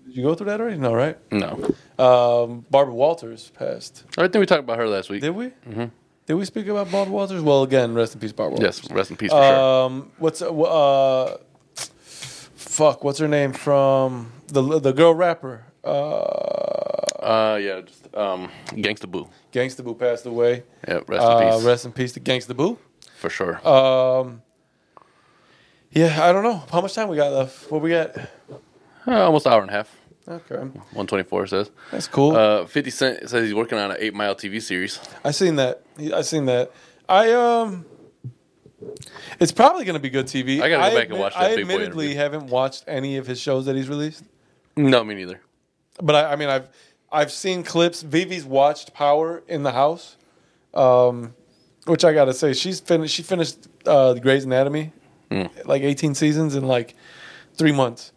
[SPEAKER 2] Did you go through that already? No, right?
[SPEAKER 1] No,
[SPEAKER 2] Um, Barbara Walters passed.
[SPEAKER 1] I think we talked about her last week.
[SPEAKER 2] Did we? Mm-hmm. Did we speak about Barbara Walters? Well, again, rest in peace, Barbara. Walters.
[SPEAKER 1] Yes, rest in peace for sure.
[SPEAKER 2] Um, what's uh, wh- uh, fuck? What's her name from the the girl rapper? Uh,
[SPEAKER 1] Uh, yeah, just um, Gangsta Boo.
[SPEAKER 2] Gangsta Boo passed away.
[SPEAKER 1] Yeah, rest in
[SPEAKER 2] Uh,
[SPEAKER 1] peace
[SPEAKER 2] rest in peace to Gangsta Boo.
[SPEAKER 1] for sure. Uh,
[SPEAKER 2] Um, yeah, I don't know how much time we got left. What we got?
[SPEAKER 1] Uh, almost hour and a half.
[SPEAKER 2] Okay,
[SPEAKER 1] One twenty four says.
[SPEAKER 2] that's cool.
[SPEAKER 1] Uh, Fifty Cent says he's working on an eight mile TV series.
[SPEAKER 2] I seen that. I seen that. I um, it's probably gonna be good TV.
[SPEAKER 1] I gotta go back and watch that
[SPEAKER 2] I
[SPEAKER 1] Big Boy
[SPEAKER 2] admittedly
[SPEAKER 1] interview.
[SPEAKER 2] haven't watched any of his shows that he's released,
[SPEAKER 1] No, me neither.
[SPEAKER 2] but I, I mean, I've I've seen clips. Vivi's watched Power in the House, um, which I gotta say, she's finished. She finished uh, Grey's Anatomy,
[SPEAKER 1] Hmm.
[SPEAKER 2] like eighteen seasons in like three months.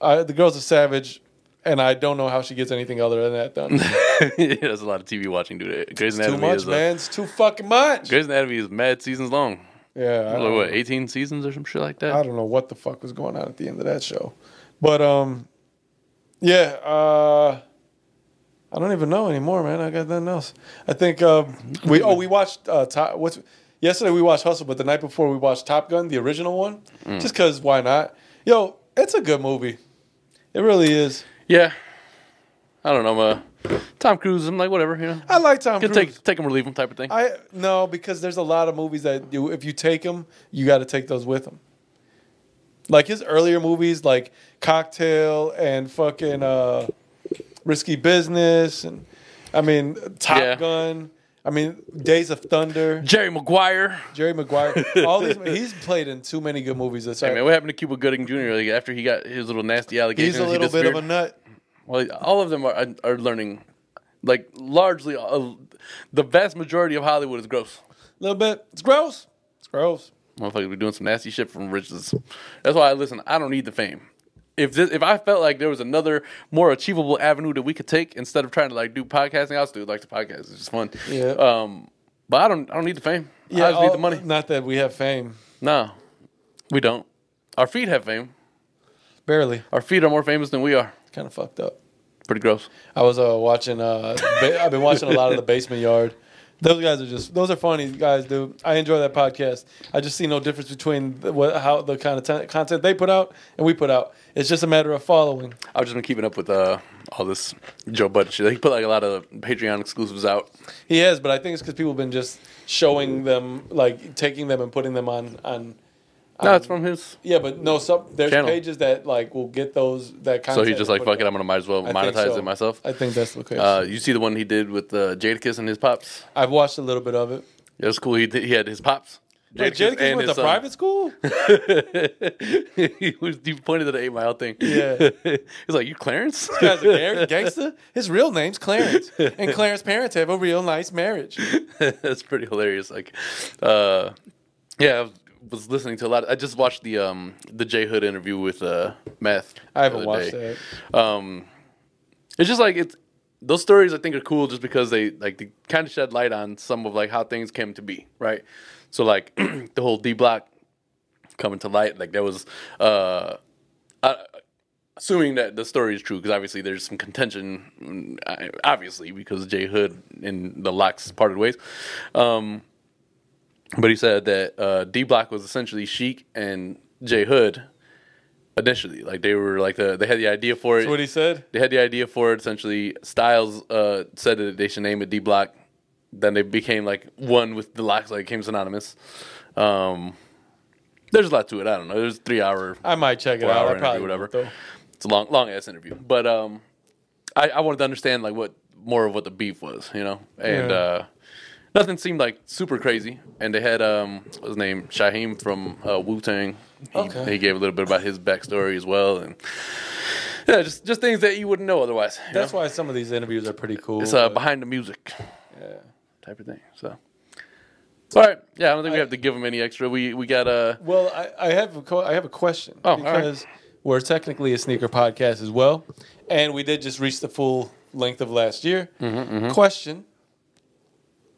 [SPEAKER 2] I, the girl's a savage, and I don't know how she gets anything other than that done.
[SPEAKER 1] There's a lot of TV watching, dude. Grey's
[SPEAKER 2] too
[SPEAKER 1] Anatomy
[SPEAKER 2] much,
[SPEAKER 1] is a-
[SPEAKER 2] man. It's too fucking much.
[SPEAKER 1] Grey's Anatomy is mad seasons long.
[SPEAKER 2] Yeah, I
[SPEAKER 1] Like,
[SPEAKER 2] don't,
[SPEAKER 1] what, eighteen seasons or some shit like
[SPEAKER 2] I
[SPEAKER 1] that?
[SPEAKER 2] don't know what the fuck was going on at the end of that show, but um, yeah, uh, I don't even know anymore, man. I got nothing else. I think um, we oh we watched uh, top, what's yesterday we watched Hustle, but the night before we watched Top Gun, the original one, just because why not? Yo, it's a good movie. It really is.
[SPEAKER 1] Yeah, I don't know. I'm, uh, Tom Cruise. I'm like whatever, you know.
[SPEAKER 2] I like Tom
[SPEAKER 1] Can
[SPEAKER 2] Cruise.
[SPEAKER 1] take take him or leave him type of thing.
[SPEAKER 2] I no, because there's a lot of movies that you, if you take them, you got to take those with them. Like his earlier movies, like Cocktail and fucking uh, Risky Business, and I mean Top
[SPEAKER 1] Yeah.
[SPEAKER 2] Gun. I mean Days of Thunder,
[SPEAKER 1] Jerry Maguire.
[SPEAKER 2] Jerry Maguire. All these he's played in too many good movies. That's
[SPEAKER 1] Hey
[SPEAKER 2] right.
[SPEAKER 1] man, what happened to Cuba Gooding Jr. Like after he got his little nasty allegations?
[SPEAKER 2] he's a
[SPEAKER 1] he
[SPEAKER 2] little bit of a
[SPEAKER 1] disappeared?
[SPEAKER 2] nut.
[SPEAKER 1] Well, all of them are are learning, like largely, uh, the vast majority of Hollywood is gross.
[SPEAKER 2] A little bit. It's gross. It's gross.
[SPEAKER 1] Motherfuckers be doing some nasty shit from riches. That's why I listen. I don't need the fame. If this, if I felt like there was another more achievable avenue that we could take instead of trying to like do podcasting, I also do like the podcast. It's just fun.
[SPEAKER 2] Yeah.
[SPEAKER 1] Um, but I don't I don't need the fame. I just need
[SPEAKER 2] all-
[SPEAKER 1] the money.
[SPEAKER 2] Not that we have fame.
[SPEAKER 1] No, we don't. Our feet have fame.
[SPEAKER 2] Barely.
[SPEAKER 1] Our feet are more famous than we are.
[SPEAKER 2] Kind of fucked up.
[SPEAKER 1] Pretty gross.
[SPEAKER 2] I was uh, watching. Uh, ba- I've been watching a lot of the Basement Yard. Those guys are just. Those are funny guys, dude. I enjoy that podcast. I just see no difference between the, what, how the kind of ten- content they put out and we put out. It's just a matter of following.
[SPEAKER 1] I've just been keeping up with uh, all this Joe Budden shit. He put like a lot of Patreon exclusives out.
[SPEAKER 2] He has, but I think it's because people have been just showing them, like taking them and putting them on on.
[SPEAKER 1] No, it's from his.
[SPEAKER 2] Yeah, but no. Some there's
[SPEAKER 1] Channel.
[SPEAKER 2] pages that like will get those that content.
[SPEAKER 1] So he's just like,
[SPEAKER 2] and
[SPEAKER 1] fuck
[SPEAKER 2] put
[SPEAKER 1] it, I'm gonna might as well
[SPEAKER 2] I think
[SPEAKER 1] monetize
[SPEAKER 2] so.
[SPEAKER 1] it myself.
[SPEAKER 2] I think that's the case.
[SPEAKER 1] Uh, you see the one he did with uh, Jadakiss and his pops.
[SPEAKER 2] I've watched a little bit of it.
[SPEAKER 1] It was cool. He did, he had his pops.
[SPEAKER 2] Wait, Jadakiss went to private school.
[SPEAKER 1] private. he was he pointed at the eight mile thing.
[SPEAKER 2] Yeah.
[SPEAKER 1] he's like, you Clarence?
[SPEAKER 2] guy's a gar- gangster. His real name's Clarence, and Clarence's parents have a real nice marriage.
[SPEAKER 1] That's pretty hilarious. Like, uh, yeah, I was- was listening to a lot. I just watched the um the J Hood interview with uh Meth.
[SPEAKER 2] I haven't
[SPEAKER 1] the other
[SPEAKER 2] watched
[SPEAKER 1] day.
[SPEAKER 2] that.
[SPEAKER 1] um it's just like it's those stories i think are cool just because they like they kind of shed light on some of like how things came to be right so like the whole d block coming to light like there was uh I, assuming that the story is true because obviously there's some contention mm, I- obviously because jay hood and the locks parted ways um but he said that uh d block was essentially sheik and jay hood initially like they were like the they had the idea for it
[SPEAKER 2] That's what he said.
[SPEAKER 1] they had the idea for it essentially. Styles uh, said that they should name it D Block. Then they became like one with the locks, like it became synonymous. Um, there's a lot to it. I don't know. There's three hour,
[SPEAKER 2] I might check it
[SPEAKER 1] four
[SPEAKER 2] out.
[SPEAKER 1] hour
[SPEAKER 2] I
[SPEAKER 1] interview,
[SPEAKER 2] probably
[SPEAKER 1] whatever.
[SPEAKER 2] won't, though.
[SPEAKER 1] It's a long, long ass interview. But um, I, I wanted to understand like what more of what the beef was, you know. And
[SPEAKER 2] Yeah.
[SPEAKER 1] uh, nothing seemed like super crazy. And they had um, what's his name Shaheem from uh, Wu Tang. He,
[SPEAKER 2] Okay.
[SPEAKER 1] he gave a little bit about his backstory as well, and yeah, just just things that you wouldn't know otherwise. you know?
[SPEAKER 2] That's why some of these interviews are pretty cool.
[SPEAKER 1] It's uh,
[SPEAKER 2] but-
[SPEAKER 1] behind the music
[SPEAKER 2] yeah.
[SPEAKER 1] type of thing. So, all right. Yeah, I don't think we have to give them any extra. We we got uh,
[SPEAKER 2] Well, I, I have a co- I have a question
[SPEAKER 1] Oh, all right.
[SPEAKER 2] because we're technically a sneaker podcast as well, and we did just reach the full length of last year.
[SPEAKER 1] Mm-hmm,
[SPEAKER 2] Question.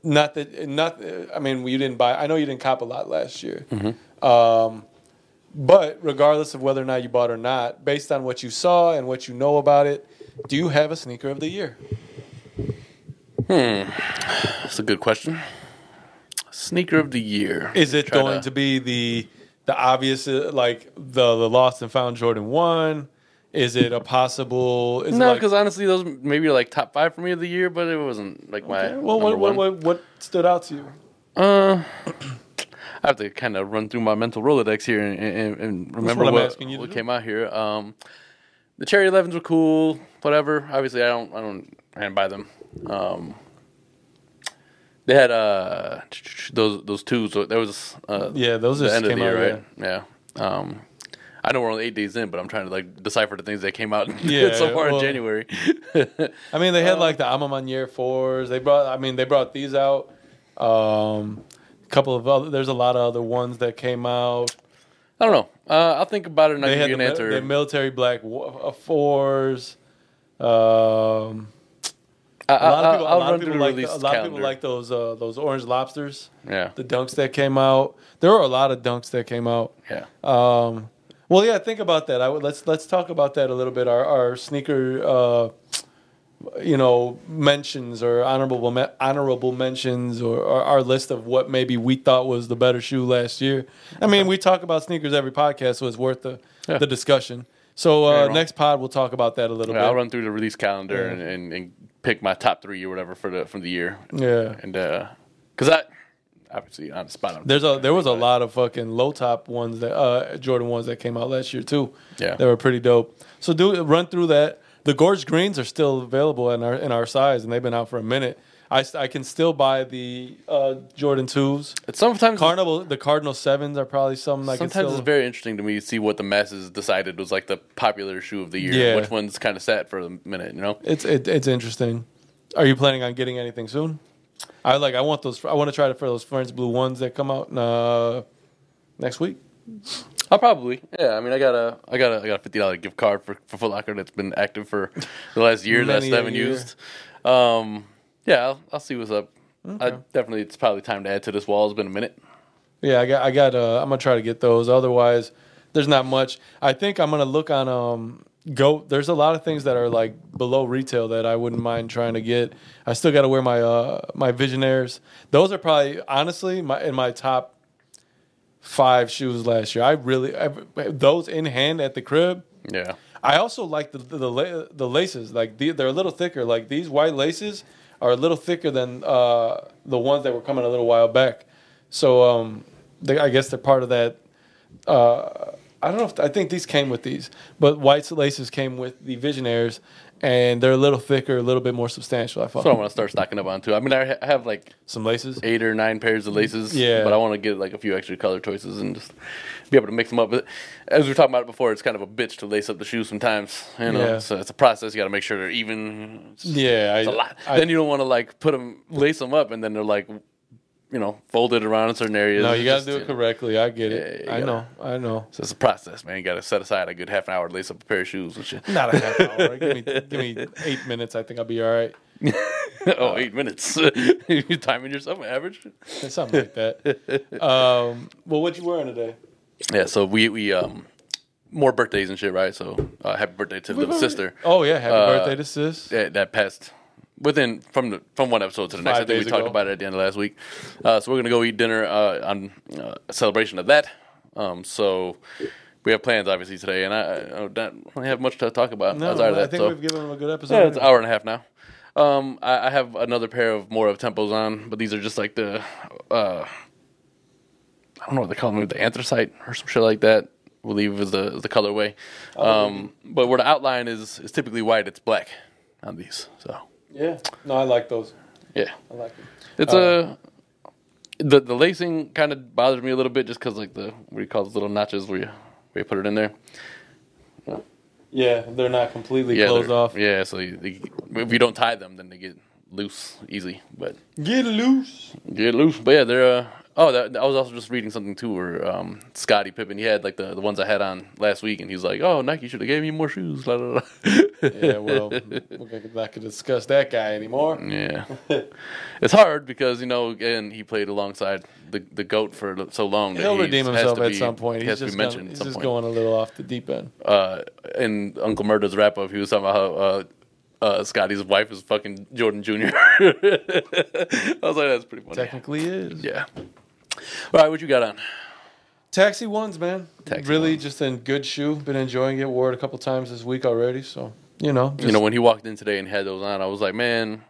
[SPEAKER 2] Not that not I mean you didn't buy I know you didn't cop a lot last year.
[SPEAKER 1] Mm-hmm.
[SPEAKER 2] Um, but regardless of whether or not you bought or not, based on what you saw and what you know about it, do you have a sneaker of the year?
[SPEAKER 1] that's a good question. Sneaker of the year.
[SPEAKER 2] Is it
[SPEAKER 1] Try
[SPEAKER 2] going to be the the obvious uh, like the the lost and found Jordan one? Is it a possible? Is
[SPEAKER 1] No,
[SPEAKER 2] it like-
[SPEAKER 1] because honestly, those maybe are like top five for me of the year, but it wasn't like my
[SPEAKER 2] well,
[SPEAKER 1] number
[SPEAKER 2] what, what,
[SPEAKER 1] one.
[SPEAKER 2] what what stood out to you?
[SPEAKER 1] Uh, I have to kind of run through my mental Rolodex here and, and, and remember
[SPEAKER 2] what I'm
[SPEAKER 1] what,
[SPEAKER 2] asking you to
[SPEAKER 1] what
[SPEAKER 2] do.
[SPEAKER 1] came out here. Um, the Cherry 11s were cool, whatever. Obviously, I don't, I don't, I didn't buy them. Um, they had uh those those two. So there was uh,
[SPEAKER 2] Yeah, those
[SPEAKER 1] the
[SPEAKER 2] just
[SPEAKER 1] end of
[SPEAKER 2] came
[SPEAKER 1] the year,
[SPEAKER 2] out,
[SPEAKER 1] right? Yeah. Um, I know we're only eight days in, but I'm trying to like decipher the things that came out
[SPEAKER 2] Yeah,
[SPEAKER 1] so far
[SPEAKER 2] well-
[SPEAKER 1] in January.
[SPEAKER 2] I mean, they
[SPEAKER 1] Um,
[SPEAKER 2] had like the Amamanier fours. They brought. I mean, they brought these out. Um, a couple of other. There's a lot of other ones that came out.
[SPEAKER 1] I don't know. Uh, I'll think about it and I'll
[SPEAKER 2] They
[SPEAKER 1] give
[SPEAKER 2] had
[SPEAKER 1] you
[SPEAKER 2] the,
[SPEAKER 1] an
[SPEAKER 2] mil-
[SPEAKER 1] answer.
[SPEAKER 2] the military black wa- uh, fours. Um,
[SPEAKER 1] I,
[SPEAKER 2] a lot
[SPEAKER 1] I-
[SPEAKER 2] of people.
[SPEAKER 1] I'll
[SPEAKER 2] a lot
[SPEAKER 1] run
[SPEAKER 2] of people
[SPEAKER 1] through
[SPEAKER 2] like.
[SPEAKER 1] release
[SPEAKER 2] the- a lot of people
[SPEAKER 1] calendar.
[SPEAKER 2] like those uh, those orange lobsters.
[SPEAKER 1] yeah.
[SPEAKER 2] The dunks that came out. There were a lot of dunks that came out.
[SPEAKER 1] Yeah.
[SPEAKER 2] Um, well, yeah, think about that. I would let's let's talk about that a little bit. Our our sneaker, uh, you know, mentions or honorable me- honorable mentions or, or our list of what maybe we thought was the better shoe last year. I mean, we talk about sneakers every podcast, so it's worth the
[SPEAKER 1] Yeah.
[SPEAKER 2] the discussion. So
[SPEAKER 1] Very
[SPEAKER 2] uh,
[SPEAKER 1] wrong.
[SPEAKER 2] next pod, we'll talk about that a little
[SPEAKER 1] Yeah, I'll
[SPEAKER 2] bit.
[SPEAKER 1] run through the release calendar and, and, and pick my top three or whatever for the from the year.
[SPEAKER 2] Yeah.
[SPEAKER 1] And because I obviously on the spot. I'm-
[SPEAKER 2] There's a there was a lot of fucking low top ones that uh, Jordan ones that came out last year too.
[SPEAKER 1] Yeah.
[SPEAKER 2] they were pretty dope. So do run through that. The gorge greens are still available in our in our size, and they've been out for a minute. I, s- I can still buy the uh, Jordan twos.
[SPEAKER 1] It's sometimes
[SPEAKER 2] Carnival, the Cardinal sevens are probably something I can
[SPEAKER 1] sometimes
[SPEAKER 2] still.
[SPEAKER 1] it's very interesting to me to see what the masses decided was like the popular shoe of the year.
[SPEAKER 2] Yeah.
[SPEAKER 1] Which one's kind of sat for a minute, you know?
[SPEAKER 2] it's it, it's interesting. Are you planning on getting anything soon? I like. I want those. I want to try to for those Florence blue ones that come out uh, next week. Oh,
[SPEAKER 1] I'll probably. Yeah, I mean, I got a, I got a, I got a fifty dollar gift card for for Foot Locker that's been active for the last year that I
[SPEAKER 2] Many
[SPEAKER 1] still
[SPEAKER 2] a
[SPEAKER 1] haven't
[SPEAKER 2] year.
[SPEAKER 1] used. Um, yeah, I'll, I'll see what's up. I definitely, it's probably time to add to this wall. It's been a minute.
[SPEAKER 2] Yeah, I got. I got. Uh, I'm gonna try to get those. Otherwise, there's not much. I think I'm gonna look on um go. There's a lot of things that are like below retail that I wouldn't mind trying to get. I still got to wear my uh my Visionaires. Those are probably honestly my in my top five shoes last year. I really I, those in hand at the crib.
[SPEAKER 1] Yeah,
[SPEAKER 2] I also like the the, the, la- the laces. Like the, they're a little thicker. Like these white laces are a little thicker than uh, the ones that were coming a little while back. So um, they, I guess they're part of that. Uh, I don't know. if I think these came with these, but white laces came with the Visionaires, and they're a little thicker, a little bit more substantial. I thought
[SPEAKER 1] so I want to start stocking up on too. I mean, I ha- I have like
[SPEAKER 2] some laces.
[SPEAKER 1] eight or nine pairs of laces.
[SPEAKER 2] Yeah.
[SPEAKER 1] But I want to get like a few extra color choices and just be able to mix them up. But as we were talking about it before, it's kind of a bitch to lace up the shoes sometimes. You know,
[SPEAKER 2] Yeah.
[SPEAKER 1] so it's a process. You got to make sure they're even. It's,
[SPEAKER 2] Yeah,
[SPEAKER 1] it's
[SPEAKER 2] I,
[SPEAKER 1] a lot.
[SPEAKER 2] I-
[SPEAKER 1] then you don't want to like put them, lace them up, and then they're like, you know, folded around in certain areas.
[SPEAKER 2] no,
[SPEAKER 1] It's
[SPEAKER 2] you gotta
[SPEAKER 1] just,
[SPEAKER 2] do it
[SPEAKER 1] know,
[SPEAKER 2] correctly. I get it.
[SPEAKER 1] Yeah, you gotta-
[SPEAKER 2] I know. I know.
[SPEAKER 1] So it's a process, man. You got to set aside a good half an hour to lace up a pair of shoes and shit.
[SPEAKER 2] Not a half hour. give me give me eight minutes. I think I'll be all right.
[SPEAKER 1] oh, eight minutes. you timing yourself on average?
[SPEAKER 2] something like that. Um, well, what you wearing today?
[SPEAKER 1] Yeah. So we we um. More birthdays and shit, right? So, uh, happy birthday to little sister.
[SPEAKER 2] Oh yeah, happy
[SPEAKER 1] Uh,
[SPEAKER 2] birthday to sis.
[SPEAKER 1] that, that passed within from the from one episode to the next.
[SPEAKER 2] Five
[SPEAKER 1] I think we
[SPEAKER 2] days
[SPEAKER 1] talked
[SPEAKER 2] ago.
[SPEAKER 1] about it at the end of last week. Uh, so we're gonna go eat dinner uh, on uh, a celebration of that. Um, so we have plans obviously today, and I, I don't really have much to talk about
[SPEAKER 2] No,
[SPEAKER 1] outside of
[SPEAKER 2] I
[SPEAKER 1] that.
[SPEAKER 2] think
[SPEAKER 1] so
[SPEAKER 2] we've given him a good episode.
[SPEAKER 1] yeah, it's an hour and a half now. Um, I, I have another pair of more of tempos on, but these are just like the uh, I don't know what they call them, the anthracite or some shit like that. I believe is the is the colorway. Um, but where the outline is is typically white, it's black on these. So
[SPEAKER 2] yeah. No, I like those.
[SPEAKER 1] yeah,
[SPEAKER 2] I like them.
[SPEAKER 1] it's a the the lacing kind of bothers me a little bit just because like the what do you call those little notches where you where you put it in there.
[SPEAKER 2] Yeah, they're not completely closed
[SPEAKER 1] they're-
[SPEAKER 2] off.
[SPEAKER 1] Yeah, so you, they, if you don't tie them, then they get loose easy. But
[SPEAKER 2] Get loose.
[SPEAKER 1] Get loose. But yeah, they're. Uh, oh, that, I was also just reading something too, where um, Scotty Pippen he had like the, the ones I had on last week, and he's like, "Oh, Nike should have gave me more shoes." La, la, la.
[SPEAKER 2] Yeah, well, we're not gonna discuss that guy anymore.
[SPEAKER 1] yeah, it's hard because you know again he played alongside the the goat for l- so long. that
[SPEAKER 2] He'll
[SPEAKER 1] he's-
[SPEAKER 2] redeem
[SPEAKER 1] has
[SPEAKER 2] himself
[SPEAKER 1] to
[SPEAKER 2] at
[SPEAKER 1] be-
[SPEAKER 2] some point.
[SPEAKER 1] He
[SPEAKER 2] He's
[SPEAKER 1] has to
[SPEAKER 2] just,
[SPEAKER 1] be
[SPEAKER 2] gonna-
[SPEAKER 1] mentioned
[SPEAKER 2] he's
[SPEAKER 1] at some
[SPEAKER 2] just
[SPEAKER 1] point.
[SPEAKER 2] going a little off the deep end.
[SPEAKER 1] Uh, in Uncle Murder's wrap up, he was talking about how. Uh, uh, Scotty's wife is fucking Jordan Jr. I was like, that's pretty funny.
[SPEAKER 2] Technically is.
[SPEAKER 1] Yeah. All right, what you got on?
[SPEAKER 2] Taxi ones, man.
[SPEAKER 1] Taxi
[SPEAKER 2] really
[SPEAKER 1] ones.
[SPEAKER 2] just in good shoe. Been enjoying it. Wore it a couple times this week already. So you know,
[SPEAKER 1] you
[SPEAKER 2] just-
[SPEAKER 1] know, when he walked in today and had those on, I was like, man,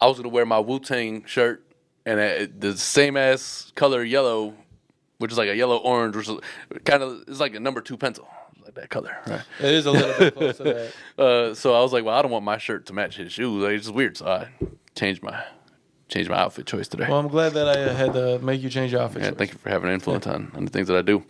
[SPEAKER 1] I was gonna wear my Wu Tang shirt and uh, the same ass color yellow, which is like a yellow orange, which is kind of it's like a number two pencil, like that color.
[SPEAKER 2] it is a little bit close to that.
[SPEAKER 1] Uh, so I was like, well, I don't want my shirt to match his shoes. Like, it's just weird. So I changed my changed my outfit choice today.
[SPEAKER 2] Well, I'm glad that I uh, had to make you change your outfit.
[SPEAKER 1] yeah,
[SPEAKER 2] choice.
[SPEAKER 1] thank you for having an influence on, on the things that I do.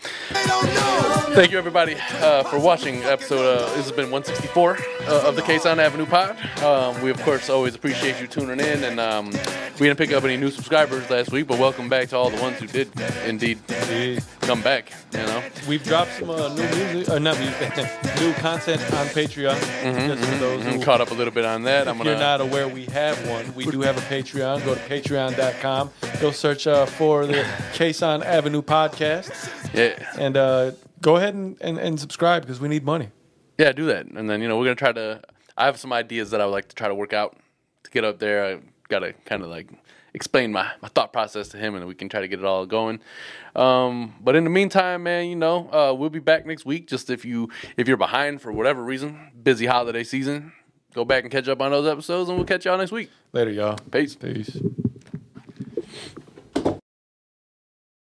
[SPEAKER 1] Thank you, everybody, uh, for watching episode. Uh, this has been 164 uh, of the Quezon Avenue Pod. Um, we, of course, always appreciate you tuning in, and um, we didn't pick up any new subscribers last week, but welcome back to all the ones who did indeed
[SPEAKER 2] Indeed.
[SPEAKER 1] come back. You know,
[SPEAKER 2] We've dropped some uh, new music, uh, not music, new content on Patreon.
[SPEAKER 1] Mm-hmm,
[SPEAKER 2] Just for those
[SPEAKER 1] I'm
[SPEAKER 2] who,
[SPEAKER 1] caught up a little bit on that. I'm
[SPEAKER 2] if
[SPEAKER 1] gonna.
[SPEAKER 2] you're not aware, we have one. We do have a Patreon. Go to patreon.com. Go search uh, for the Quezon Avenue podcast
[SPEAKER 1] yeah,
[SPEAKER 2] and uh, go ahead and, and, and subscribe because we need money.
[SPEAKER 1] yeah, do that, and then you know we're gonna try to. I have some ideas that I would like to try to work out to get up there. I gotta kind of like explain my, my thought process to him, and we can try to get it all going. Um, but in the meantime, man, you know uh, we'll be back next week. Just if you if you're behind for whatever reason, busy holiday season, go back and catch up on those episodes, and we'll catch y'all next week.
[SPEAKER 2] Later, y'all.
[SPEAKER 1] Peace.
[SPEAKER 2] Peace.